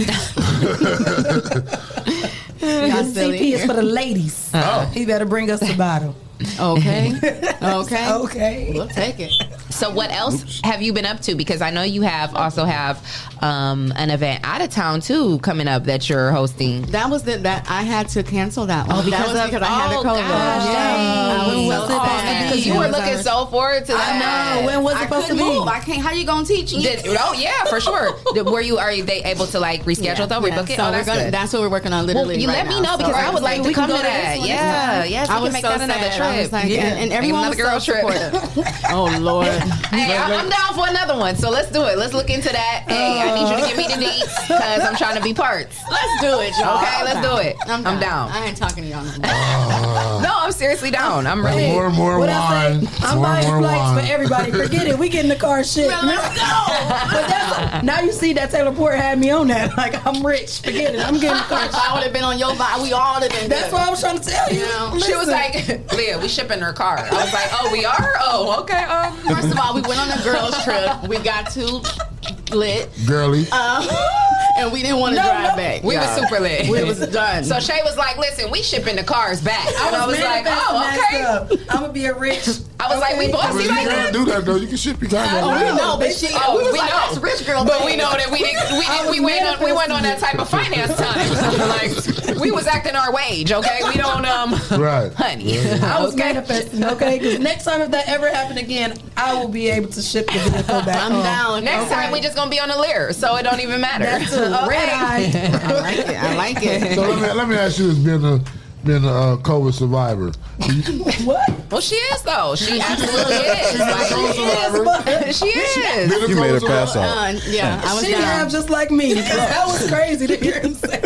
Speaker 11: Y'all
Speaker 7: CP is for the ladies.
Speaker 8: Uh-uh.
Speaker 7: Uh-huh. He better bring us the bottle.
Speaker 11: Okay. Okay.
Speaker 7: okay.
Speaker 11: We'll take it.
Speaker 8: So what else have you been up to? Because I know you have also have um, an event out of town too coming up that you're hosting.
Speaker 11: That was the, that I had to cancel that one.
Speaker 8: Oh, because
Speaker 11: that was
Speaker 8: of-
Speaker 11: because I had
Speaker 8: oh,
Speaker 11: the COVID.
Speaker 8: gosh,
Speaker 11: yeah.
Speaker 8: dang.
Speaker 11: I was
Speaker 8: When
Speaker 11: so
Speaker 8: was it
Speaker 11: sad.
Speaker 8: supposed to be? 'Cause you were looking so forward to that.
Speaker 11: I know. When was it
Speaker 8: I
Speaker 11: supposed to be?
Speaker 8: couldn't move.
Speaker 11: I can't. How you gonna teach?
Speaker 8: Did, oh yeah, for sure. Did- Were you are they able to like reschedule though? Rebook it.
Speaker 11: So
Speaker 8: oh,
Speaker 11: we're
Speaker 8: that's
Speaker 11: gonna,
Speaker 8: good.
Speaker 11: that's what we're working on. Literally,
Speaker 8: Well, you
Speaker 11: right
Speaker 8: let me
Speaker 11: now.
Speaker 8: know because I would
Speaker 11: we're
Speaker 8: like
Speaker 11: saying
Speaker 8: to
Speaker 11: we can
Speaker 8: come
Speaker 11: go
Speaker 8: to that.
Speaker 11: this one.
Speaker 8: Yeah, yes, we
Speaker 11: I
Speaker 8: can
Speaker 11: was
Speaker 8: make
Speaker 11: so
Speaker 8: that another
Speaker 11: sad. I was
Speaker 8: trip.
Speaker 11: like,
Speaker 8: Yeah.
Speaker 11: and, and
Speaker 8: Make
Speaker 11: everyone
Speaker 8: another girl
Speaker 11: was so
Speaker 8: trip.
Speaker 11: supportive. oh Lord,
Speaker 8: Hey, I- I'm down for another one, so let's do it. Let's look into that. Hey, I need you to give me the dates because I'm trying to be parts.
Speaker 11: let's do it, y'all.
Speaker 8: Okay, let's do it.
Speaker 11: I'm down.
Speaker 8: I'm down.
Speaker 11: I ain't talking to y'all no more.
Speaker 6: Uh,
Speaker 8: No, I'm seriously down. I'm
Speaker 6: Like,
Speaker 8: really.
Speaker 6: More and more
Speaker 7: What I
Speaker 6: wine.
Speaker 7: I'm
Speaker 6: more and
Speaker 7: buying
Speaker 6: more
Speaker 7: flights
Speaker 6: wine.
Speaker 7: for everybody. Forget it. We get in the car shit.
Speaker 11: Let's go.
Speaker 7: Now you see that Taylor Port had me on that. Like I'm rich. Forget it. I'm getting the car
Speaker 11: If I would have been on your vibe, we all would have been.
Speaker 7: That's
Speaker 11: good.
Speaker 7: what I was trying to tell you.
Speaker 11: Yeah.
Speaker 8: She was like, Leah, we shipping her car. I was like, oh, we are? Oh, okay. Um,
Speaker 11: First of all, we went on a girls' trip. We got too lit.
Speaker 6: Girly.
Speaker 11: Um, and we didn't want to
Speaker 8: No,
Speaker 11: drive
Speaker 8: no.
Speaker 11: back.
Speaker 8: We
Speaker 11: y'all.
Speaker 8: were super lit.
Speaker 11: We was done.
Speaker 8: So Shay was like, "Listen, we shipping the cars back."
Speaker 7: I
Speaker 8: And I
Speaker 7: was
Speaker 8: was like, "Oh, okay."
Speaker 7: I'm gonna be a rich.
Speaker 8: I was like, "We
Speaker 6: I mean,
Speaker 8: bossy
Speaker 6: you
Speaker 8: like that."
Speaker 6: can't do that though. You can ship your car.
Speaker 8: Oh, we know, but she.
Speaker 11: Oh,
Speaker 8: we,
Speaker 11: we
Speaker 8: know.
Speaker 11: like, that's rich girl
Speaker 8: But
Speaker 11: thing.
Speaker 8: we know that we didn't. We
Speaker 11: I
Speaker 8: didn't. We
Speaker 11: was
Speaker 8: went on. We went on that type of finance time. like we was acting our wage. Okay, we don't. Um,
Speaker 6: Right.
Speaker 8: honey.
Speaker 7: I was manifesting, okay? Because next time if that ever happened again, I will be able to ship the vehicle back home.
Speaker 8: Next time we just gonna be on the lyre, so oh, it don't even matter.
Speaker 7: That's a red eye.
Speaker 11: I like it. I like it.
Speaker 6: So let me, let me ask you this: being a being a uh, COVID survivor,
Speaker 7: what?
Speaker 8: Well, she is though. She absolutely is. Like, she is. but- She is.
Speaker 9: You made her pass out.
Speaker 11: Uh, yeah, I was
Speaker 7: she
Speaker 11: down.
Speaker 7: have just like me. 'cause that was crazy to hear him say.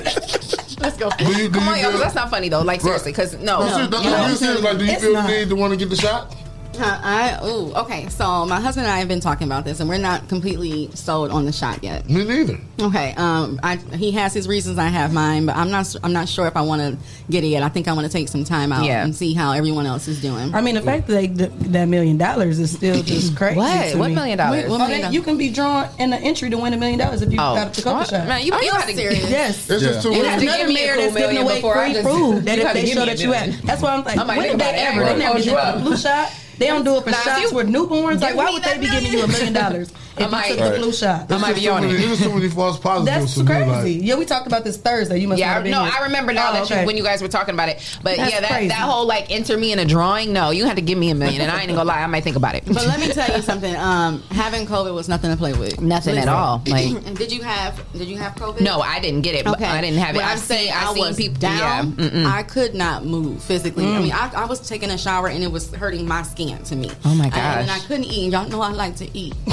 Speaker 8: Let's go.
Speaker 6: Do you- do
Speaker 8: Come
Speaker 6: you
Speaker 8: on, y'all.
Speaker 6: feel-
Speaker 8: 'cause That's not funny though. Like seriously, because no.
Speaker 6: No, seriously, that's
Speaker 8: you
Speaker 6: what I'm
Speaker 8: know.
Speaker 6: saying. Like, do you
Speaker 11: It's
Speaker 6: feel
Speaker 11: not.
Speaker 6: the need to want to get the shot?
Speaker 11: Uh, I ooh okay. So my husband and I have been talking about this, and we're not completely sold on the shot yet.
Speaker 6: Me neither.
Speaker 11: Okay. Um, I, he has his reasons. I have mine, but I'm not. I'm not sure if I want to get it yet. I think I want to take some time out
Speaker 8: Yeah.
Speaker 11: and see how everyone else is doing.
Speaker 7: I mean, the fact that they, that million dollars is still just crazy.
Speaker 8: What?
Speaker 7: to
Speaker 8: What
Speaker 7: me.
Speaker 8: million dollars?
Speaker 7: Wait,
Speaker 8: What
Speaker 7: oh,
Speaker 8: million
Speaker 7: they-
Speaker 8: dollars?
Speaker 7: you can be drawn in the entry to win a million dollars if you
Speaker 8: Oh.
Speaker 7: got the cocoa
Speaker 8: What?
Speaker 7: shot.
Speaker 8: Man, you-
Speaker 11: Are
Speaker 8: you
Speaker 11: you
Speaker 8: had to-
Speaker 11: serious?
Speaker 7: Yes.
Speaker 6: It's just too
Speaker 7: And there's
Speaker 6: weird.
Speaker 8: You have to
Speaker 7: another
Speaker 8: give me a
Speaker 7: mayor
Speaker 8: cool
Speaker 7: that's giving
Speaker 8: million
Speaker 7: away
Speaker 8: before I
Speaker 7: free
Speaker 8: just-
Speaker 7: food that
Speaker 8: You
Speaker 7: if
Speaker 8: gotta
Speaker 7: they
Speaker 8: give
Speaker 7: show
Speaker 8: me a
Speaker 7: that you
Speaker 8: million.
Speaker 7: have. That's why I'm like,
Speaker 8: I might
Speaker 7: when did
Speaker 8: think
Speaker 7: they
Speaker 8: about it.
Speaker 7: ever? They
Speaker 8: Right.
Speaker 7: never
Speaker 8: Close
Speaker 7: did
Speaker 8: you
Speaker 7: the
Speaker 8: up.
Speaker 7: flu shot. They don't do it for
Speaker 8: Now, if
Speaker 7: shots
Speaker 8: you-
Speaker 7: with newborns. Like,
Speaker 8: Give
Speaker 7: why
Speaker 8: me
Speaker 7: would
Speaker 8: that
Speaker 7: they be giving you a million
Speaker 8: million.
Speaker 7: dollars
Speaker 8: I
Speaker 7: if you
Speaker 8: might-
Speaker 7: took the
Speaker 6: Right.
Speaker 7: flu shot?
Speaker 8: I might
Speaker 6: There's
Speaker 8: be
Speaker 6: too
Speaker 8: on
Speaker 6: many-
Speaker 8: it.
Speaker 6: There's too many false positives.
Speaker 7: That's
Speaker 6: to me, like-
Speaker 7: crazy. Yeah, we talked about this Thursday. You must
Speaker 8: Yeah,
Speaker 7: not
Speaker 8: I-
Speaker 7: have been
Speaker 8: no,
Speaker 7: here.
Speaker 8: I remember now
Speaker 7: Oh,
Speaker 8: that
Speaker 7: okay.
Speaker 8: you, when you guys were talking about it. But
Speaker 7: That's
Speaker 8: yeah, that,
Speaker 7: crazy.
Speaker 8: that whole like enter me in a drawing. No, you had to give me a million, and I ain't gonna lie, I might think about it.
Speaker 11: But let me tell you something. Um, having COVID was nothing to play with.
Speaker 8: Nothing at all, like-
Speaker 11: and did you have? Did you have COVID?
Speaker 8: No, I didn't get it. but I didn't have it.
Speaker 11: When
Speaker 8: I
Speaker 11: I'm saying
Speaker 8: seen, I, seen
Speaker 11: was
Speaker 8: people.
Speaker 11: down.
Speaker 8: Yeah. Mm-mm.
Speaker 11: I could not move physically. I
Speaker 8: Mm.
Speaker 11: mean, I, I was taking a shower and it was hurting my skin to me.
Speaker 8: Oh, my
Speaker 11: I- and I
Speaker 8: gosh. Mm,
Speaker 11: couldn't eat. Y'all know I like to eat.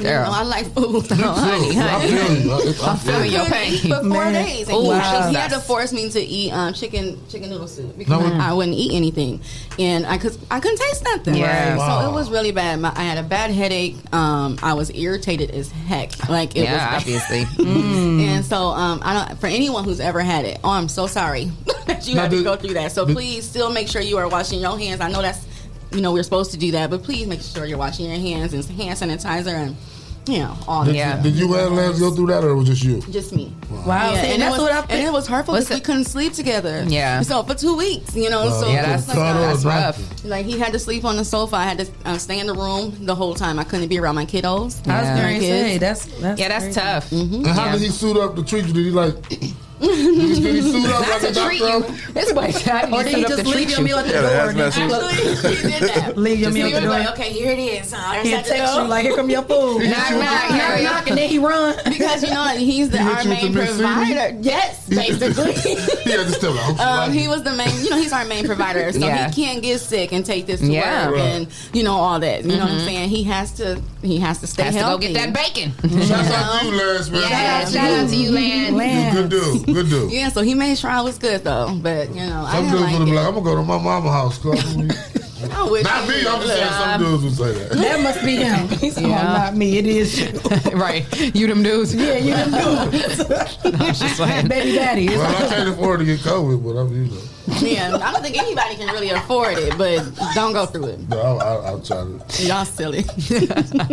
Speaker 11: You
Speaker 8: Girl.
Speaker 11: know, I like food.
Speaker 8: too. honey, honey.
Speaker 6: I feel you. It's-
Speaker 8: I'm feeling
Speaker 11: I
Speaker 8: your
Speaker 11: couldn't
Speaker 8: pain.
Speaker 11: eat for four
Speaker 8: Man.
Speaker 11: days. And
Speaker 8: Ooh,
Speaker 11: he, had- he
Speaker 8: Jesus.
Speaker 11: had to force me to eat um, chicken chicken noodle soup
Speaker 6: No,
Speaker 11: because
Speaker 6: we-
Speaker 11: I wouldn't eat anything, and I could I couldn't taste nothing.
Speaker 8: Yeah.
Speaker 11: So
Speaker 8: Wow.
Speaker 11: it was really bad. My, I had a bad headache. Um, I was irritated as heck. Like it
Speaker 8: yeah,
Speaker 11: was
Speaker 8: obviously.
Speaker 11: And so um, I don't. For anyone who's ever had it, oh, I'm so sorry that you
Speaker 8: Now,
Speaker 11: had
Speaker 8: do-
Speaker 11: to go through that. So
Speaker 8: do-
Speaker 11: please, still make sure you are washing your hands. I know that's you know we're supposed to do that, but please make sure you're washing your hands and hand sanitizer and you know all
Speaker 6: Did,
Speaker 11: that.
Speaker 6: you, did you and Lance go through that, or it was just you?
Speaker 11: Just me.
Speaker 7: Wow.
Speaker 11: Yeah,
Speaker 7: See,
Speaker 11: and
Speaker 7: that's
Speaker 11: that's was,
Speaker 7: what I
Speaker 11: and it was hurtful
Speaker 8: What's
Speaker 11: because we
Speaker 8: the-
Speaker 11: couldn't sleep together.
Speaker 8: Yeah.
Speaker 11: So for two weeks, you know.
Speaker 6: Wow.
Speaker 11: so
Speaker 6: Yeah,
Speaker 11: that's
Speaker 6: that's- that's rough.
Speaker 11: Like he had to sleep on the sofa. I had to uh, stay in the room the whole time. I couldn't be around my kiddos.
Speaker 7: I was
Speaker 11: my
Speaker 7: gonna
Speaker 11: kids.
Speaker 7: say that's, that's Mm-hmm.
Speaker 8: yeah, that's tough.
Speaker 6: And how did he suit up to treat you? Did he like? did he, did he suit up
Speaker 8: Not
Speaker 6: like a
Speaker 8: to treat you.
Speaker 6: doctor?
Speaker 8: This way,
Speaker 7: Or did he just leave your meal at the
Speaker 9: Yeah,
Speaker 7: door?
Speaker 9: the
Speaker 7: and then
Speaker 9: hazmat suit.
Speaker 11: Actually, he did that.
Speaker 7: Leave your
Speaker 11: Just
Speaker 7: meal
Speaker 11: leave
Speaker 7: at the
Speaker 11: it
Speaker 7: door.
Speaker 11: like, okay, here it is. Uh, there's
Speaker 7: He'll
Speaker 11: that
Speaker 7: text
Speaker 11: door.
Speaker 7: you like, "Here come your food."
Speaker 11: Knock, knock,
Speaker 7: knock,
Speaker 11: knock.
Speaker 7: knock, and then he run.
Speaker 11: because you know he's the
Speaker 6: He hit
Speaker 11: our
Speaker 6: you with
Speaker 11: main
Speaker 6: the Miss Cena?
Speaker 11: provider. Yes, basically.
Speaker 6: Yeah, just tell him. I hope you
Speaker 11: Um,
Speaker 6: like
Speaker 11: he
Speaker 6: it.
Speaker 11: was the main, you know, he's our main provider, so
Speaker 8: Yeah.
Speaker 11: he can't get sick and take this to
Speaker 8: Yeah.
Speaker 11: work
Speaker 8: Right.
Speaker 11: and you know all that. You know what I'm
Speaker 7: Mm-hmm.
Speaker 8: Mhm.
Speaker 11: saying? He has to, he has to stay
Speaker 8: Has to go
Speaker 11: healthy.
Speaker 8: get that bacon.
Speaker 6: Shout out to you, Lance, man.
Speaker 8: Yeah, shout out to you, Lance.
Speaker 7: Lance.
Speaker 6: Good dude. Good dude.
Speaker 11: Yeah, so he made sure I was good though, but you know, I
Speaker 6: Some
Speaker 11: didn't
Speaker 6: dudes would
Speaker 11: like
Speaker 6: have
Speaker 11: it.
Speaker 6: been like, I'm gonna go to my mama's house. Call me.
Speaker 11: I wish
Speaker 6: Not me. I'm just saying
Speaker 11: Um,
Speaker 6: some dudes would say that.
Speaker 7: That must be him. He's
Speaker 8: Yeah.
Speaker 7: oh, not me. It is you.
Speaker 8: right, you them dudes.
Speaker 7: Yeah, you didn't do it. Baby daddy. It's
Speaker 6: Well, I can't afford to get COVID, but I'm, you know,
Speaker 11: Yeah, I don't think anybody can really afford it, but don't go through it.
Speaker 6: no, I, I, I'll try to.
Speaker 11: Y'all silly.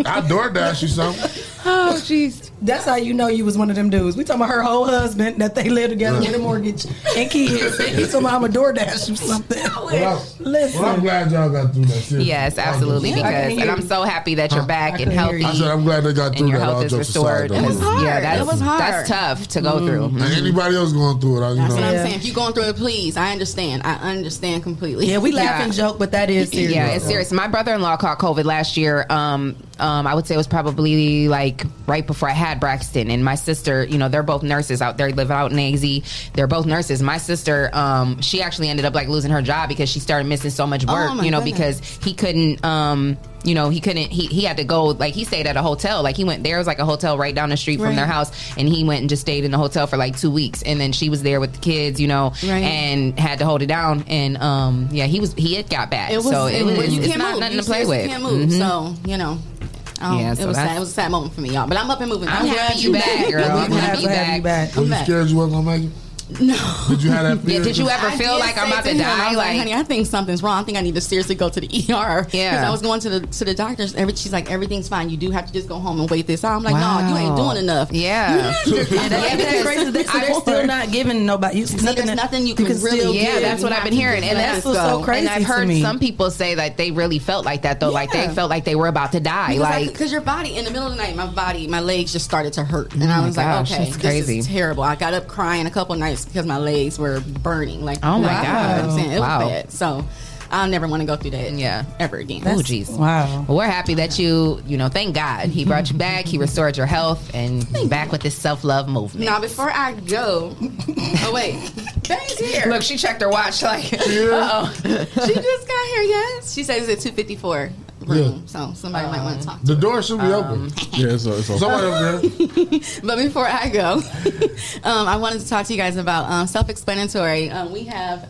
Speaker 6: I door dash you something.
Speaker 7: Oh, jeez. That's how you know you was one of them dudes. We talking about her whole husband that they live together with a mortgage and kids. He's talking about I'm a DoorDash or something.
Speaker 6: Well, I,
Speaker 7: Listen.
Speaker 6: well, I'm glad y'all got through that. Seriously.
Speaker 8: Yes, absolutely.
Speaker 6: I
Speaker 8: Because
Speaker 6: was-
Speaker 8: and I'm so happy that you're back and healthy.
Speaker 6: I said I'm glad they got
Speaker 8: and
Speaker 6: through
Speaker 8: your
Speaker 6: that. All
Speaker 8: health is
Speaker 6: jokes
Speaker 8: restored.
Speaker 6: aside, though.
Speaker 8: Because, Yeah, that's,
Speaker 11: It was hard.
Speaker 8: that's tough to
Speaker 6: Mm-hmm.
Speaker 8: go through.
Speaker 6: And anybody else going through it, I, you
Speaker 11: That's what
Speaker 6: know.
Speaker 11: I'm saying. If you're going through it, please, I understand. I understand completely.
Speaker 7: Yeah, we laugh and joke, but that is serious.
Speaker 8: Yeah, it's serious. My brother-in-law caught COVID last year. Um, um, I would say it was probably like right before I had Braxton. And my sister, you know, they're both nurses out there. Live out in AZ. They're both nurses. My sister, um, she actually ended up like losing her job because she started missing so much
Speaker 11: Oh,
Speaker 8: work.
Speaker 11: my
Speaker 8: you know,
Speaker 11: goodness.
Speaker 8: because he couldn't. Um, you know, he couldn't. He he had to go. Like he stayed at a hotel. Like he went there was like a hotel right down the street from
Speaker 11: Right.
Speaker 8: their house, and he went and just stayed in the hotel for like two weeks. And then she was there with the kids. You know,
Speaker 11: Right.
Speaker 8: and had to hold it down. And um, yeah, he was he had got back.
Speaker 11: It was,
Speaker 8: so it, was,
Speaker 11: you
Speaker 8: it's
Speaker 11: can't
Speaker 8: not
Speaker 11: move.
Speaker 8: nothing
Speaker 11: You
Speaker 8: to play
Speaker 11: seriously
Speaker 8: with.
Speaker 11: Can't move.
Speaker 8: Mhm.
Speaker 11: So you know, um,
Speaker 8: Yeah,
Speaker 11: it
Speaker 8: so
Speaker 11: was
Speaker 8: that's-
Speaker 11: sad. It was a sad moment for me, y'all. But I'm up and moving.
Speaker 8: I'm happy
Speaker 11: glad
Speaker 8: you back, girl.
Speaker 11: I'm
Speaker 8: I'm
Speaker 11: glad
Speaker 8: happy you
Speaker 11: you
Speaker 7: Glad to have
Speaker 8: back.
Speaker 7: you back.
Speaker 6: Were you
Speaker 11: back.
Speaker 6: scared you wasn't gonna make it? No. Did you have that fear?
Speaker 8: Yeah, did you ever
Speaker 11: I
Speaker 8: feel
Speaker 11: did
Speaker 8: like I'm
Speaker 11: say
Speaker 8: about to
Speaker 11: him, I
Speaker 8: die?
Speaker 11: was like,
Speaker 8: Like,
Speaker 11: honey, I think something's wrong. I think I need to seriously go to the ER.
Speaker 8: Yeah.
Speaker 11: Because I was going to the to the doctors. Every she's like, everything's fine. You do have to just go home and wait this out. I'm like, no, you ain't
Speaker 8: Wow.
Speaker 11: doing enough.
Speaker 8: Yeah.
Speaker 7: Yeah, that's- that's crazy. They- so they're still not giving nobody. It's nothing, that-
Speaker 11: nothing you can really
Speaker 7: still
Speaker 11: give.
Speaker 7: give.
Speaker 8: yeah, that's what
Speaker 11: You
Speaker 8: I've
Speaker 11: have
Speaker 8: been
Speaker 11: to
Speaker 8: hearing,
Speaker 11: just
Speaker 8: and
Speaker 11: let
Speaker 8: that's
Speaker 11: it go.
Speaker 8: so crazy. And I've
Speaker 11: to
Speaker 8: heard
Speaker 11: me.
Speaker 8: some people say that they really felt like that though, like they
Speaker 11: Yeah.
Speaker 8: felt like they were about to die. like,
Speaker 11: because your body in the middle of the night, my body, my legs just started to hurt, and I
Speaker 8: Oh my
Speaker 11: was like,
Speaker 8: gosh,
Speaker 11: okay,
Speaker 8: that's
Speaker 11: this
Speaker 8: crazy.
Speaker 11: is terrible. I got up crying a couple nights because my legs were burning. Like,
Speaker 8: Oh, my
Speaker 11: like, you know
Speaker 8: God.
Speaker 11: what I'm saying? it
Speaker 8: Wow.
Speaker 11: was bad. So I'll never want to go through that.
Speaker 8: Yeah.
Speaker 11: ever again.
Speaker 8: oh jeez,
Speaker 7: wow.
Speaker 8: Well, we're happy that you, you know, thank God he brought you back. He restored your health and you back with this self love movement.
Speaker 11: Now before I go, oh wait, Ben's here.
Speaker 8: Look, she checked her watch. Like,
Speaker 11: oh, she just got here. Yes, she says it's at two fifty four. Room, So somebody might want to talk.
Speaker 6: The door should be
Speaker 8: Um.
Speaker 6: open.
Speaker 9: Yeah, it's, it's okay.
Speaker 6: Somebody up there.
Speaker 11: But before I go, um, I wanted to talk to you guys about um, self-explanatory. Um, we have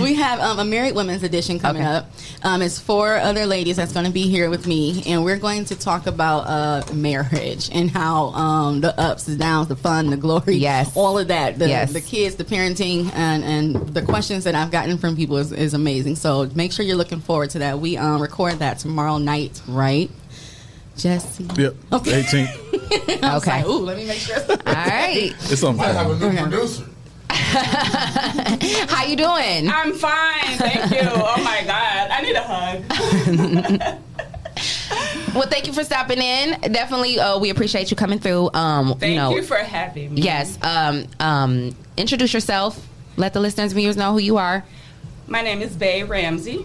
Speaker 11: we have um, a married women's edition coming up. Um, it's four other ladies that's going to be here with me, and we're going to talk about uh, marriage and how um, the ups, the downs, the fun, the glory, yes, all of that. The,
Speaker 8: Yes.
Speaker 11: the kids, the parenting, and, and the questions that I've gotten from people is, is amazing. So make sure you're looking forward to that. We um, record that tomorrow night, right? Jesse.
Speaker 9: Yep.
Speaker 11: Okay.
Speaker 9: 18.
Speaker 11: okay. Like, Ooh, let me make sure. All
Speaker 8: right.
Speaker 9: It's on.
Speaker 6: I have a new producer.
Speaker 8: How you doing?
Speaker 5: I'm fine, thank you. oh my god, I need a hug.
Speaker 8: Well, thank you for stopping in. Definitely, uh, we appreciate you coming through. Um,
Speaker 5: Thank
Speaker 8: you, know,
Speaker 5: you for having me.
Speaker 8: Yes. Um, um, introduce yourself. Let the listeners and viewers know who you are.
Speaker 5: My name is Bay Ramsey,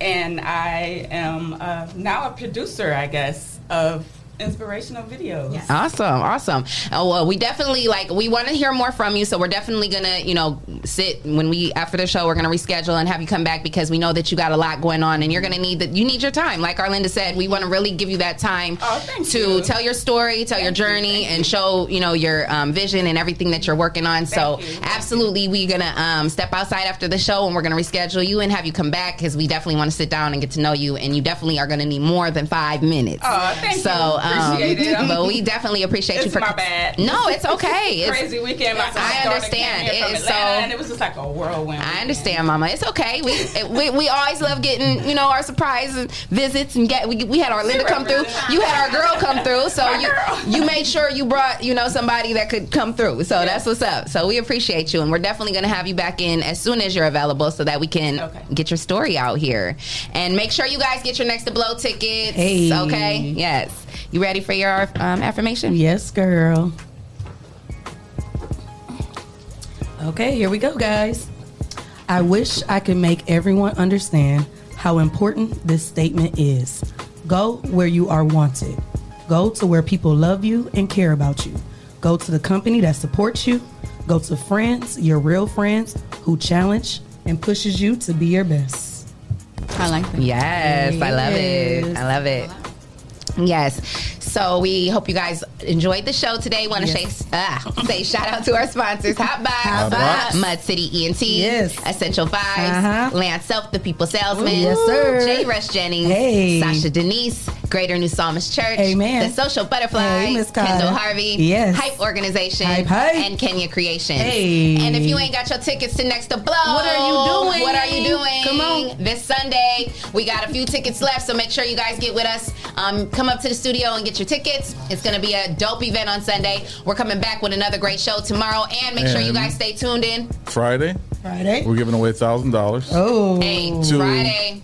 Speaker 5: and I am uh, now a producer, I guess, of inspirational videos.
Speaker 8: Awesome, awesome. Oh, well, we definitely like we want to hear more from you, so we're definitely gonna, you know, sit when we after the show, we're gonna reschedule and have you come back because we know that you got a lot going on and you're gonna need that. You need your time, like Arlinda said. We want to really give you that time
Speaker 5: Oh,
Speaker 8: to tell your story, tell your journey, and show you know your um, vision and everything that you're working on. so absolutely, we're gonna um, step outside after the show and we're gonna reschedule you and have you come back because we definitely want to sit down and get to know you, and you definitely are gonna need more than five minutes.
Speaker 5: Aw, thank
Speaker 8: so,
Speaker 5: you. Appreciate it.
Speaker 8: Um, but we definitely appreciate you
Speaker 5: It's
Speaker 8: for
Speaker 5: my bad.
Speaker 8: No, it's okay. It's-
Speaker 5: crazy weekend. My
Speaker 8: I
Speaker 5: daughter
Speaker 8: understand.
Speaker 5: Came here
Speaker 8: It
Speaker 5: from
Speaker 8: is so.
Speaker 5: Atlanta, and it was just like a whirlwind.
Speaker 8: I understand, Mama. It's okay. We, it- we we always love getting you know our surprise and visits and get. We, we had our Linda come through. You had our girl come through. So you you made sure you brought you know somebody that could come through. So that's what's up. So we appreciate you, and we're definitely going to have you back in as soon as you're available, so that we can get your story out here. And make sure you guys get your next to blow tickets.
Speaker 7: Hey.
Speaker 8: Okay. Yes. You ready for your um, affirmation?
Speaker 7: Yes, girl. Okay, here we go, guys. I wish I could make everyone understand how important this statement is. Go where you are wanted. Go to where people love you and care about you. Go to the company that supports you. Go to friends, your real friends, who challenge and pushes you to be your best.
Speaker 11: I like that.
Speaker 8: Yes, I love it.
Speaker 7: Yes.
Speaker 8: I love it. Yes. So we hope you guys enjoyed the show today. Want to say, ah, say shout out to our sponsors: Hot
Speaker 7: Hot Box.
Speaker 8: Box, Mud City ENT,
Speaker 7: Yes.
Speaker 8: Essential Vibes,
Speaker 7: Uh-huh.
Speaker 8: Lance Self, The People Salesman,
Speaker 7: Ooh, yes, sir.
Speaker 8: J. Rush Jennings,
Speaker 7: Hey.
Speaker 8: Sasha Denise, Greater New Psalmist Church,
Speaker 7: Amen.
Speaker 8: The Social Butterfly,
Speaker 7: Hey, Miss Carter.
Speaker 8: Kendall Harvey,
Speaker 7: Yes.
Speaker 8: Hype Organization,
Speaker 7: Hype, hype.
Speaker 8: and Kenya Creations.
Speaker 7: Hey.
Speaker 8: And if you ain't got your tickets to Next to Blow,
Speaker 7: What are you doing?
Speaker 8: Oh, What are you doing?
Speaker 7: Come on.
Speaker 8: this Sunday. We got a few tickets left, so make sure you guys get with us. Um, come up to the studio and get your tickets. It's going to be a dope event on Sunday. We're coming back with another great show tomorrow, and make sure you
Speaker 9: And-
Speaker 8: guys stay tuned in.
Speaker 9: Friday.
Speaker 7: Friday.
Speaker 9: We're giving away thousand dollars.
Speaker 7: Oh,
Speaker 8: Hey,
Speaker 9: To-
Speaker 8: Friday.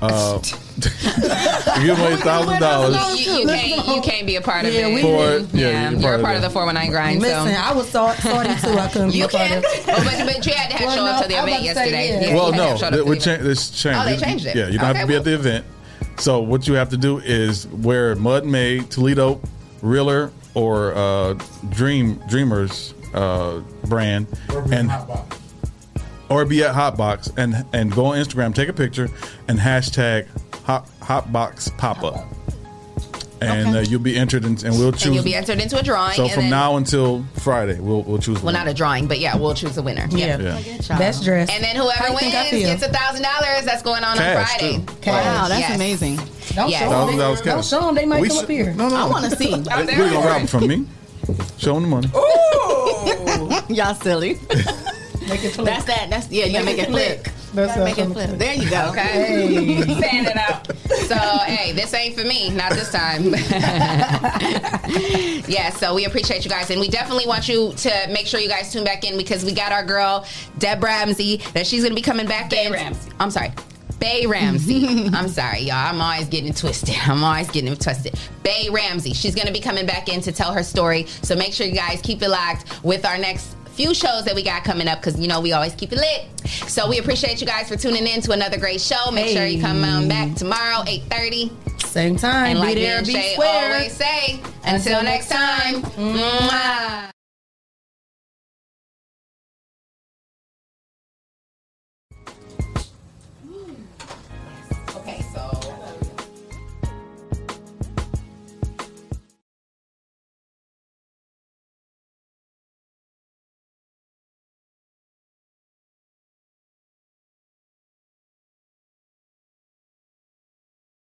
Speaker 9: Uh, we're giving away thousand dollars.
Speaker 8: You, you can't, you can't be a part of
Speaker 7: Yeah,
Speaker 8: it.
Speaker 7: we
Speaker 9: For- didn't. yeah,
Speaker 8: yeah,
Speaker 9: you're
Speaker 8: you're a
Speaker 9: part
Speaker 8: part
Speaker 9: of
Speaker 8: of the 419 grind.
Speaker 7: Listen,
Speaker 8: so.
Speaker 7: I was so, sorry too. I couldn't be a part of it.
Speaker 8: Oh, but, but you had to have
Speaker 7: Well,
Speaker 8: show up
Speaker 7: no,
Speaker 8: to the
Speaker 7: I'm
Speaker 8: event
Speaker 7: about to say,
Speaker 8: yesterday.
Speaker 7: yeah.
Speaker 8: Yeah, you
Speaker 9: well,
Speaker 8: had to
Speaker 9: no,
Speaker 8: have showed up to
Speaker 9: they,
Speaker 8: the
Speaker 9: we
Speaker 8: event.
Speaker 9: cha- this changed.
Speaker 8: Oh, they
Speaker 9: You-
Speaker 8: changed it.
Speaker 9: Yeah, you don't have
Speaker 8: Okay,
Speaker 9: to be at the event. So what you have to do is wear Mud Made, Toledo, Reeler, or uh, Dream Dreamers uh, brand, and or be at Hotbox and and go on Instagram, take a picture, and hashtag Hot Hotbox Pop Up, and uh, you'll be entered, in, and we'll choose.
Speaker 8: And you'll be entered into a drawing.
Speaker 9: so
Speaker 8: and
Speaker 9: from
Speaker 8: then,
Speaker 9: now until Friday, we'll we'll choose.
Speaker 8: well,
Speaker 9: one.
Speaker 8: not a drawing, but yeah, we'll choose a winner.
Speaker 9: Yeah.
Speaker 8: Yeah.
Speaker 9: Yeah. Look
Speaker 7: Best dress.
Speaker 8: And then
Speaker 7: How
Speaker 8: whoever
Speaker 7: you
Speaker 8: wins
Speaker 7: think I feel?
Speaker 8: gets a thousand dollars. That's going on on
Speaker 9: Cash,
Speaker 8: Friday.
Speaker 9: too.
Speaker 11: Wow, that's
Speaker 8: Yes.
Speaker 11: amazing.
Speaker 7: Don't
Speaker 8: Yes.
Speaker 7: show
Speaker 9: Thousand
Speaker 7: them.
Speaker 9: dollars
Speaker 7: They, don't
Speaker 9: cash.
Speaker 7: show them. They might
Speaker 9: We
Speaker 7: come
Speaker 9: should-
Speaker 7: up here.
Speaker 9: no, no.
Speaker 11: I want to see.
Speaker 9: We're gonna rob it from me. Show them the money.
Speaker 11: Y'all silly. That's that. That's yeah. You gotta make it flip.
Speaker 8: That's
Speaker 11: gotta make it
Speaker 8: awesome.
Speaker 11: flip. There you go.
Speaker 8: Okay. Fan it out. So, hey, this ain't for me. Not this time. yeah, so we appreciate you guys. And we definitely want you to make sure you guys tune back in because we got our girl, Deb Ramsey, that she's going to be coming back in. Ramsey. I'm sorry. Bay Ramsey. I'm sorry, y'all. I'm always getting it twisted. I'm always getting it twisted. Bay Ramsey. She's going to be coming back in to tell her story. So make sure you guys keep it locked with our next few shows that we got coming up because, you know, we always keep it lit. So we appreciate you guys for tuning in to another great show. Make sure you come on back tomorrow, 8.30.
Speaker 7: Same time.
Speaker 8: And
Speaker 7: be
Speaker 8: like me
Speaker 7: there,
Speaker 8: and
Speaker 7: be
Speaker 8: Shay
Speaker 7: square.
Speaker 8: always say, until next time. Mwah.